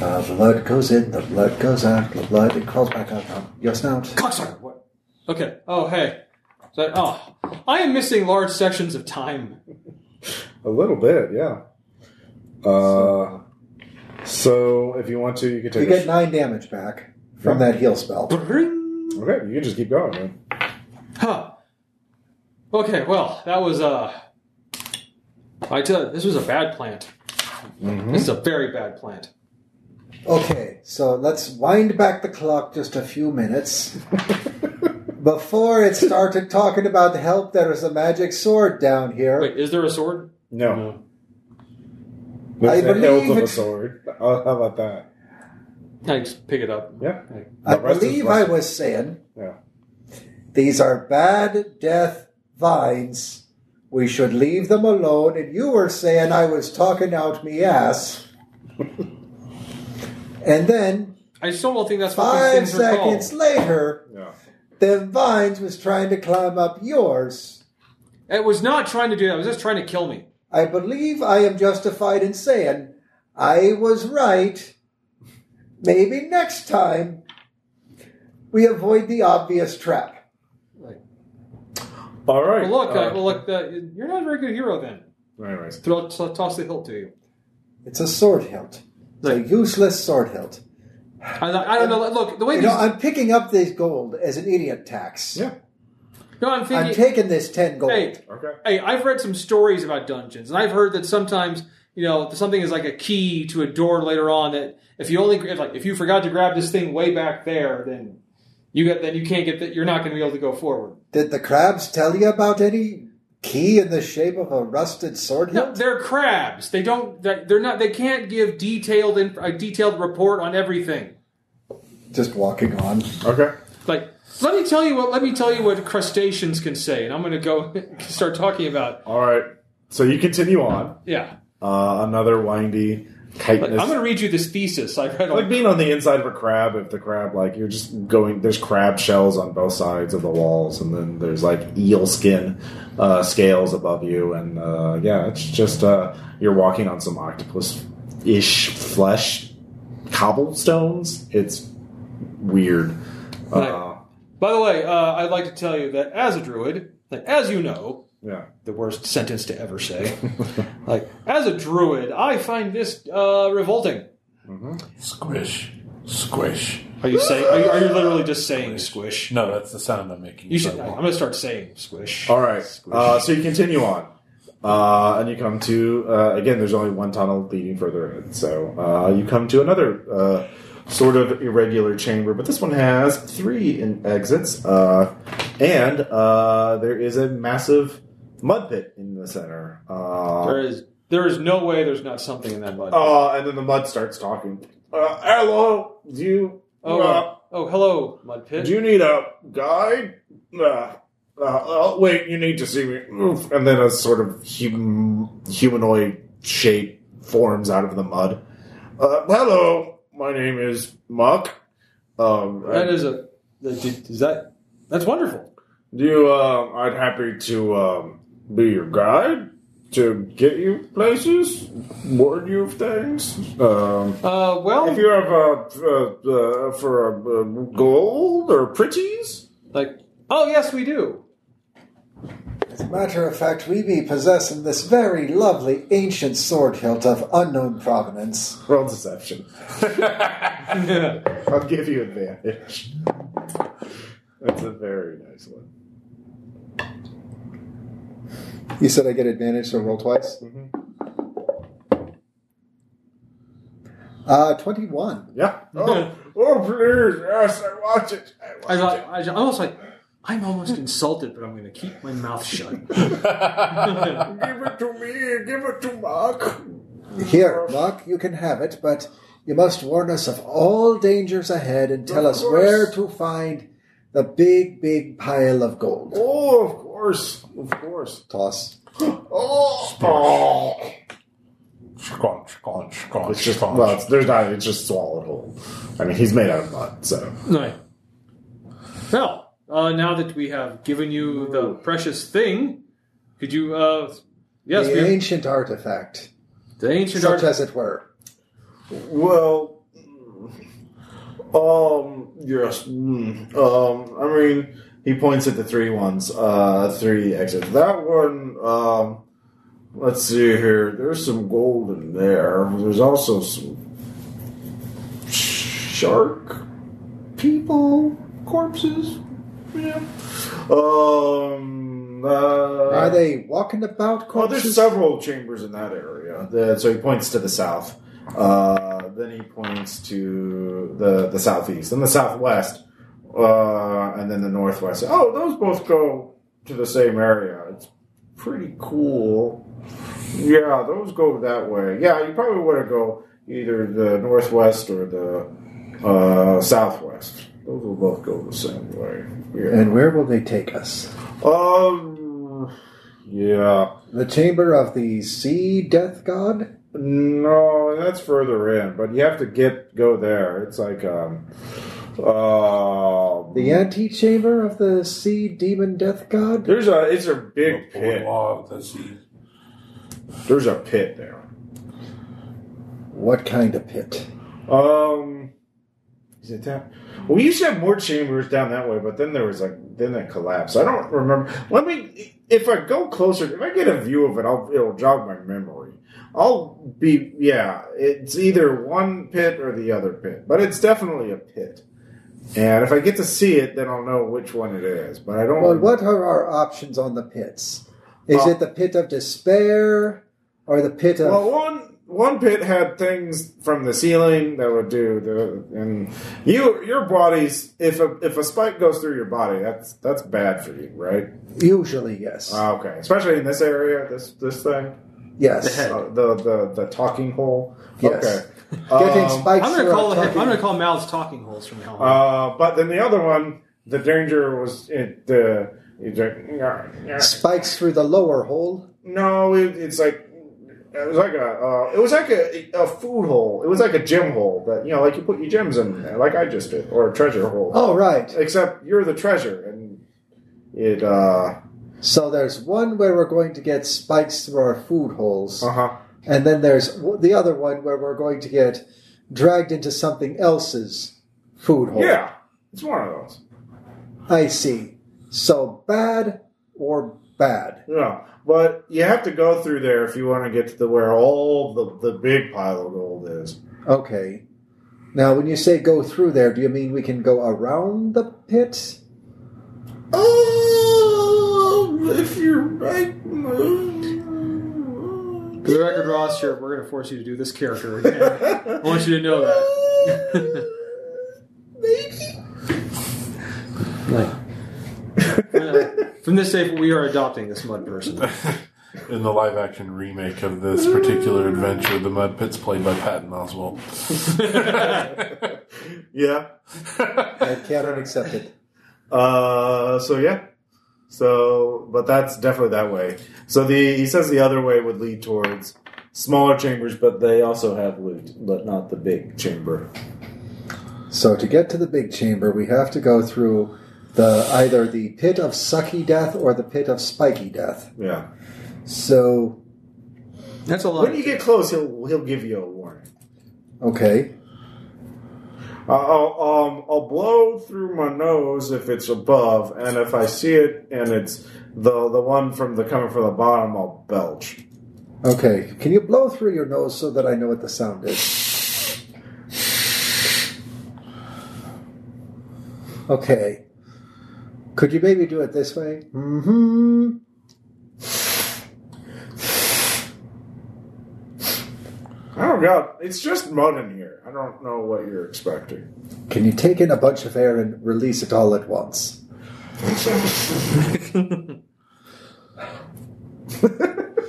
C: Uh, The blood goes in, the blood goes out, the blood, it crawls back up um, your snout.
D: Cocksucker. What? Okay. Oh, hey. So, oh, I am missing large sections of time.
A: A little bit, yeah. Uh, so if you want to, you can take. a
C: You get
A: sh-
C: 9 damage back from that heal spell.
D: Bring.
A: okay, you can just keep going. Man.
D: Huh. Okay, well, that was uh I tell you, this was a bad plant.
A: Mm-hmm.
D: This is a very bad plant.
C: Okay, so let's wind back the clock just a few minutes. Before it started talking about help, there was a magic sword down here.
D: Wait, is there a sword?
A: No, there's
C: I
A: the hilt
C: believe
A: of a
C: it's-
A: sword. Oh, how about that?
D: I just pick it up.
A: Yeah,
C: I
A: The rest is
C: believe I
A: blessed.
C: was saying
A: Yeah.
C: these are bad death vines. We should leave them alone. And you were saying I was talking out me ass. and then
D: I still don't think that's what
C: five
D: these things are
C: seconds
D: called.
C: later,
A: yeah.
C: the vines was trying to climb up yours.
D: It was not trying to do that, it was just trying to kill me.
C: I believe I am justified in saying I was right. Maybe next time we avoid the obvious trap.
D: Like,
A: All right.
D: well, look,
A: uh,
D: I, well, look, uh, you're not a very good hero then.
A: Anyways,
D: Throw, t- toss the hilt to you.
C: It's a sword hilt. It's a
D: Like-
C: useless sword hilt.
D: I, I don't know. Look, the way
C: You
D: these,
C: know, I'm picking up this gold as an idiot tax.
A: yeah.
D: no, I'm
C: I'm
D: thinking.
C: taking this 10 gold.
D: Hey,
A: Okay.
D: hey, I've read some stories about dungeons, and I've heard that sometimes you know something is like a key to a door later on. That if you only if, like if you forgot to grab this thing way back there, then you got then you can't get that. You're not going to be able to go forward.
C: Did the crabs tell you about any key in the shape of a rusted sword
D: No,
C: hilt?
D: they're crabs. They don't. They're they're not. They can't give detailed in, a detailed report on everything.
C: Just walking on.
A: Okay.
D: Like let me tell you what. Let me tell you what crustaceans can say, and I'm going to go start talking about
A: All right. So you continue on.
D: yeah.
A: Uh, another windy chitinous.
D: Like, I'm going to read you this thesis I read.
A: like
D: On,
A: being on the inside of a crab, if the crab like you're just going there's crab shells on both sides of the walls, and then there's like eel skin uh, scales above you, and uh, yeah, it's just uh, you're walking on some octopus ish flesh cobblestones. It's weird. Uh,
D: Right. by the way, uh, I'd like to tell you that as a druid, like as you know,
A: yeah,
D: the worst sentence to ever say. like as a druid, I find this uh, revolting.
B: Squish. Squish.
D: Are you saying? Are you, are you literally just saying squish?
B: No, that's the sound I'm making.
D: You
B: so
D: should. I'm going to start saying squish.
A: All right. Uh, so you continue on, uh, and you come to uh, again. There's only one tunnel leading further in, so uh, you come to another uh, sort of irregular chamber, but this one has three in- exits, uh, and uh, there is a massive mud pit in the center. Uh,
D: There is. There is no way. There's not something in that mud.
A: uh, and then the mud starts talking. Uh, hello, do you?
D: oh,
A: uh,
D: oh, hello, mud pit.
A: Do you need a guide? Uh, uh, oh, wait, you need to see me. Oof. And then a sort of hum- humanoid shape forms out of the mud. Uh, hello, my name is Muck. Um,
D: that is a. that- did- Is that? That's wonderful.
A: do you, uh, I'd happy to um, be your guide to get you places, warn you of things. Um,
D: Uh, well,
A: if you have uh, uh, uh, for uh, uh, gold or pretties,
D: like, oh yes, we do.
C: As a matter of fact, we be possessing this very lovely ancient sword hilt of unknown provenance.
A: roll deception.
D: That's
A: I'll give you advantage. That's a very nice one.
E: You said I get advantage, so roll twice.
C: Mm-hmm.
E: Uh, 21.
A: Yeah. Oh, oh please, yes, I watch it. I
D: I
A: watch
D: thought I was almost like I'm almost insulted, but I'm going to keep my mouth shut.
A: it. Give it to me. Give it to Mark.
C: Here, Muck, you can have it, but you must warn us of all dangers ahead and tell us where to find the big, big pile of gold.
A: Oh, of course, of course.
E: Toss.
A: Oh, oh.
B: Scrunch, scrunch, scrunch,
A: it's just
B: scrunch.
A: well, it's, there's not. It's just swallowed whole. I mean, he's made out of mud, so
D: Right. Well, uh, now that we have given you the precious thing, could you? Uh, yes,
E: The
D: we,
E: ancient artifact,
D: the ancient
E: such
D: art.
E: as it were.
A: Well, um, yes. mm, Um, I mean, he points at the three ones, uh, three exits. That one, um, let's see here. There's some gold in there. There's also some shark people corpses. Yeah. Um. Uh,
E: Are they walking about
D: Oh,
A: well, Oh, there's
E: corpses?
A: several chambers in that area. The, so he points to the south. Uh, then he points to the the southeast and the southwest, uh, and then the northwest. Oh, those both go to the same area. It's pretty cool. Yeah, those go that way. Yeah, you probably want to go either the northwest or the uh, southwest. Those will both go the same way. Yeah.
E: and where will they take us?
A: Um. Yeah.
E: The chamber of the sea death god?
A: No, that's further in, but you have to get go there. It's like um uh
E: The antechamber of the sea demon death god?
A: there's a it's a big
B: The
A: pit.
B: boardwalk, the sea.
A: There's a pit there.
E: What kind of pit?
A: Um is it that well we used to have more chambers down that way, but then there was like then it collapsed. I don't remember let me if I go closer if I get a view of it I'll it'll jog my memory. I'll be yeah, it's either one pit or the other pit. But it's definitely a pit. And if I get to see it, then I'll know which one it is. But I don't.
E: Well, what are our options on the pits? Is
A: Uh,
E: it the pit of despair or the pit of.
A: Well, one one pit had things from the ceiling that would do the and you your body's if a if a spike goes through your body that's that's bad for you right
E: usually, yes.
A: Ah, okay especially in this area this this thing
E: yes.
A: Uh, the the the talking hole
E: Yes.
A: okay
E: Getting
A: Um,
E: spikes
D: I'm going to
E: through
D: call
E: our
D: it, I'm
E: fucking-
D: going to call mouths talking holes from now on.
A: uh, but then the other one the danger was it the
E: spikes through the lower hole.
A: no it, it's like It was like a. Uh, it was like a, a food hole. It was like a gem hole that you know, like you put your gems in, there, like I just did, or a treasure hole.
C: Oh, right.
A: Except you're the treasure, and it. Uh
C: So there's one where we're going to get spikes through our food holes,
D: Uh-huh.
A: huh.
C: and then there's w- the other one where we're going to get dragged into something else's food hole.
A: Yeah, it's one of those.
C: I see. So bad or bad?
A: Yeah, but you have to go through there if you want to get to the where all the the big pile of gold is.
C: Okay. Now, when you say go through there, do you mean we can go around the pit?
D: Um,
A: Oh, if you're right.
D: For the record, Ross, here we're going to force you to do this character again. I want you to know that. Like, From this safe, we are adopting this mud person.
B: in the live action remake of this particular adventure, the Mud Pit's played by Patton Oswalt.
A: yeah.
C: I cannot accept it.
A: Uh, so yeah. So, but that's definitely that way. So the he says the other way would lead towards smaller chambers, but they also have loot, but not the big chamber.
C: So to get to the big chamber, we have to go through the either the pit of sucky death or the pit of spiky death.
A: Yeah.
C: So
D: That's a lot.
A: When you get close, he'll he'll give you a warning.
C: okay,
A: I'll um I'll blow through my nose if it's above, and if I see it and it's the the one from the coming from the bottom, I'll belch.
C: okay. Can you blow through your nose so that I know what the sound is? Okay. Could you maybe do it this way? Mm-hmm.
A: Oh god, it's just mud in here. I don't know what you're expecting.
C: Can you take in a bunch of air and release it all at once?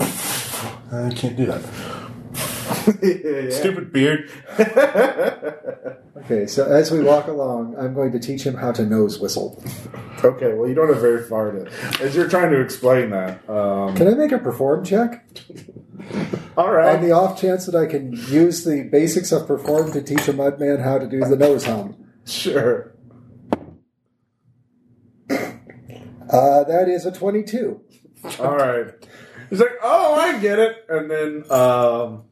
B: I can't do that.
A: Yeah.
B: Stupid beard.
C: Okay, so as we walk along, I'm going to teach him how to nose whistle.
A: Okay, well you don't have very far to. As you're trying to explain that, um,
C: Can I make a perform check?
A: all
C: On
A: right,
C: the off chance that I can use the basics of perform to teach a mud man how to do the nose hum.
A: sure.
C: Uh, that is a 22.
A: All right. He's like, oh, I get it, and then um,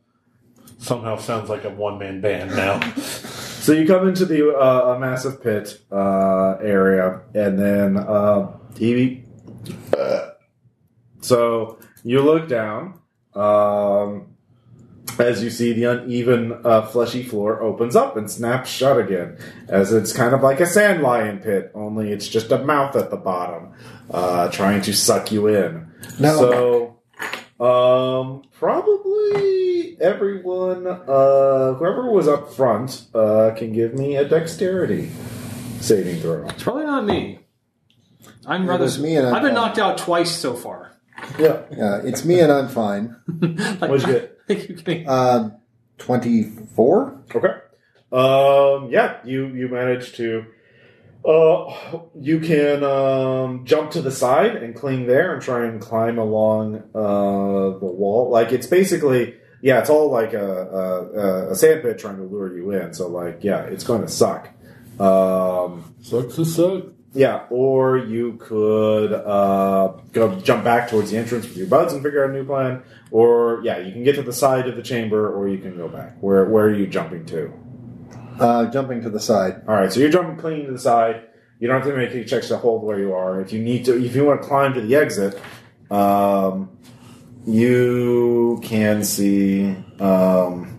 B: Somehow sounds like a one man band now.
A: So you come into the uh, a massive pit uh, area, and then uh, he. So you look down um, as you see the uneven, uh, fleshy floor opens up and snaps shut again, as it's kind of like a sand lion pit, only it's just a mouth at the bottom, uh, trying to suck you in.
C: Now-
A: So. Um, probably everyone, uh, whoever was up front, uh, can give me a dexterity saving throw.
D: It's probably not me. I'm
C: It
D: rather.
C: was me and I-
D: I've been knocked out twice so far.
A: Yeah.
C: Yeah, Uh, it's me and I'm fine.
D: Like,
A: What'd you get?
D: I keep getting-
C: Um, 24?
A: Okay. Um, yeah, you, you managed to, uh, you can, um, jump to the side and cling there and try and climb along, uh, the wall. Like, it's basically, yeah, it's all like a, a, a sand pit trying to lure you in. So, like, yeah, it's going to suck. Um,
B: Sucks to suck.
A: Yeah, or you could uh, go jump back towards the entrance with your buds and figure out a new plan. Or yeah, you can get to the side of the chamber, or you can go back. Where where are you jumping to?
C: Uh, jumping to the side.
A: All right, so you're jumping clean to the side. You don't have to make any checks to hold where you are. If you need to, if you want to climb to the exit, um, you can see um,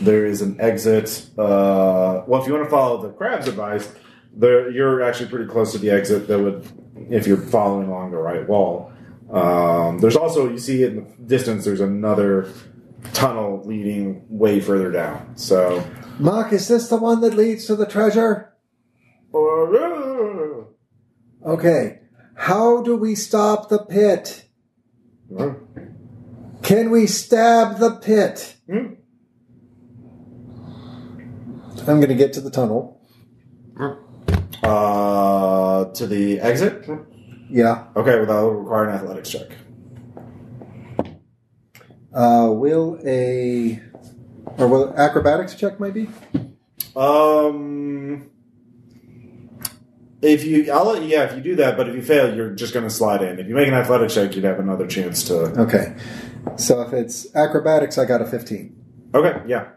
A: there is an exit. Uh, well, if you want to follow the crab's advice, there you're actually pretty close to the exit. That would, if you're following along the right wall. Um, there's also you see in the distance there's another tunnel leading way further down. So.
C: Mark, is this the one that leads to the treasure? Okay. How do we stop the pit?
A: Hmm.
C: Can we stab the pit?
A: Hmm.
C: I'm going to get to the tunnel.
A: Uh, to the exit.
C: Yeah.
A: Okay, well, that will require an athletics check.
C: Uh, will a or will acrobatics check maybe?
A: Um, if you, I'll let, yeah, if you do that, but if you fail, you're just going to slide in. If you make an athletic check, you'd have another chance to.
C: Okay. So if it's acrobatics, I got a fifteen.
A: Okay, yeah.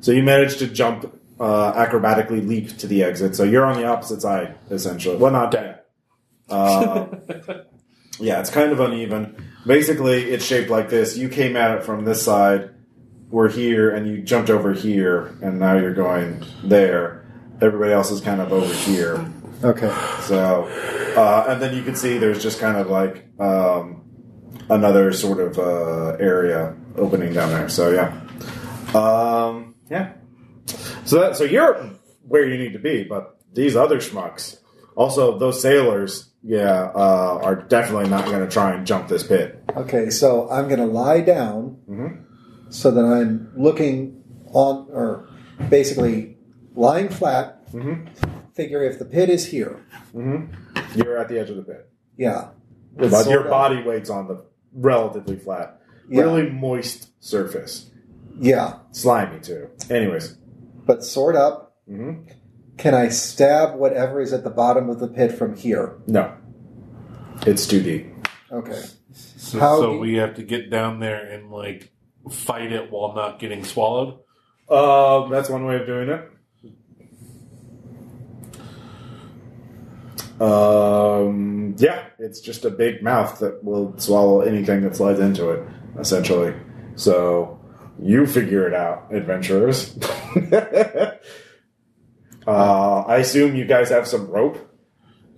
A: So you managed to jump, uh, acrobatically leap to the exit. So you're on the opposite side, essentially. Well, not dead. Uh, yeah, it's kind of uneven. Basically, it's shaped like this. You came at it from this side. We're here, and you jumped over here, and now you're going there. Everybody else is kind of over here.
C: Okay.
A: So, uh, and then you can see there's just kind of like um, another sort of uh, area opening down there. So yeah, um, yeah. So that so you're where you need to be, but these other schmucks, also those sailors, yeah, uh, are definitely not going to try and jump this pit.
C: Okay. So I'm going to lie down
A: Mhm.
C: so that I'm looking on or basically lying flat.
A: Mhm.
C: Figure if the pit is here.
A: You're at the edge of the pit,
C: Yeah. With
A: but
C: sort
A: your
C: of-
A: body weight's on the relatively flat,
C: Yeah.
A: really moist surface,
C: Yeah.
A: slimy too. Anyways,
C: But sort up.
A: Mhm.
C: Can I stab whatever is at the bottom of the pit from here?
A: no, it's too deep.
C: Okay.
B: So,
C: How
B: so
C: do-
B: we have to get down there and like fight it while not getting swallowed.
A: Um, that's one way of doing it. Um, yeah, it's just a big mouth that will swallow anything that slides into it, essentially. So you figure it out, adventurers. uh, I assume you guys have some rope.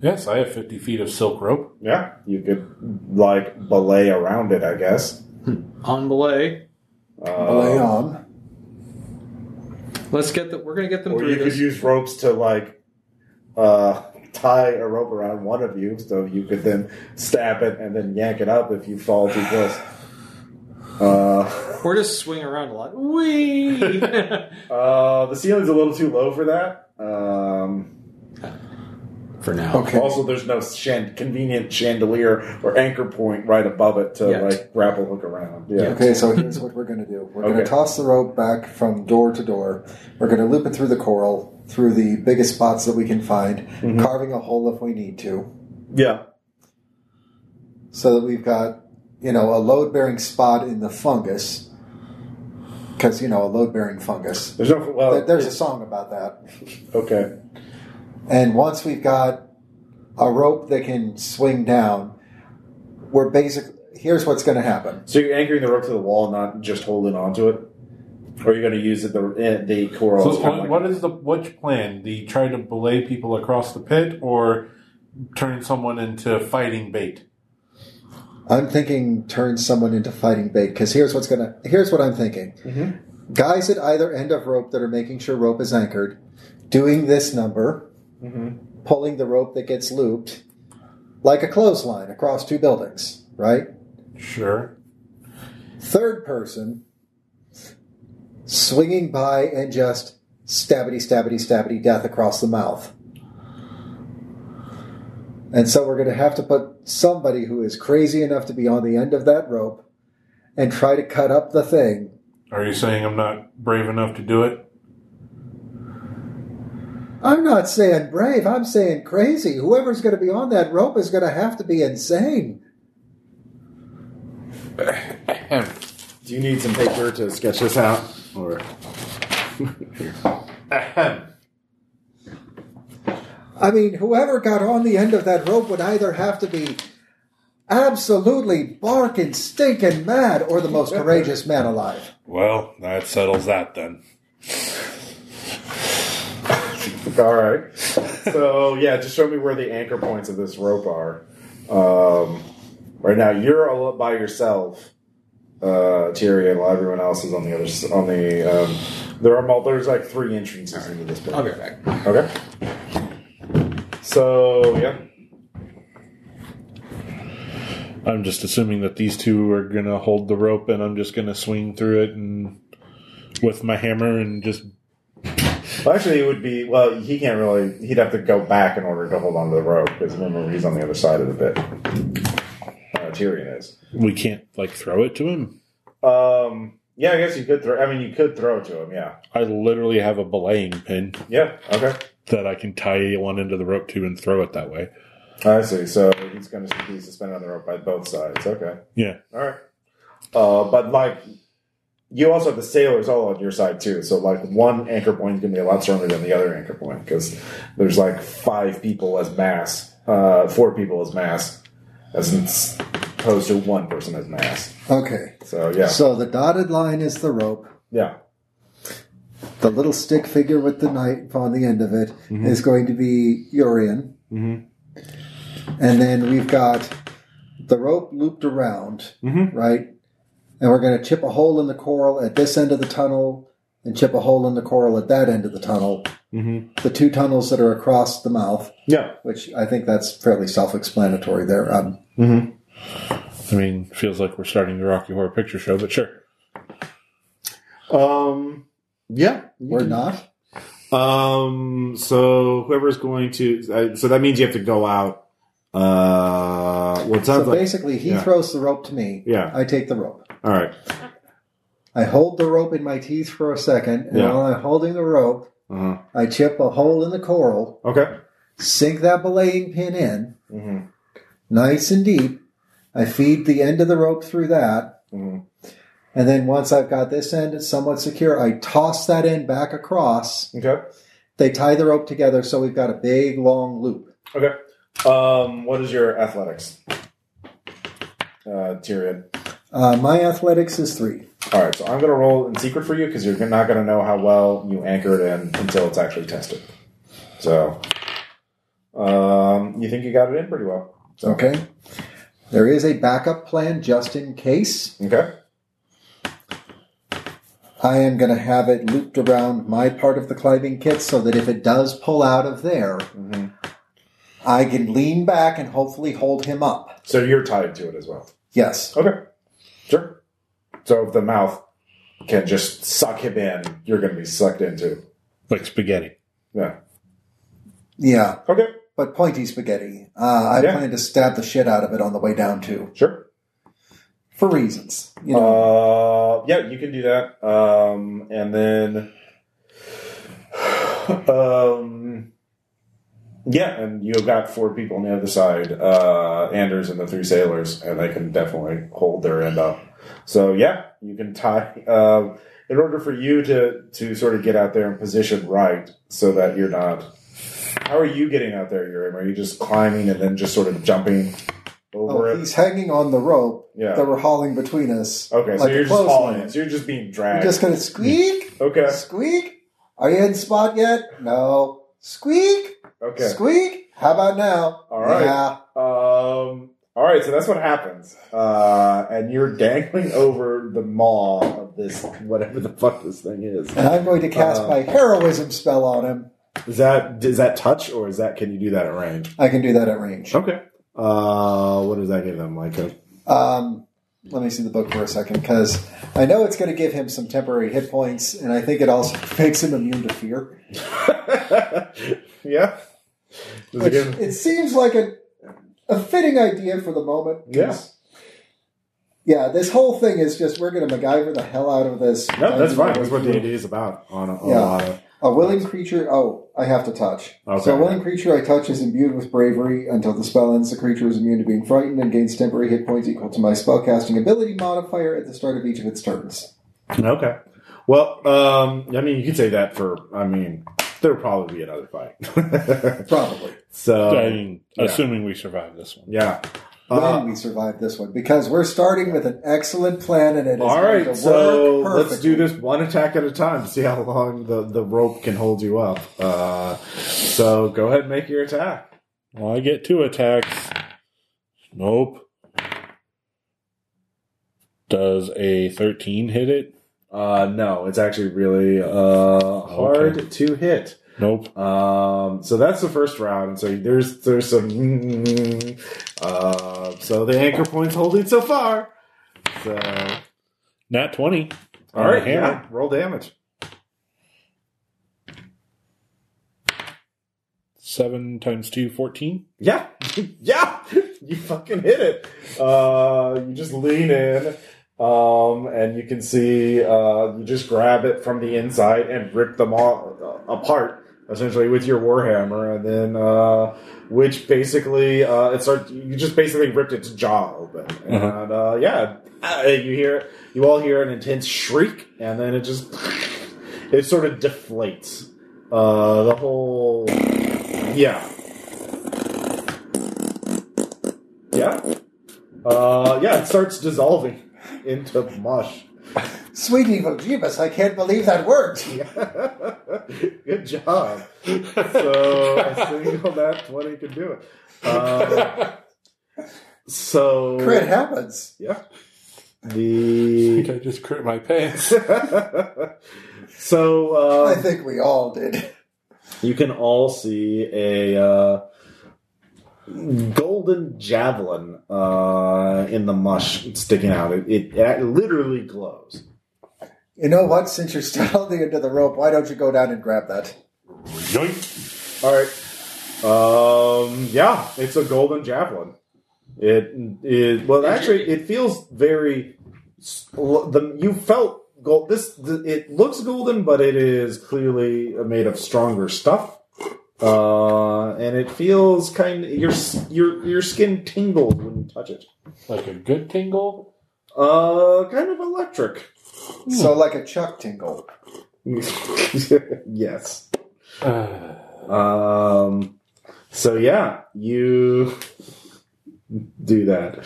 B: Yes, I have 50 feet of silk rope.
A: Yeah, you could like belay around it, I guess. Uh,
D: On belay.
C: Belay on.
D: Let's get the. We're gonna get them
A: Or
D: through
A: you could
D: this.
A: use ropes to like uh, tie a rope around one of you, so you could then stab it and then yank it up if you fall too close. Uh,
D: Or just swing around a lot. Wee.
A: uh, the ceiling's a little too low for that. Um,
F: for now.
C: Okay.
A: Also, there's no shan- convenient chandelier or anchor point right above it to
D: Yet.
A: like grapple hook around. Yeah.
C: Okay, so here's what we're going to do. We're going
A: Okay.
C: to toss the rope back from door to door. We're going to loop it through the coral, through the biggest spots that we can find, carving a hole if we need to,
A: Yeah.
C: so that we've got, you know, a load bearing spot in the fungus. Because, you know, a load bearing fungus.
A: There's no. Well,
C: There- There's a song about that.
A: okay.
C: And once we've got a rope that can swing down, we're basically. Here's what's going to happen.
A: So you're anchoring the rope to the wall, not just holding onto it. Or you're going to use it the eh, the coral.
B: So
A: as kinda
B: what-
A: like-
B: what is the which plan? The try to belay people across the pit or turn someone into fighting bait?
C: I'm thinking turn someone into fighting bait because here's what's gonna here's what I'm thinking. Guys at either end of rope that are making sure rope is anchored, doing this number,
A: Mm-hmm.
C: pulling the rope that gets looped, like a clothesline across two buildings. Right.
B: Sure.
C: Third person, swinging by and just stabbity stabbity stabbity death across the mouth. And so we're going to have to put somebody who is crazy enough to be on the end of that rope and try to cut up the thing.
B: Are you saying I'm not brave enough to do it?
C: I'm not saying brave, I'm saying crazy. Whoever's going to be on that rope is going to have to be insane.
A: Do you need some paper to sketch this out? Or
C: I mean, whoever got on the end of that rope would either have to be absolutely barking, stinking mad, or the most courageous man alive.
B: Well, that settles that then.
A: all right. So yeah, just show me where the anchor points of this rope are. Um, right now, you're all up by yourself, uh, Tyrion. While everyone else is on the other s- on the. Um, there are mul- there's like three entrances into this. Building.
D: I'll be right back.
A: Okay. So yeah,
B: I'm just assuming that these two are going to hold the rope and I'm just going to swing through it and with my hammer and just
A: well, actually, it would be well. He can't really. He'd have to go back in order to hold onto the rope because remember he's on the other side of the bit. Uh, Tyrion is.
B: we can't like throw it to him.
G: Um, yeah, I guess you could throw. I mean, you could throw it to him. Yeah,
B: I literally have a belaying pin
G: yeah. Okay,
B: that I can tie one end of the rope to and throw it that way.
G: I see. So he's going to be suspended on the rope by both sides. Okay.
B: Yeah.
G: All right. Uh, but like, you also have the sailors all on your side too. So like, one anchor point is going to be a lot stronger than the other anchor point because there's like five people as mass, uh, four people as mass, as opposed to one person as mass.
C: Okay.
G: So yeah,
C: So the dotted line is the rope.
G: yeah,
C: The little stick figure with the knife on the end of it is
A: Mm-hmm.
C: going to be Urian.
B: Mhm.
C: And then we've got the rope looped around,
B: Mhm.
A: Mm-hmm.
C: right? And we're going to chip a hole in the coral at this end of the tunnel and chip a hole in the coral at that end of the tunnel.
A: Mm-hmm.
B: Mhm.
C: The two tunnels that are across the mouth,
G: yeah.
C: which I think that's fairly self explanatory there. Um,
B: I mean, feels like we're starting the Rocky Horror Picture Show, but sure.
A: Um, yeah.
C: we're not.
A: Um, so whoever's going to, uh, so that means you have to go out. Uh, well, it sounds
C: So
A: like
C: basically, he
A: yeah.
C: throws the rope to me.
A: yeah.
C: I take the rope.
A: All right.
C: I hold the rope in my teeth for a second, and
A: Yeah.
C: while I'm holding the rope,
A: Uh-huh.
C: I chip a hole in the coral,
A: Okay.
C: sink that belaying pin in,
G: hmm
C: nice and deep. I feed the end of the rope through that,
G: Mhm.
C: and then once I've got this end somewhat secure, I toss that end back across.
G: Okay.
C: They tie the rope together, so we've got a big long loop.
G: Okay. Um, what is your athletics? Uh, Tyrion.
C: Uh, my athletics is three.
G: All right, so I'm going to roll in secret for you because you're not going to know how well you anchor it in until it's actually tested. So, um, you think you got it in pretty well. So,
C: Okay. There is a backup plan just in case.
G: Okay.
C: I am going to have it looped around my part of the climbing kit so that if it does pull out of there,
G: Mm-hmm.
C: I can lean back and hopefully hold him up.
G: So you're tied to it as well.
C: Yes.
G: Okay. Sure. So if the mouth can just suck him in, you're going to be sucked into.
B: Like spaghetti.
G: Yeah.
C: Yeah.
G: Okay.
C: But pointy spaghetti. Uh, I
G: Yeah.
C: plan to stab the shit out of it on the way down, too.
G: Sure.
C: For reasons. You know.
G: Uh, yeah, you can do that. Um, and then, um, yeah, and you've got four people on the other side, uh, Anders and the three sailors, and they can definitely hold their end up. So yeah, you can tie. Um, in order for you to to sort of get out there and position right, so that you're not. How are you getting out there, Urim? Are you just climbing and then just sort of jumping over
C: oh,
G: it?
C: he's hanging on the rope
G: Yeah.
C: that we're hauling between us.
G: Okay, so
C: like a
G: you're just
C: clothesline.
G: falling. So you're just being
C: You're
G: dragged.
C: just going to squeak,
G: okay,
C: squeak. Are you in spot yet? No. Squeak,
G: okay.
C: squeak. How about now?
G: All right.
C: Yeah.
G: Um, all right, so that's what happens. Uh, and you're dangling over the maw of this
A: Whatever the fuck this thing is.
C: And I'm going to cast
G: Uh,
C: my heroism spell on him.
A: Is that is that touch or is that can you do that at range?
C: I can do that at range.
A: Okay. Uh, what does that give them? Like a
C: Um, let me see the book for a second because I know it's going to give him some temporary hit points, and I think it also makes him immune to fear.
G: yeah. Does it
C: Which
G: give-
C: it seems like a, a fitting idea for the moment. 'cause- Yeah, this whole thing is just we're going to MacGyver the hell out of this.
A: no, that's
C: Dungeon
A: fine. That's
C: World.
A: what D and D is about. On a, on
C: Yeah.
A: a lot of
C: A willing creature. Oh, I have to touch.
A: Okay.
C: So a willing creature I touch is imbued with bravery until the spell ends. The creature is immune to being frightened and gains temporary hit points equal to my spellcasting ability modifier at the start of each of its turns.
A: okay. Well, um, I mean, you could say that for. I mean, there'll probably be another fight.
C: Probably
B: I
A: so
B: mean,
A: yeah.
B: assuming we survive this one.
A: yeah. Um, Uh,
C: when we survive this one because we're starting with an excellent plan and it is
A: All
C: going to
A: right,
C: work
A: so let's
C: perfectly.
A: do this one attack at a time. to See how long the, the rope can hold you up. Uh, so go ahead and make your attack.
B: Well, I get two attacks. Nope. Does a 13 hit it?
A: Uh, no, it's actually really uh, hard to hit.
B: Nope.
A: Um, so that's the first round. So there's there's some. Uh, so the anchor points holding so far. So
B: Not 20.
A: all
B: On the
A: right,
B: hammer.
A: yeah, roll damage.
B: Seven times two, 14.
A: Yeah, yeah, you fucking hit it. Uh, you just lean in Um, and you can see uh, you just grab it from the inside and rip them all uh, apart, essentially with your warhammer, and then uh, which basically uh, it starts. You just basically ripped its jaw open, and uh, yeah, uh, you hear you all hear an intense shriek, and then it just it sort of deflates. Uh, the whole yeah. Yeah. Uh, yeah, it starts dissolving into mush.
C: Sweet evil Jeebus, I can't believe that worked.
A: Good job. So a single that twenty can do it. Um, so
C: Crit happens.
A: yeah.
B: I
A: The
B: think I just crit my pants.
A: so
C: I
A: um,
C: think we all did.
A: you can all see a uh, golden javelin uh, in the mush sticking out. It, it, it literally glows.
C: You know what? Since you're still on the end of the rope, why don't you go down and grab that?
B: Yoink.
A: All right. Um. Yeah, it's a golden javelin. It it well actually it feels very s- l- the you felt gold this the, it looks golden but it is clearly made of stronger stuff. Uh, and it feels kind of your s- your your skin tingles when you touch it.
B: Like a good tingle?
A: Uh, kind of electric.
C: So, like a chuck tingle.
A: yes.
B: Uh,
A: Um, so yeah, you do that.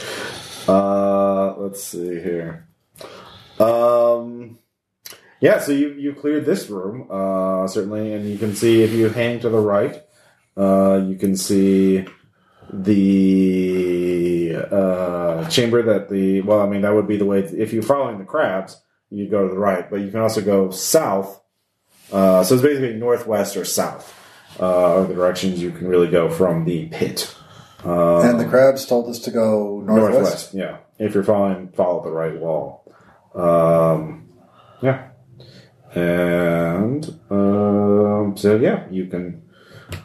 A: Uh, let's see here. Um, yeah, so you you cleared this room uh, certainly, and you can see if you hang to the right, uh, you can see the uh, chamber that the well, I mean that would be the way if you're following the crabs, you go to the right, but you can also go south. Uh, so it's basically northwest or south uh, are the directions you can really go from the pit. Uh,
C: and the crabs told us to go northwest.
A: northwest. Yeah, if you're following, follow the right wall. Um, yeah, and um, so yeah, you can.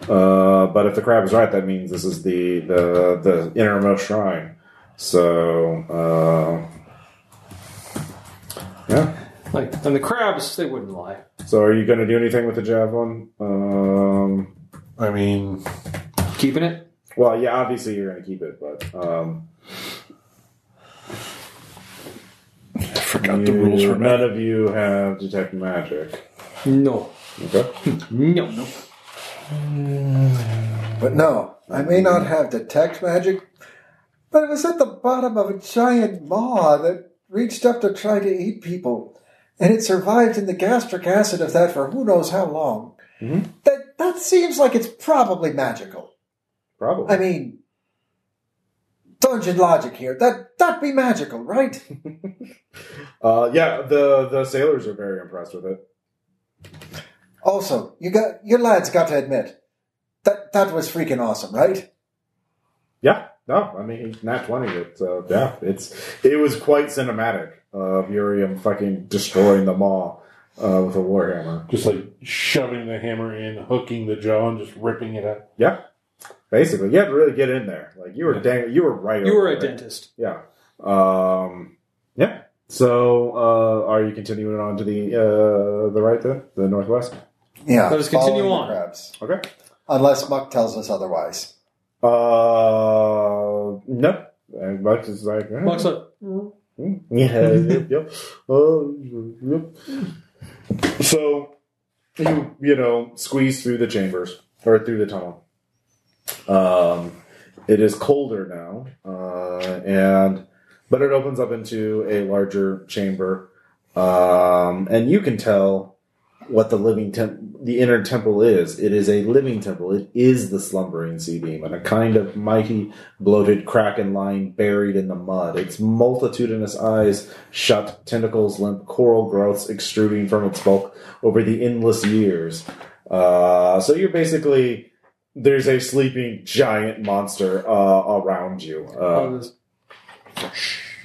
A: Uh, but if the crab is right, that means this is the the, the innermost shrine. So uh, yeah.
D: Like, and the crabs, they wouldn't lie.
A: So are you going to do anything with the javelin? Um,
B: I mean,
D: Keeping it?
A: well, yeah, obviously you're going to keep it, but um,
H: I forgot the rules
A: you-
H: for
A: none
H: that.
A: of you have detect magic.
D: No.
A: Okay.
D: No. No.
C: But no, I may not have detect magic, but it was at the bottom of a giant maw that reached up to try to eat people, and it survived in the gastric acid of that for who knows how long. That that seems like it's probably magical.
A: Probably.
C: I mean, dungeon logic here. That that be magical, right?
A: Uh, yeah, the the sailors are very impressed with it.
C: Also, you got your lads got to admit that that was freaking awesome, right?
A: Yeah, no, I mean not twenty. It, so yeah, it's it was quite cinematic of Urium fucking destroying the mall uh, with a warhammer.
B: just like shoving the hammer in, hooking the jaw, and just ripping it out.
A: Yeah, basically, you had to really get in there. Like you were dang, you were right.
D: You
A: over
D: were a
A: it.
D: dentist.
A: Yeah. Um, yeah. So uh, are you continuing on to the uh, the right then, the northwest?
C: Yeah.
D: Let us continue
C: following the
D: on.
C: crabs.
A: Okay.
C: Unless Muck tells us otherwise.
A: Uh, no. And Bucks is like, eh.
D: Buck's like,
A: Mm, Yeah. yep. Yep. Oh, yep. So you you know squeeze through the chambers or through the tunnel. Um, it is colder now, uh, and but it opens up into a larger chamber, um, and you can tell what the living temp- the inner temple is. It is a living temple. It is the slumbering sea demon, a kind of mighty bloated kraken lying buried in the mud, its multitudinous eyes shut, tentacles limp, coral growths extruding from its bulk over the endless years. Uh, so you're basically there's a sleeping giant monster uh, around you. Uh,
D: oh, this-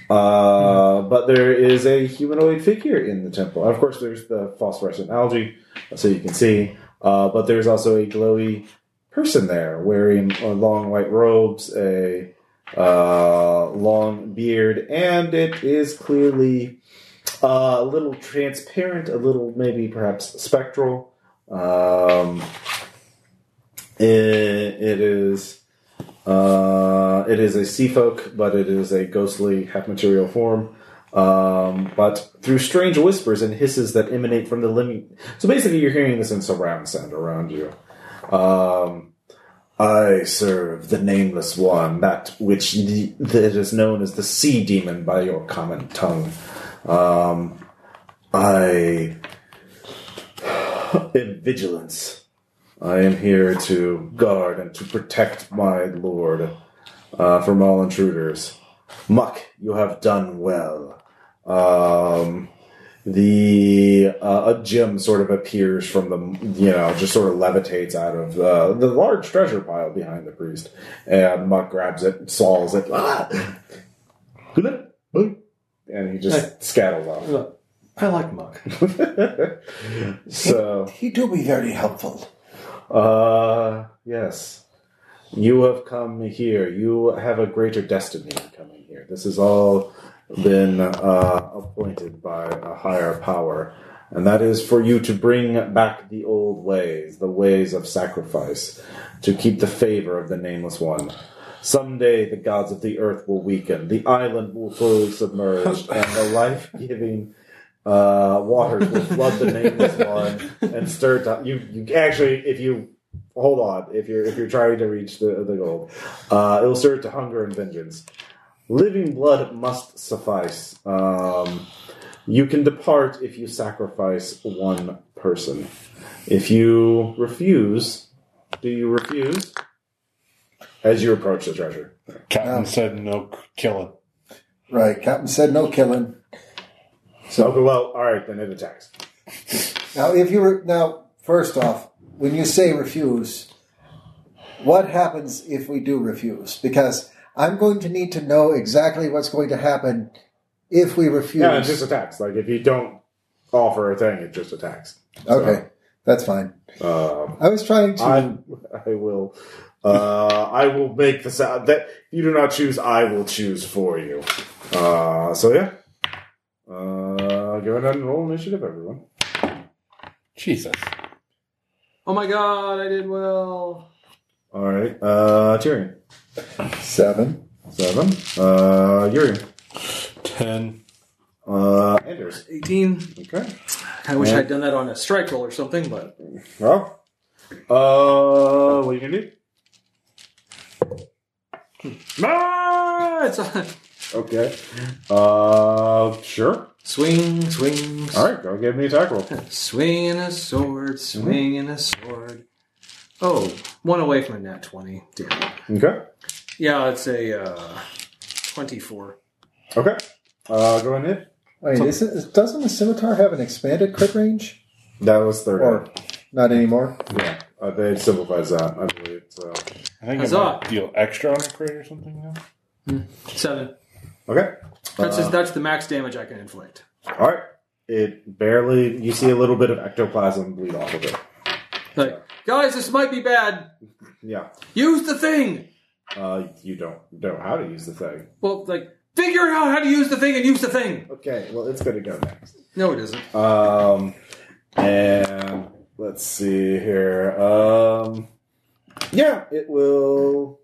A: uh, but there is a humanoid figure in the temple. Of course, there's the phosphorescent algae, so you can see. Uh, but there's also a glowy person there wearing uh, long white robes, a uh, long beard, and it is clearly uh, a little transparent, a little maybe perhaps spectral. Um, it, it is uh, it is a sea folk, but it is a ghostly half material form. Um, but through strange whispers and hisses that emanate from the living, so basically you're hearing this in surround sound around you. Um, I serve the nameless one, that which the, that is known as the sea demon by your common tongue. Um, I am vigilance. I am here to guard and to protect my lord uh, from all intruders. Muck, you have done well. Um, the uh, a gem sort of appears from the you know just sort of levitates out of uh, the the large treasure pile behind the priest, and Muck grabs it, saws it, ah! Good night. Bye. and he just scatters off.
D: Look, I like muck.
A: So
C: He do be very helpful.
A: uh, yes, you have come here. You have a greater destiny coming here. This has all been uh, appointed by a higher power. and that is for you to bring back the old ways, the ways of sacrifice, to keep the favor of the Nameless One. Someday the gods of the earth will weaken, the island will fully submerge, and the life giving uh, waters will flood the Nameless One and stir. To, you, you actually, if you hold on, if you're if you're trying to reach the the goal, uh, it will stir to hunger and vengeance. Living blood must suffice. Um, you can depart if you sacrifice one person. If you refuse, do you refuse? As you approach the treasure.
D: Oh.
B: Captain said no c- killing.
C: Right, Captain said no killing.
A: Okay, well, all right, then it attacks.
C: Now, if you re- now, first off, when you say refuse, what happens if we do refuse? Because I'm going to need to know exactly what's going to happen if we refuse.
A: Yeah, it just attacks. Like if you don't offer a thing, it just attacks.
C: okay, that's fine.
A: Um,
C: I was trying to.
A: I I will uh, I will make the sound that you do not choose. I will choose for you. Uh, so yeah, uh, go ahead and roll initiative, everyone.
B: Jesus.
D: Oh my god, I did well.
A: All right, uh, Tyrion.
C: seven.
A: Seven. Uh, Yuri.
B: Ten.
A: Uh, Anders.
D: 18.
A: Okay.
D: I wish I'd done that on a strike roll or something, but
A: Well, uh, what are you gonna do?
D: ah, it's a
A: Okay. Uh, sure.
D: swing, swing,
A: All right, go give me a tackle.
D: swinging a sword, swinging a sword. Oh, one away from a nat 20. Damn it.
A: Okay.
D: Yeah, it's a uh, 24.
A: Okay. Uh, go ahead.
C: Wait, is it, doesn't the scimitar have an expanded crit range?
A: That was third.
C: Or not anymore?
A: Yeah, uh, they simplifies that, I believe. So.
B: I think it
D: Huzzah.
B: might deal extra on a crit or something now.
D: Seven.
A: Okay. Uh,
D: That's,
B: Uh,
D: just, that's the max damage I can inflict.
A: All right. It barely. You see a little bit of ectoplasm bleed off of it.
D: Like, guys, this might be bad.
A: Yeah.
D: Use the thing.
A: Uh, you don't know how to use the thing.
D: Well, like, figure out how to use the thing and use the thing.
A: Okay. Well, it's gonna go next.
D: No, it isn't.
A: Um, and let's see here. Um, yeah, it will.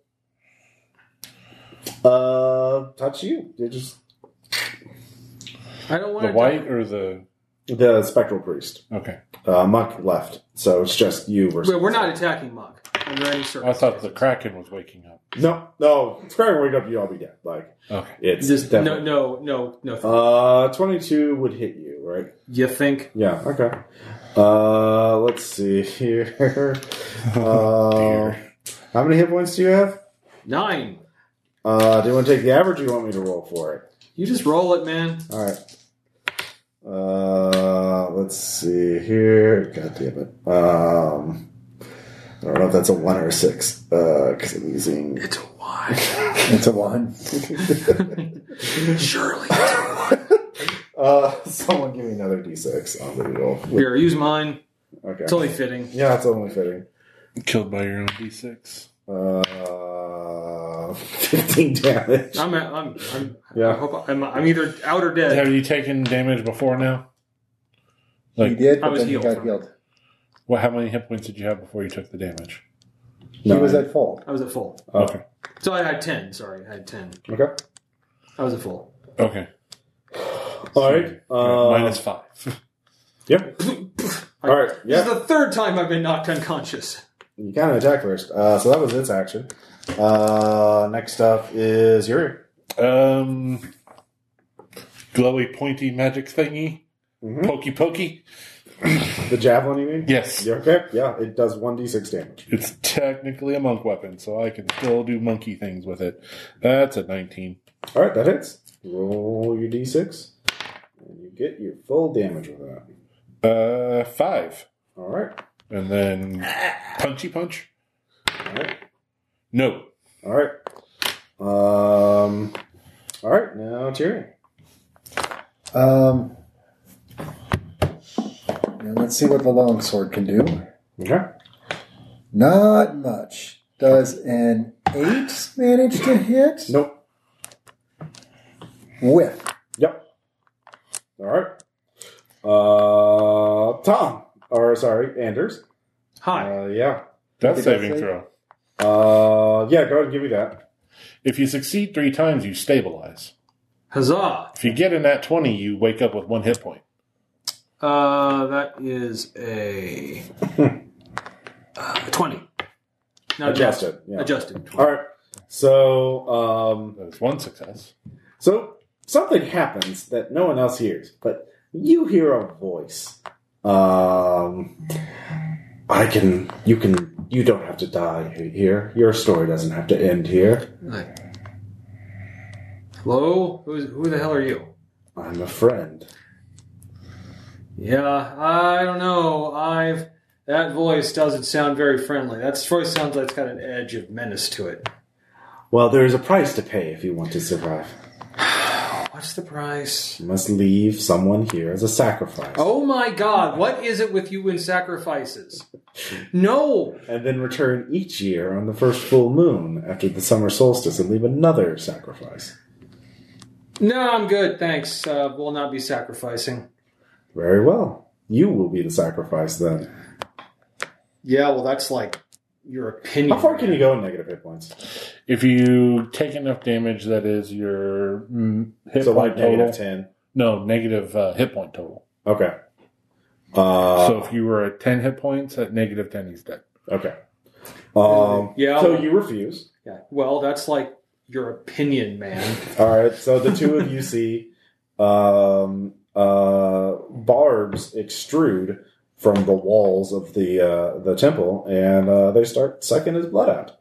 A: Uh, touch you. It just
D: I don't want
B: The
D: to.
B: white or the.
A: the spectral priest.
B: Okay.
A: Uh, Muck left, so it's just you versus.
D: We're, we're not attacking Muck under any
B: I
D: circumstances.
B: thought the Kraken was waking up.
A: No, no. It's probably wake up. You all be dead. Like
B: Okay.
A: it's
D: Just no,
A: definitely-
D: no, no, no.
A: Uh, 22 would hit you, right?
D: you think?
A: Yeah, okay. Uh, let's see here. uh, how many hit points do you have?
D: Nine.
A: Uh, do you want to take the average or you want me to roll for it?
D: You just roll it, man.
A: All right. Uh, let's see here. God damn it. Um, I don't know if that's a one or a six, because I'm using.
D: It's a one.
C: It's a one.
D: Surely.
A: Uh, someone give me another d6 on the roll.
D: Here, use mine. It's
A: Okay.
D: only fitting.
A: Yeah, it's only fitting.
B: Killed by your own D6.
A: Uh, of 15 damage.
D: I'm, I'm, I'm,
A: Yeah.
D: I hope I'm, I'm either out or dead.
B: Have you taken damage before now?
C: He did,
D: I
C: but
D: was
C: then he
D: healed
C: got
D: from it.
C: healed.
B: Well, how many hit points did you have before you took the damage?
C: He
A: Nine.
C: was at full.
D: I was at full.
B: Okay.
D: So I had 10. Sorry, I had 10.
A: Okay.
D: I was at full.
B: Okay.
A: All right. Uh,
B: Minus five.
A: Yeah. All right. Yeah.
D: This is the third time I've been knocked unconscious.
A: You kind of attack first. Uh, so that was its action. Uh, next up is Yuri.
B: Um, glowy, pointy magic thingy.
A: Mhm.
B: Pokey, pokey.
A: The javelin, you mean?
B: Yes.
A: Yeah, okay. Yeah, it does 1d6 damage.
B: It's technically a monk weapon, so I can still do monkey things with it. That's a 19.
A: All right, that hits. Roll your d6, and you get your full damage with that.
B: Uh, five.
A: All right.
B: And then punchy punch?
A: All right.
B: No.
A: All right. Um, all right, now Tyrion.
C: Um, now let's see what the longsword can do.
A: Okay.
C: Not much. Does an eight manage to hit?
A: Nope.
C: Whiff.
A: Yep. All right. Uh, Tom. Or, sorry, Anders.
D: Hi.
A: Uh, yeah.
B: Death
C: Did I
B: saving
C: say-
B: throw.
A: Uh, yeah, go ahead and give me that.
B: If you succeed three times, you stabilize.
D: Huzzah.
B: If you get in that 20, you wake up with one hit point.
D: Uh, that is a uh, 20. Not
A: Adjusted. Yeah.
D: Adjusted. 20.
A: All right. So, um,
B: That's one success.
A: so something happens that no one else hears, but you hear a voice. Um, I can. You can. You don't have to die here. Your story doesn't have to end here.
D: Like, hello? Who's, who the hell are you?
A: I'm a friend.
D: Yeah, I don't know. I've that voice doesn't sound very friendly. That voice sounds like it's got an edge of menace to it.
A: Well, there is a price to pay if you want to survive.
D: What's the price?
A: You must leave someone here as a sacrifice,
D: Oh my god, what is it with you and sacrifices? No!
A: and then return each year on the first full moon after the summer solstice and leave another sacrifice.
D: No, I'm good, thanks. Uh, we'll not be sacrificing.
A: Very well. You will be the sacrifice then.
D: Yeah, well, that's like your opinion.
A: How far can you go in negative hit points?
B: If you take enough damage, that is your mm, hit
A: so
B: point
A: like
B: total.
A: negative ten.
B: No, negative uh, hit point total.
A: Okay. Uh,
B: so if you were at 10 hit points, at negative 10, he's dead.
A: okay. Um,
D: Yeah.
A: So you refuse.
D: Yeah, well, that's like your opinion, man.
A: All right. So the two of you see um, uh, barbs extrude from the walls of the uh, the temple, and uh, they start sucking his blood out.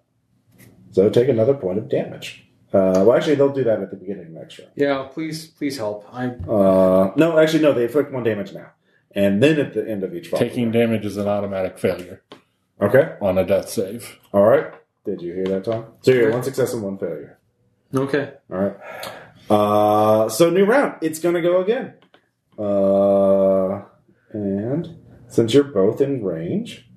A: So take another point of damage. Uh, well, actually, they'll do that at the beginning of next round.
D: yeah, please, please help. I
A: Uh, no, actually, no. They inflict one damage now, and then at the end of each follow-up
B: Taking
A: round.
B: damage is an automatic failure
A: Okay.
B: on a death save.
A: All right. Did you hear that, Tom? So you're one success and one failure.
D: okay.
A: All right. Uh, so new round. It's gonna go again. Uh, and since you're both in range,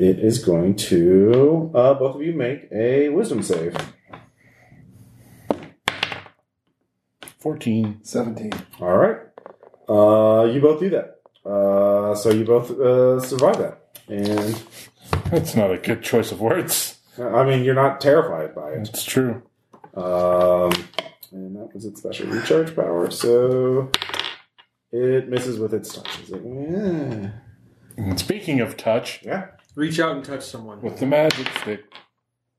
A: it is going to uh, both of you make a wisdom save.
B: 14.
C: 17.
A: All right. Uh, you both do that. Uh, so you both uh, survive that. And
B: That's not a good choice of words.
A: I mean, you're not terrified by it.
B: It's true.
A: Um, and that was its special recharge power, so it misses with its touch. It's like, yeah.
B: And speaking of touch,
A: yeah.
D: Reach out and touch someone.
B: with the magic stick.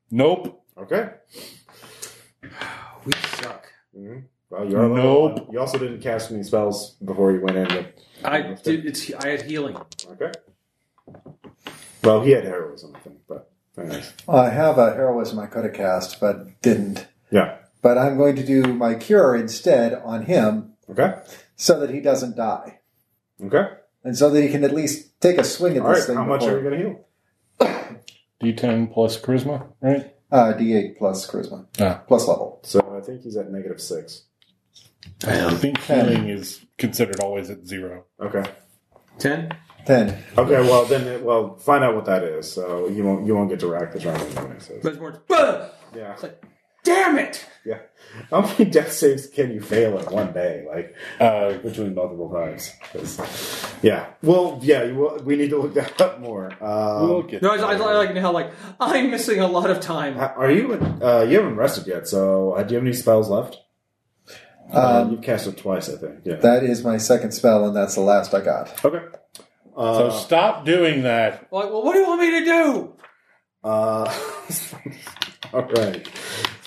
B: Nope.
A: Okay.
D: Oh, We suck.
A: Mm-hmm. Well, you are
B: Nope.
A: level one. You also didn't cast any spells before you went in. But,
D: I did. It's I had healing.
A: okay. Well, he had heroism, I think, but anyways.
C: Well, I have a heroism I could have cast, but didn't.
A: yeah.
C: But I'm going to do my cure instead on him
A: Okay.
C: so that he doesn't die.
A: Okay.
C: And so that he can at least take a swing at
A: All right.
C: this thing.
A: How much
C: before-
A: are you going to heal?
B: D10 plus charisma, right?
C: Uh, D8 plus charisma.
B: Ah.
C: Plus level.
A: So I think he's at negative six.
B: I think healing is considered always at zero.
A: Okay.
D: Ten.
C: Ten.
A: Okay, well then, it- well, find out what that is. So you won't you won't get to rack the charm anyway. So.
D: But it's more, "Bah!"
A: Yeah,
D: It's like, damn it!
A: yeah. How many death saves can you fail in one day? Like
B: Uh,
A: between multiple times. 'Cause- Yeah. Well, yeah. You will, we need to look that up more. Um,
B: we'll get
D: No, I, I
B: there.
D: like how like I'm missing a lot of time.
A: are you? Uh, you haven't rested yet, so uh, do you have any spells left? Uh,
C: Um,
A: you've cast it twice, I think. Yeah.
C: that is my second spell, and that's the last I got.
A: okay.
B: so
A: Uh,
B: stop doing that.
D: Like, well, what do you want me to do?
A: uh, all right.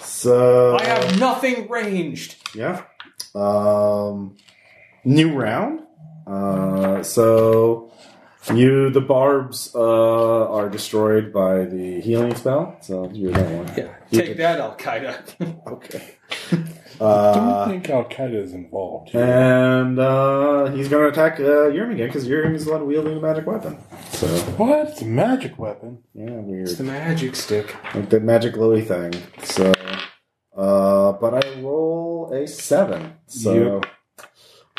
A: So
D: I have nothing ranged.
A: Yeah. Um, new round. Uh, so you the barbs uh, are destroyed by the healing spell. So you're that one.
D: Yeah,
A: You
D: take that, Al Qaeda.
A: Okay.
B: I
A: Uh,
B: Don't think Al Qaeda is involved. here.
A: and uh, he's going to attack uh, Yurm again because Yurm is the one wielding the magic weapon. So
B: What? It's a magic weapon.
A: yeah, weird.
D: the magic stick.
A: like the magic lily thing. So, uh, but I roll a seven. So,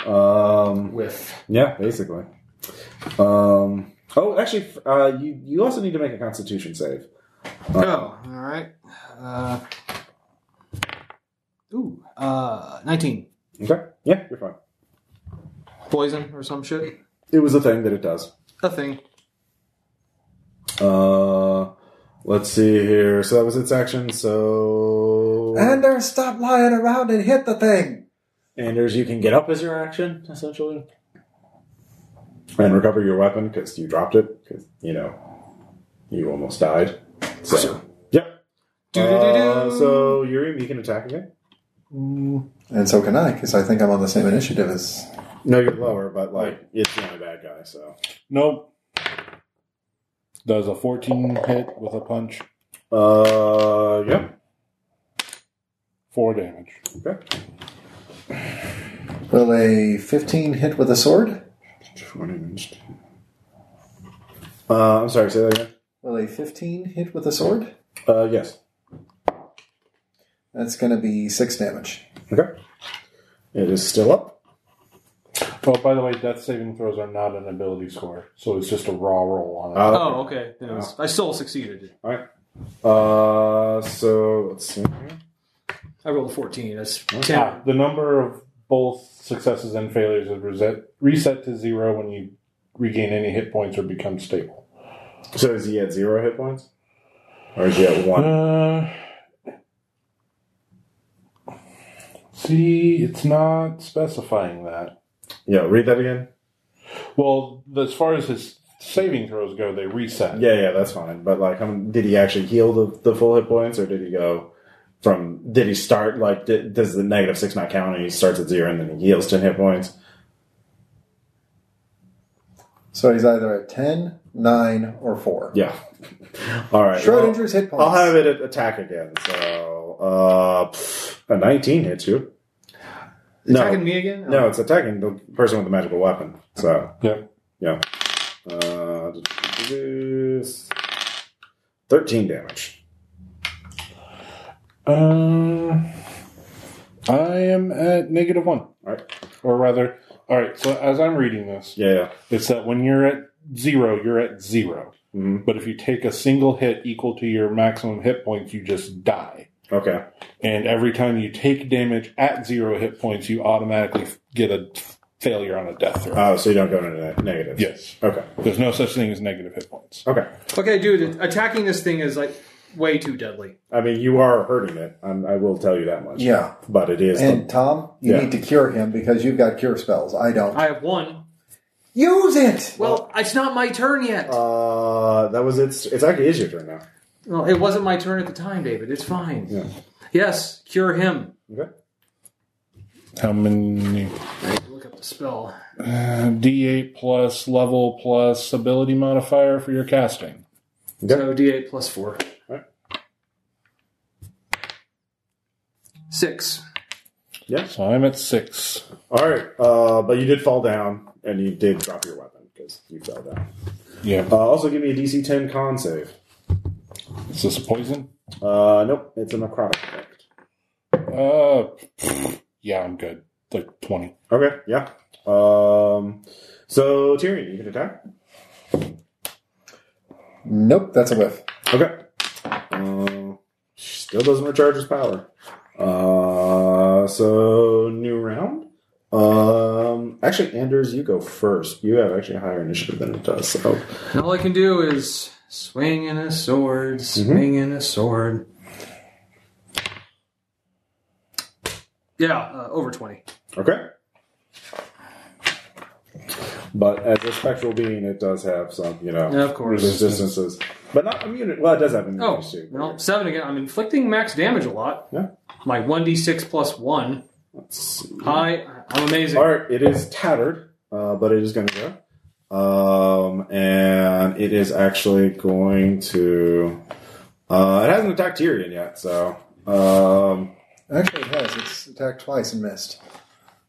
A: um,
D: With
A: yeah, basically. Um, oh, actually, f- uh, you you also need to make a Constitution save. Uh,
D: oh, all right. Uh, ooh, uh, nineteen
A: Okay, yeah, you're fine.
D: poison or some shit.
A: It was a thing that it does.
D: A thing.
A: Uh, let's see here. So that was its action. So
C: Anders, stop lying around and hit the thing.
A: Anders, you can get up as your action essentially, and recover your weapon because you dropped it because you know you almost died. So yep. Uh,
D: Do-do-do-do.
A: so Yuri, you can attack again.
C: And so can I, because I think I'm on the same initiative as.
A: No, you're lower, but like it's not a bad guy. So
B: Nope. Does a 14 hit with a punch?
A: uh, yeah.
B: Four damage.
A: Okay.
C: Will a 15 hit with a sword?
A: Uh, I'm sorry. Say that again.
C: Will a 15 hit with a sword?
A: Uh, yes.
C: That's going to be six damage.
A: Okay. It is still up.
B: Oh, by the way, death saving throws are not an ability score, so it's just a raw roll on it.
A: Uh,
D: Oh, okay. Then it was- I still succeeded.
A: All right. Uh, so let's see.
D: I rolled a fourteen. That's
B: Ah,
D: ten.
B: the number of both successes and failures is reset, reset to zero when you regain any hit points or become stable.
A: So is he at zero hit points, or is he at one?
B: Uh, see, it's not specifying that.
A: Yeah, read that again.
B: Well, as far as his saving throws go, they reset.
A: Yeah, yeah, that's fine. But like, how many, did he actually heal the, the full hit points, or did he go from? Did he start like? Did, does the negative six not count? And he starts at zero, and then he heals ten hit points.
C: So he's either at 10, 9, or 4.
A: Yeah. All right. well,
C: Schrodinger's hit points.
A: I'll have it at attack again. So uh, pff, a nineteen hits you. No,
D: Attacking me again?
A: no, it's attacking the person with the magical weapon. So
B: Yeah.
A: yeah, uh, thirteen damage.
B: Uh, I am at negative one.
A: All right.
B: Or rather, all right, so as I'm reading this,
A: Yeah, yeah.
B: It's that when you're at zero, you're at 0
A: Mhm.
B: But if you take a single hit equal to your maximum hit points, you just die.
A: Okay.
B: And every time you take damage at zero hit points, you automatically f- get a failure on a death throw.
A: Oh, so you don't go into that negative.
B: yes.
A: Okay.
B: There's no such thing as negative hit points.
A: Okay.
D: Okay, dude. Attacking this thing is like way too deadly.
A: I mean, you are hurting it. I'm, I will tell you that much.
C: Yeah.
A: But it is.
C: And Tom, you
A: Yeah.
C: need to cure him because you've got cure spells. I don't.
D: I have one.
C: Use it!
D: Well, it's not my turn yet.
A: uh, that was its. It's actually is your turn now.
D: Well, it wasn't my turn at the time, David. It's fine.
A: Yeah.
D: Yes, cure him.
A: Okay.
B: How many?
D: Look up the spell.
B: Uh, D8 plus level plus ability modifier for your casting.
A: Yeah.
D: So D8 plus four.
A: Right.
D: Six.
B: So I'm at six.
A: All right. Uh, but you did fall down, and you did drop your weapon because you fell down.
B: Yeah.
A: Uh, also, give me a DC 10 con save.
B: Is this poison?
A: Uh, nope. It's a necrotic effect.
B: Uh, yeah, I'm good. Like 20.
A: Okay. Yeah. Um. So Tyrion, you can attack.
I: Nope, that's a whiff.
A: Okay. Uh, still doesn't recharge his power. Uh, so new round. Um, actually, Anders, you go first. You have actually a higher initiative than it does. So
D: And all I can do is swing in a sword,
A: Mm-hmm.
D: swing in a sword. Yeah, uh, over 20.
A: okay. But as a spectral being, it does have some, you know,
D: Yeah, of course.
A: resistances, but not immunity. Well, it does have
D: Oh,
A: immunity too.
D: well, 7 again. I'm inflicting max damage a lot.
A: Yeah.
D: My 1d6 plus 1. I, I'm amazing.
A: All right, it is tattered, uh, but it is going to go. Um, and it is actually going to. Uh, it hasn't attacked Tyrion yet, so. Um,
C: Actually, it has. It's attacked twice and missed.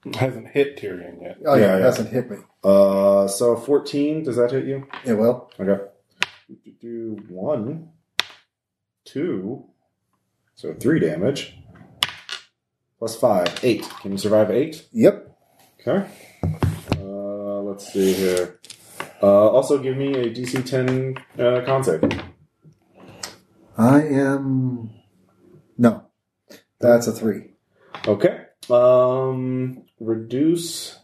B: Hasn't hit Tyrion yet.
C: Oh, yeah,
A: Yeah,
C: it
A: yeah.
C: hasn't hit me.
A: uh, so 14, does that hit you?
C: It will.
A: Okay. Do one, two, so three damage. Plus five, eight. Can you survive eight?
C: Yep.
A: Okay. Uh, let's see here. Uh, also, give me a DC 10 uh, con save.
C: I am. No. That's a three.
A: Okay. Um, reduce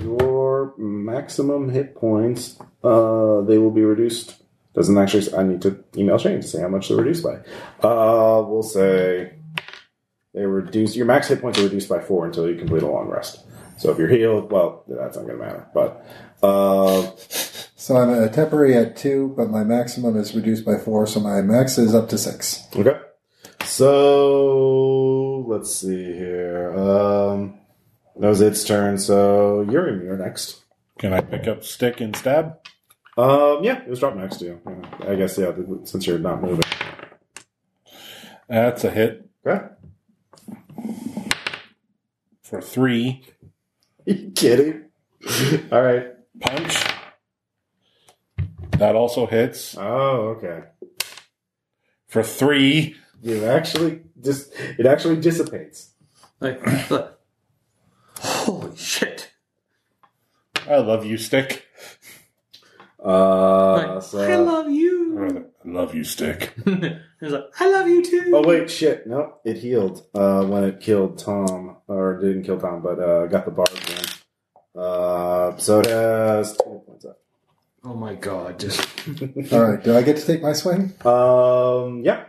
A: your maximum hit points. Uh, they will be reduced. Doesn't actually. I need to email Shane to say how much they're reduced by. Uh, we'll say they reduce your max hit points are reduced by four until you complete a long rest. So if you're healed, well, that's not going to matter. But uh,
C: So I'm a temporary at two, but my maximum is reduced by four, so my max is up to six.
A: Okay. So let's see here. Um, that was its turn. So Yuri, you're next.
B: Can I pick up stick and stab?
A: Um, yeah, it was dropped next to you. Yeah, I guess yeah, th- since you're not moving.
B: That's a hit
A: Okay.
B: for three.
A: You kidding? All right.
B: Punch. That also hits
A: Oh, okay.
B: for three.
A: You actually just it actually dissipates.
D: Like, holy shit.
B: I love you, stick.
A: Uh,
D: Like, I
A: so.
D: love you.
B: I love you, stick.
D: He's like, I love you too.
A: Oh wait, shit! No, it healed uh, when it killed Tom, or didn't kill Tom, but uh, got the bard again. Uh, so it has two hit points up.
D: Oh my god, just
C: All right. Do I get to take my swing?
A: Um, yeah.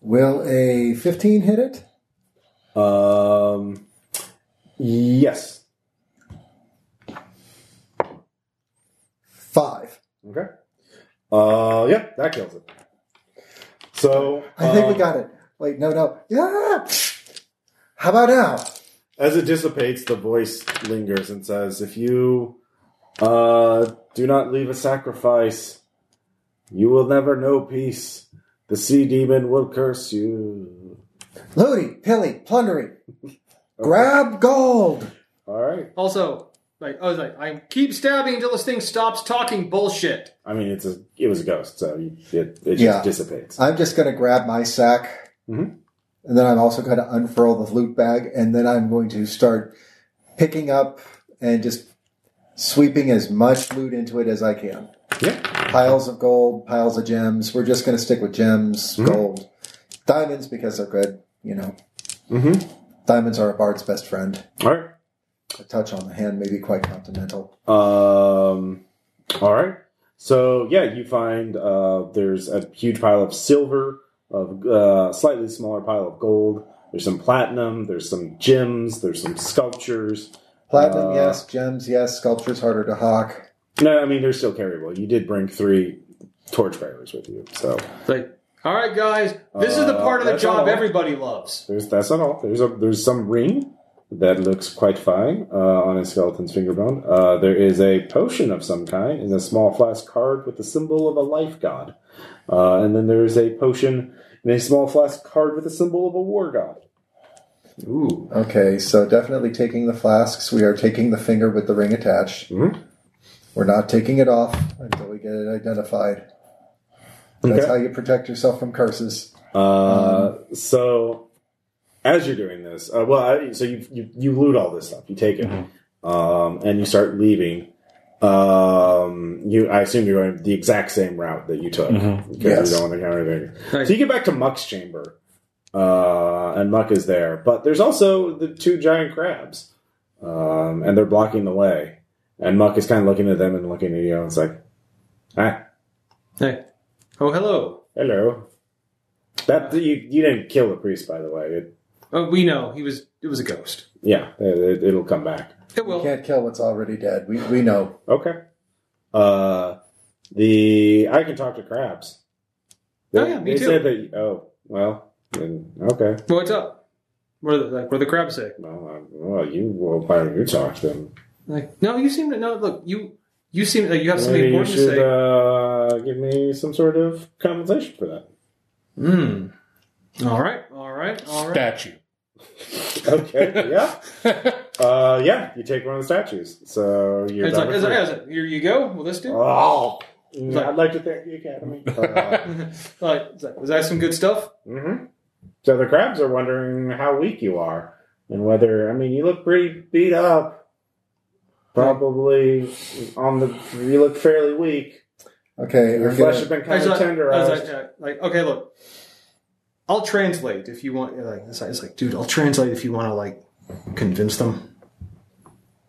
C: Will a 15 hit it?
A: Um, yes.
C: Five.
A: Okay. Uh, yeah, that kills it. So
C: I think we
A: um,
C: got it. Wait, no, no. Yeah. How about now?
A: As it dissipates, the voice lingers and says, "If you uh, do not leave a sacrifice, you will never know peace. The sea demon will curse you."
C: Looting, pilling, plundering. Grab gold.
A: All right.
D: also like I was like, I keep stabbing until this thing stops talking bullshit.
A: I mean, it's a it was a ghost, so you, it it just
C: Yeah.
A: dissipates.
C: I'm just going to grab my sack.
A: Mhm.
C: And then I'm also going to unfurl the loot bag. And then I'm going to start picking up and just sweeping as much loot into it as I can.
A: Yeah.
C: Piles of gold, piles of gems. We're just going to stick with gems,
A: Hmm?
C: gold, diamonds because they're good, you know.
A: Mhm.
C: Diamonds are a bard's best friend.
A: All right.
C: A touch on the hand may be quite continental.
A: Um, all right. So yeah, you find uh, there's a huge pile of silver, of uh, slightly smaller pile of gold. There's some platinum. There's some gems. There's some sculptures.
C: Platinum,
A: Uh,
C: yes. Gems, yes. Sculptures harder to hawk.
A: No, I mean they're still carryable. You did bring three torchbearers with you, so
D: It's like, all right guys, this is the
A: Uh,
D: part of the
A: that's
D: job
A: all.
D: everybody loves.
A: there's that's not all. There's a there's some ring that looks quite fine uh, on a skeleton's finger bone. Uh, there is a potion of some kind in a small flask card with the symbol of a life god, uh, and then there is a potion in a small flask card with the symbol of a war god.
D: Ooh.
C: Okay, so definitely taking the flasks. We are taking the finger with the ring attached.
A: Mhm.
C: We're not taking it off until we get it identified. That's
A: Okay.
C: how you protect yourself from curses.
A: Uh, so as you're doing this, uh, well, I, so you, you you loot all this stuff, you take it, um, and you start leaving, Um, you, I assume you're going the exact same route that you took because
C: Yes.
A: you don't want to count anything.
D: Right.
A: So you get back to Muck's chamber, uh, and Muck is there, but there's also the two giant crabs, um, and they're blocking the way. And Muck is kind of looking at them and looking at you, and it's like, ah,
D: Hey. Oh, hello.
A: hello. That you you didn't kill the priest, by the way. It,
D: Oh, we know he was. It was a ghost.
A: yeah, it, it'll come back.
D: It
C: We
D: will.
C: can't kill what's already dead. We, we know.
A: Okay. Uh, the I can talk to crabs. They,
D: Oh, yeah, me
A: they
D: too.
A: said that. Oh, well, then, okay.
D: Well, what's up? What are the, like, what do the crabs say?
A: Well, I, well, you well, why don't you talk to them?
D: Like, no, you seem to know. Look, you you seem like you have something
A: Maybe you
D: important to
A: should
D: say.
A: uh, give me some sort of compensation for that.
D: Hmm. All right. All right. All right.
B: Statue.
A: Okay. yeah. Uh, yeah. You take one of the statues. So you're.
D: It's like,
A: number
D: it's like,
A: three.
D: it's like, here you go. Will this do?
A: Oh,
D: like-
A: I'd like to thank the academy. Uh,
D: Like, it's like, was that some good stuff?
A: hmm So the crabs are wondering how weak you are and whether, I mean, you look pretty beat up. Probably on the, you look fairly weak.
C: Okay,
A: Your flesh
C: I'm gonna,
A: has been
D: I
A: kind
D: was
A: of
D: like, I was like,
A: tenderized.
D: uh, like, okay, look, I'll translate if you want. Like, it's like, it's like, dude, I'll translate if you want to like convince them.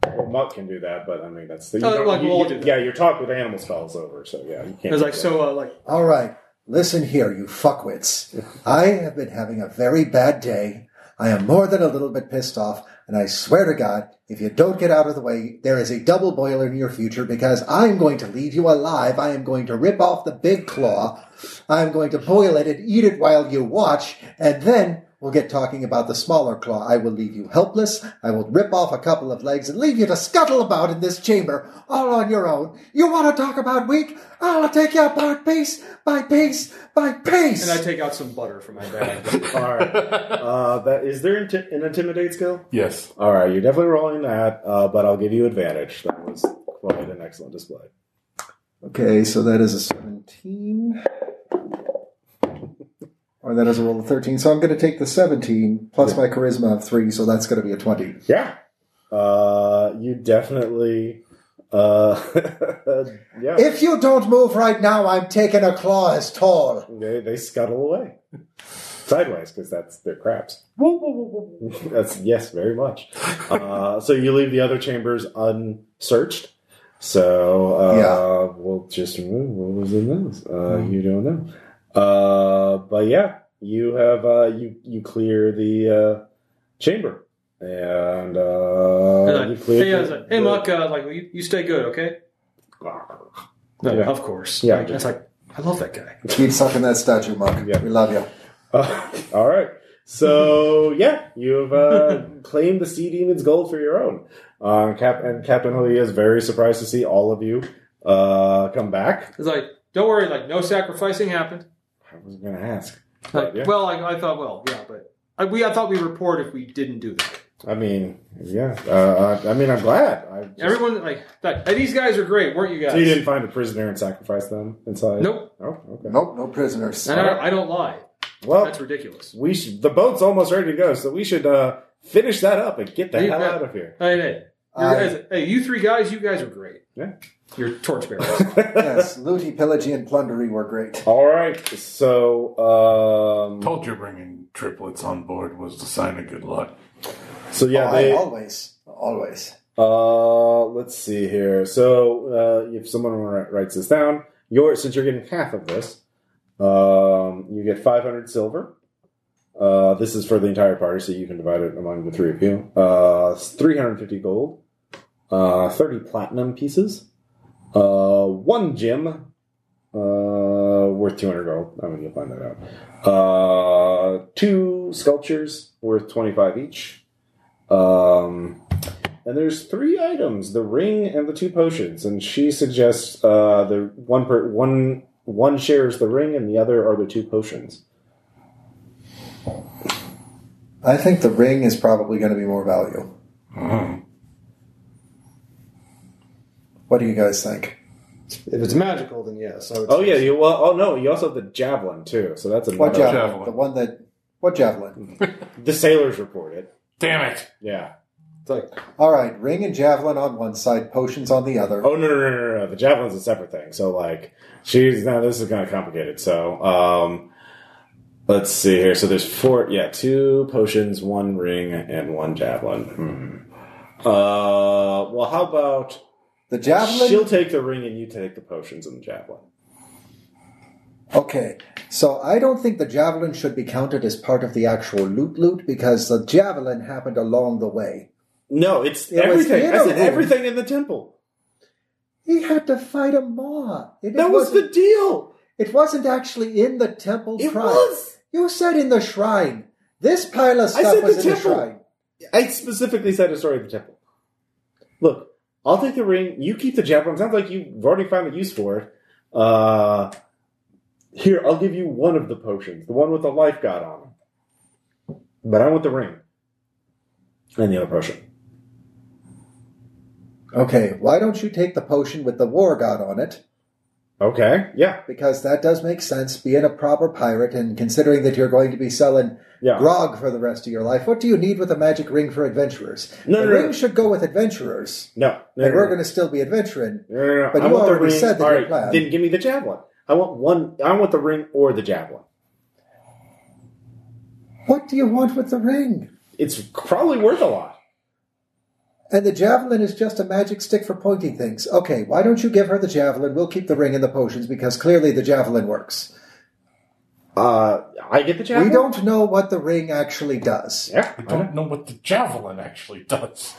A: Well, Muck can do that, but I mean, that's the. You
D: Oh,
A: don't-
D: like,
A: you-
D: we'll
A: you-
D: do that.
A: yeah, your talk with animal spells over, so yeah, you
D: I
A: can't.
D: was
A: do
D: like,
A: that.
D: so, uh, like,
C: all right, listen here, you fuckwits. I have been having a very bad day. I am more than a little bit pissed off, and I swear to God, if you don't get out of the way, there is a double boiler in your future because I am going to leave you alive. I am going to rip off the big claw. I am going to boil it and eat it while you watch, and then we'll get talking about the smaller claw. I will leave you helpless. I will rip off a couple of legs and leave you to scuttle about in this chamber all on your own. You want to talk about weak? I'll take you apart piece by piece by piece.
D: and I take out some butter from my bag.
A: All right. Uh, that, is there inti- an intimidate skill?
B: Yes.
A: All right, you're definitely rolling that, uh, but I'll give you advantage. That was quite an excellent display.
C: Okay, so that is a 17. Or that is a roll of 13. So I'm going to take the 17 plus my charisma of 3, so that's going to be a 20.
A: Yeah. Uh, you definitely. Uh, yeah.
C: If you don't move right now, I'm taking a claw as tall.
A: They, they scuttle away sideways because that's their crabs. that's yes, very much. Uh, so you leave the other chambers unsearched. So uh,
C: Yeah.
A: we'll just remove what was in those. Uh, You don't know, uh, but yeah, you have uh, you you clear the uh, chamber and uh, you
D: And I- hey, I was
A: the-
D: like, hey, Muck, uh, like, you, you stay good, okay? Like,
A: Yeah.
D: Of course.
A: Yeah.
D: Like, it's like, I love that guy.
C: Keep sucking that statue, Mark.
A: Yeah.
C: We love you.
A: Uh, all right. So yeah, you've uh, claimed the sea demon's gold for your own. Uh, Cap- and Captain Julia is very surprised to see all of you uh, come back.
D: It's like, don't worry, like, no sacrificing happened.
A: I was going to ask.
D: Like,
A: But, yeah.
D: Well, I, I thought, well, yeah, but I, we, I thought we report if we didn't do that.
A: I mean, yeah. Uh, I, I mean, I'm glad. I just-
D: Everyone, like, like, hey, these guys are great, weren't you guys?
A: so you didn't find a prisoner and sacrifice them inside.
D: Nope.
A: Oh, okay.
C: Nope, no prisoners.
D: And I, don't- I don't lie.
A: Well,
D: That's ridiculous.
A: we should, the boat's almost ready to go, so we should uh, finish that up and get the
D: Leave
A: hell
D: that-
A: out of here.
D: Hey, hey, you
C: I-
D: guys- hey, you three guys, you guys are great.
A: Yeah.
D: You're torchbearers.
C: yes, looty, pillagey, and plundery were great.
A: All right. So. Um,
B: Told you bringing triplets on board was the sign of good luck.
A: so yeah,
C: Oh,
A: they.
C: I always, always.
A: Uh, let's see here. So, uh, if someone wri- writes this down, your since you're getting half of this, um, you get 500 silver. Uh, this is for the entire party, so you can divide it among the three of you. Uh, 350 gold, uh, 30 platinum pieces, uh, one gem, uh, worth 200 gold. I mean, you'll find that out. Uh, two sculptures worth 25 each. Um, and there's three items: the ring and the two potions. And she suggests uh, the one per one one shares the ring, and the other are the two potions.
C: I think the ring is probably going to be more value.
A: Mm-hmm.
C: What do you guys think?
D: if it's magical, then yes. I would
A: Oh
D: say
A: yeah,
D: so.
A: you well. Oh no, you also have the javelin too. So that's
C: What
A: another.
C: javelin?
B: javelin.
C: The one that. What javelin?
A: The sailors report it.
B: Damn it!
A: Yeah, It's like,
C: All right, ring and javelin on one side, potions on the other.
A: oh no, no, no, no, no. The javelin's a separate thing. So like, she's now this is kind of complicated. So um, let's see here. So there's four. Yeah, two potions, one ring, and one javelin. Hmm. Uh, well, how about
C: The javelin.
A: she'll take the ring and you take the potions and the javelin.
C: Okay, so I don't think the javelin should be counted as part of the actual loot loot because the javelin happened along the way.
A: No, it's
C: It was
A: everything.
C: in
A: I
C: a
A: said
C: room.
A: everything in the temple.
C: He had to fight a maw. It,
A: That
C: it
A: was the
C: wasn't-
A: deal.
C: It wasn't actually in the temple.
A: It
C: shrine.
A: was.
C: You said in the shrine. This pile of stuff
A: said
C: was
A: the
C: in the
A: temple.
C: shrine.
A: I specifically said a story of the temple. Look, I'll take the ring. You keep the javelin. Sounds like you've already found a use for it. Uh, here, I'll give you one of the potions, the one with the life god on it. But I want the ring and the other potion.
C: Okay, why don't you take the potion with the war god on it?
A: Okay, yeah,
C: Because that does make sense, being a proper pirate and considering that you're going to be selling
A: yeah.
C: grog for the rest of your life, what do you need with a magic ring for adventurers?
A: No,
C: the
A: no, no.
C: ring should go with adventurers,
A: No, no,
C: and
A: no,
C: we're
A: no.
C: going to still be adventuring.
A: No, no, no.
C: But
A: I
C: you
A: want the
C: already
A: ring.
C: said that
A: All
C: your
A: right,
C: plan-
A: then give me the javelin. I want one. I want the ring or the javelin.
C: What do you want with the ring?
A: It's probably worth a lot.
C: And the javelin is just a magic stick for pointing things. Okay, why don't you give her the javelin? We'll keep the ring and the potions because clearly the javelin works.
A: Uh, I get the javelin.
C: We don't know what the ring actually does.
A: Yeah,
F: I
A: I know.
F: don't know what the javelin actually does.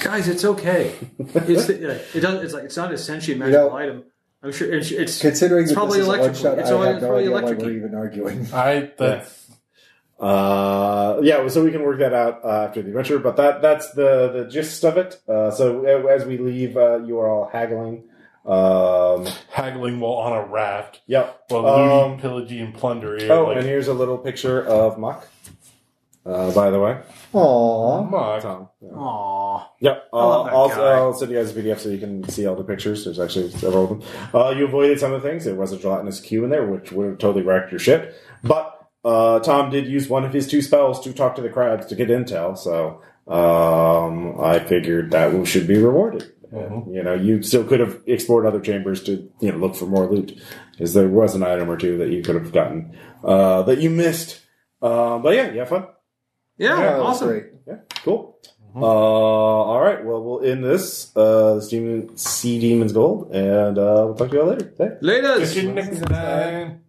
D: Guys, it's okay. It's it doesn't. It's like it's not essentially a magical
C: know-
D: item. I'm sure it's it's,
C: Considering
D: it's
C: that
D: probably
C: this is a one
D: electrical.
C: shot,
D: It's,
C: I
D: only-
C: have
D: it's
C: no
D: probably
C: idea why
D: electric.
C: we're even arguing.
F: I that's
A: Uh, yeah, so we can work that out uh, after the adventure, but that that's the the gist of it. Uh, so a- as we leave, uh, you are all haggling. Um,
F: haggling while on a raft
A: yep.
F: while
A: Um,
F: looting, pillaging, and plundering.
A: Oh,
F: like,
A: and here's a little picture of Mach. Uh, by the way,
C: Aww.
F: Muck.
A: Tom. Yeah.
D: Aw.
A: Yep. Uh,
D: love that
A: also,
D: guy.
A: I'll send you guys a PDF so you can see all the pictures. There's actually several of them. Uh, you avoided some of the things. There was a gelatinous cube in there, which would have totally wrecked your ship. But uh, Tom did use one of his two spells to talk to the crabs to get intel. So um, I figured that should be rewarded.
D: Mm-hmm.
A: And, you know, you still could have explored other chambers to you know look for more loot, because there was an item or two that you could have gotten uh, that you missed. Uh, but yeah, you have fun.
D: Yeah,
C: Yeah, that was
D: awesome.
C: great.
A: Yeah, cool. Uh, all right. Well, we'll end this. Uh, this demon, see demons gold, and uh, we'll talk to you all later. Thanks.
D: Laters.
F: Catch you next time.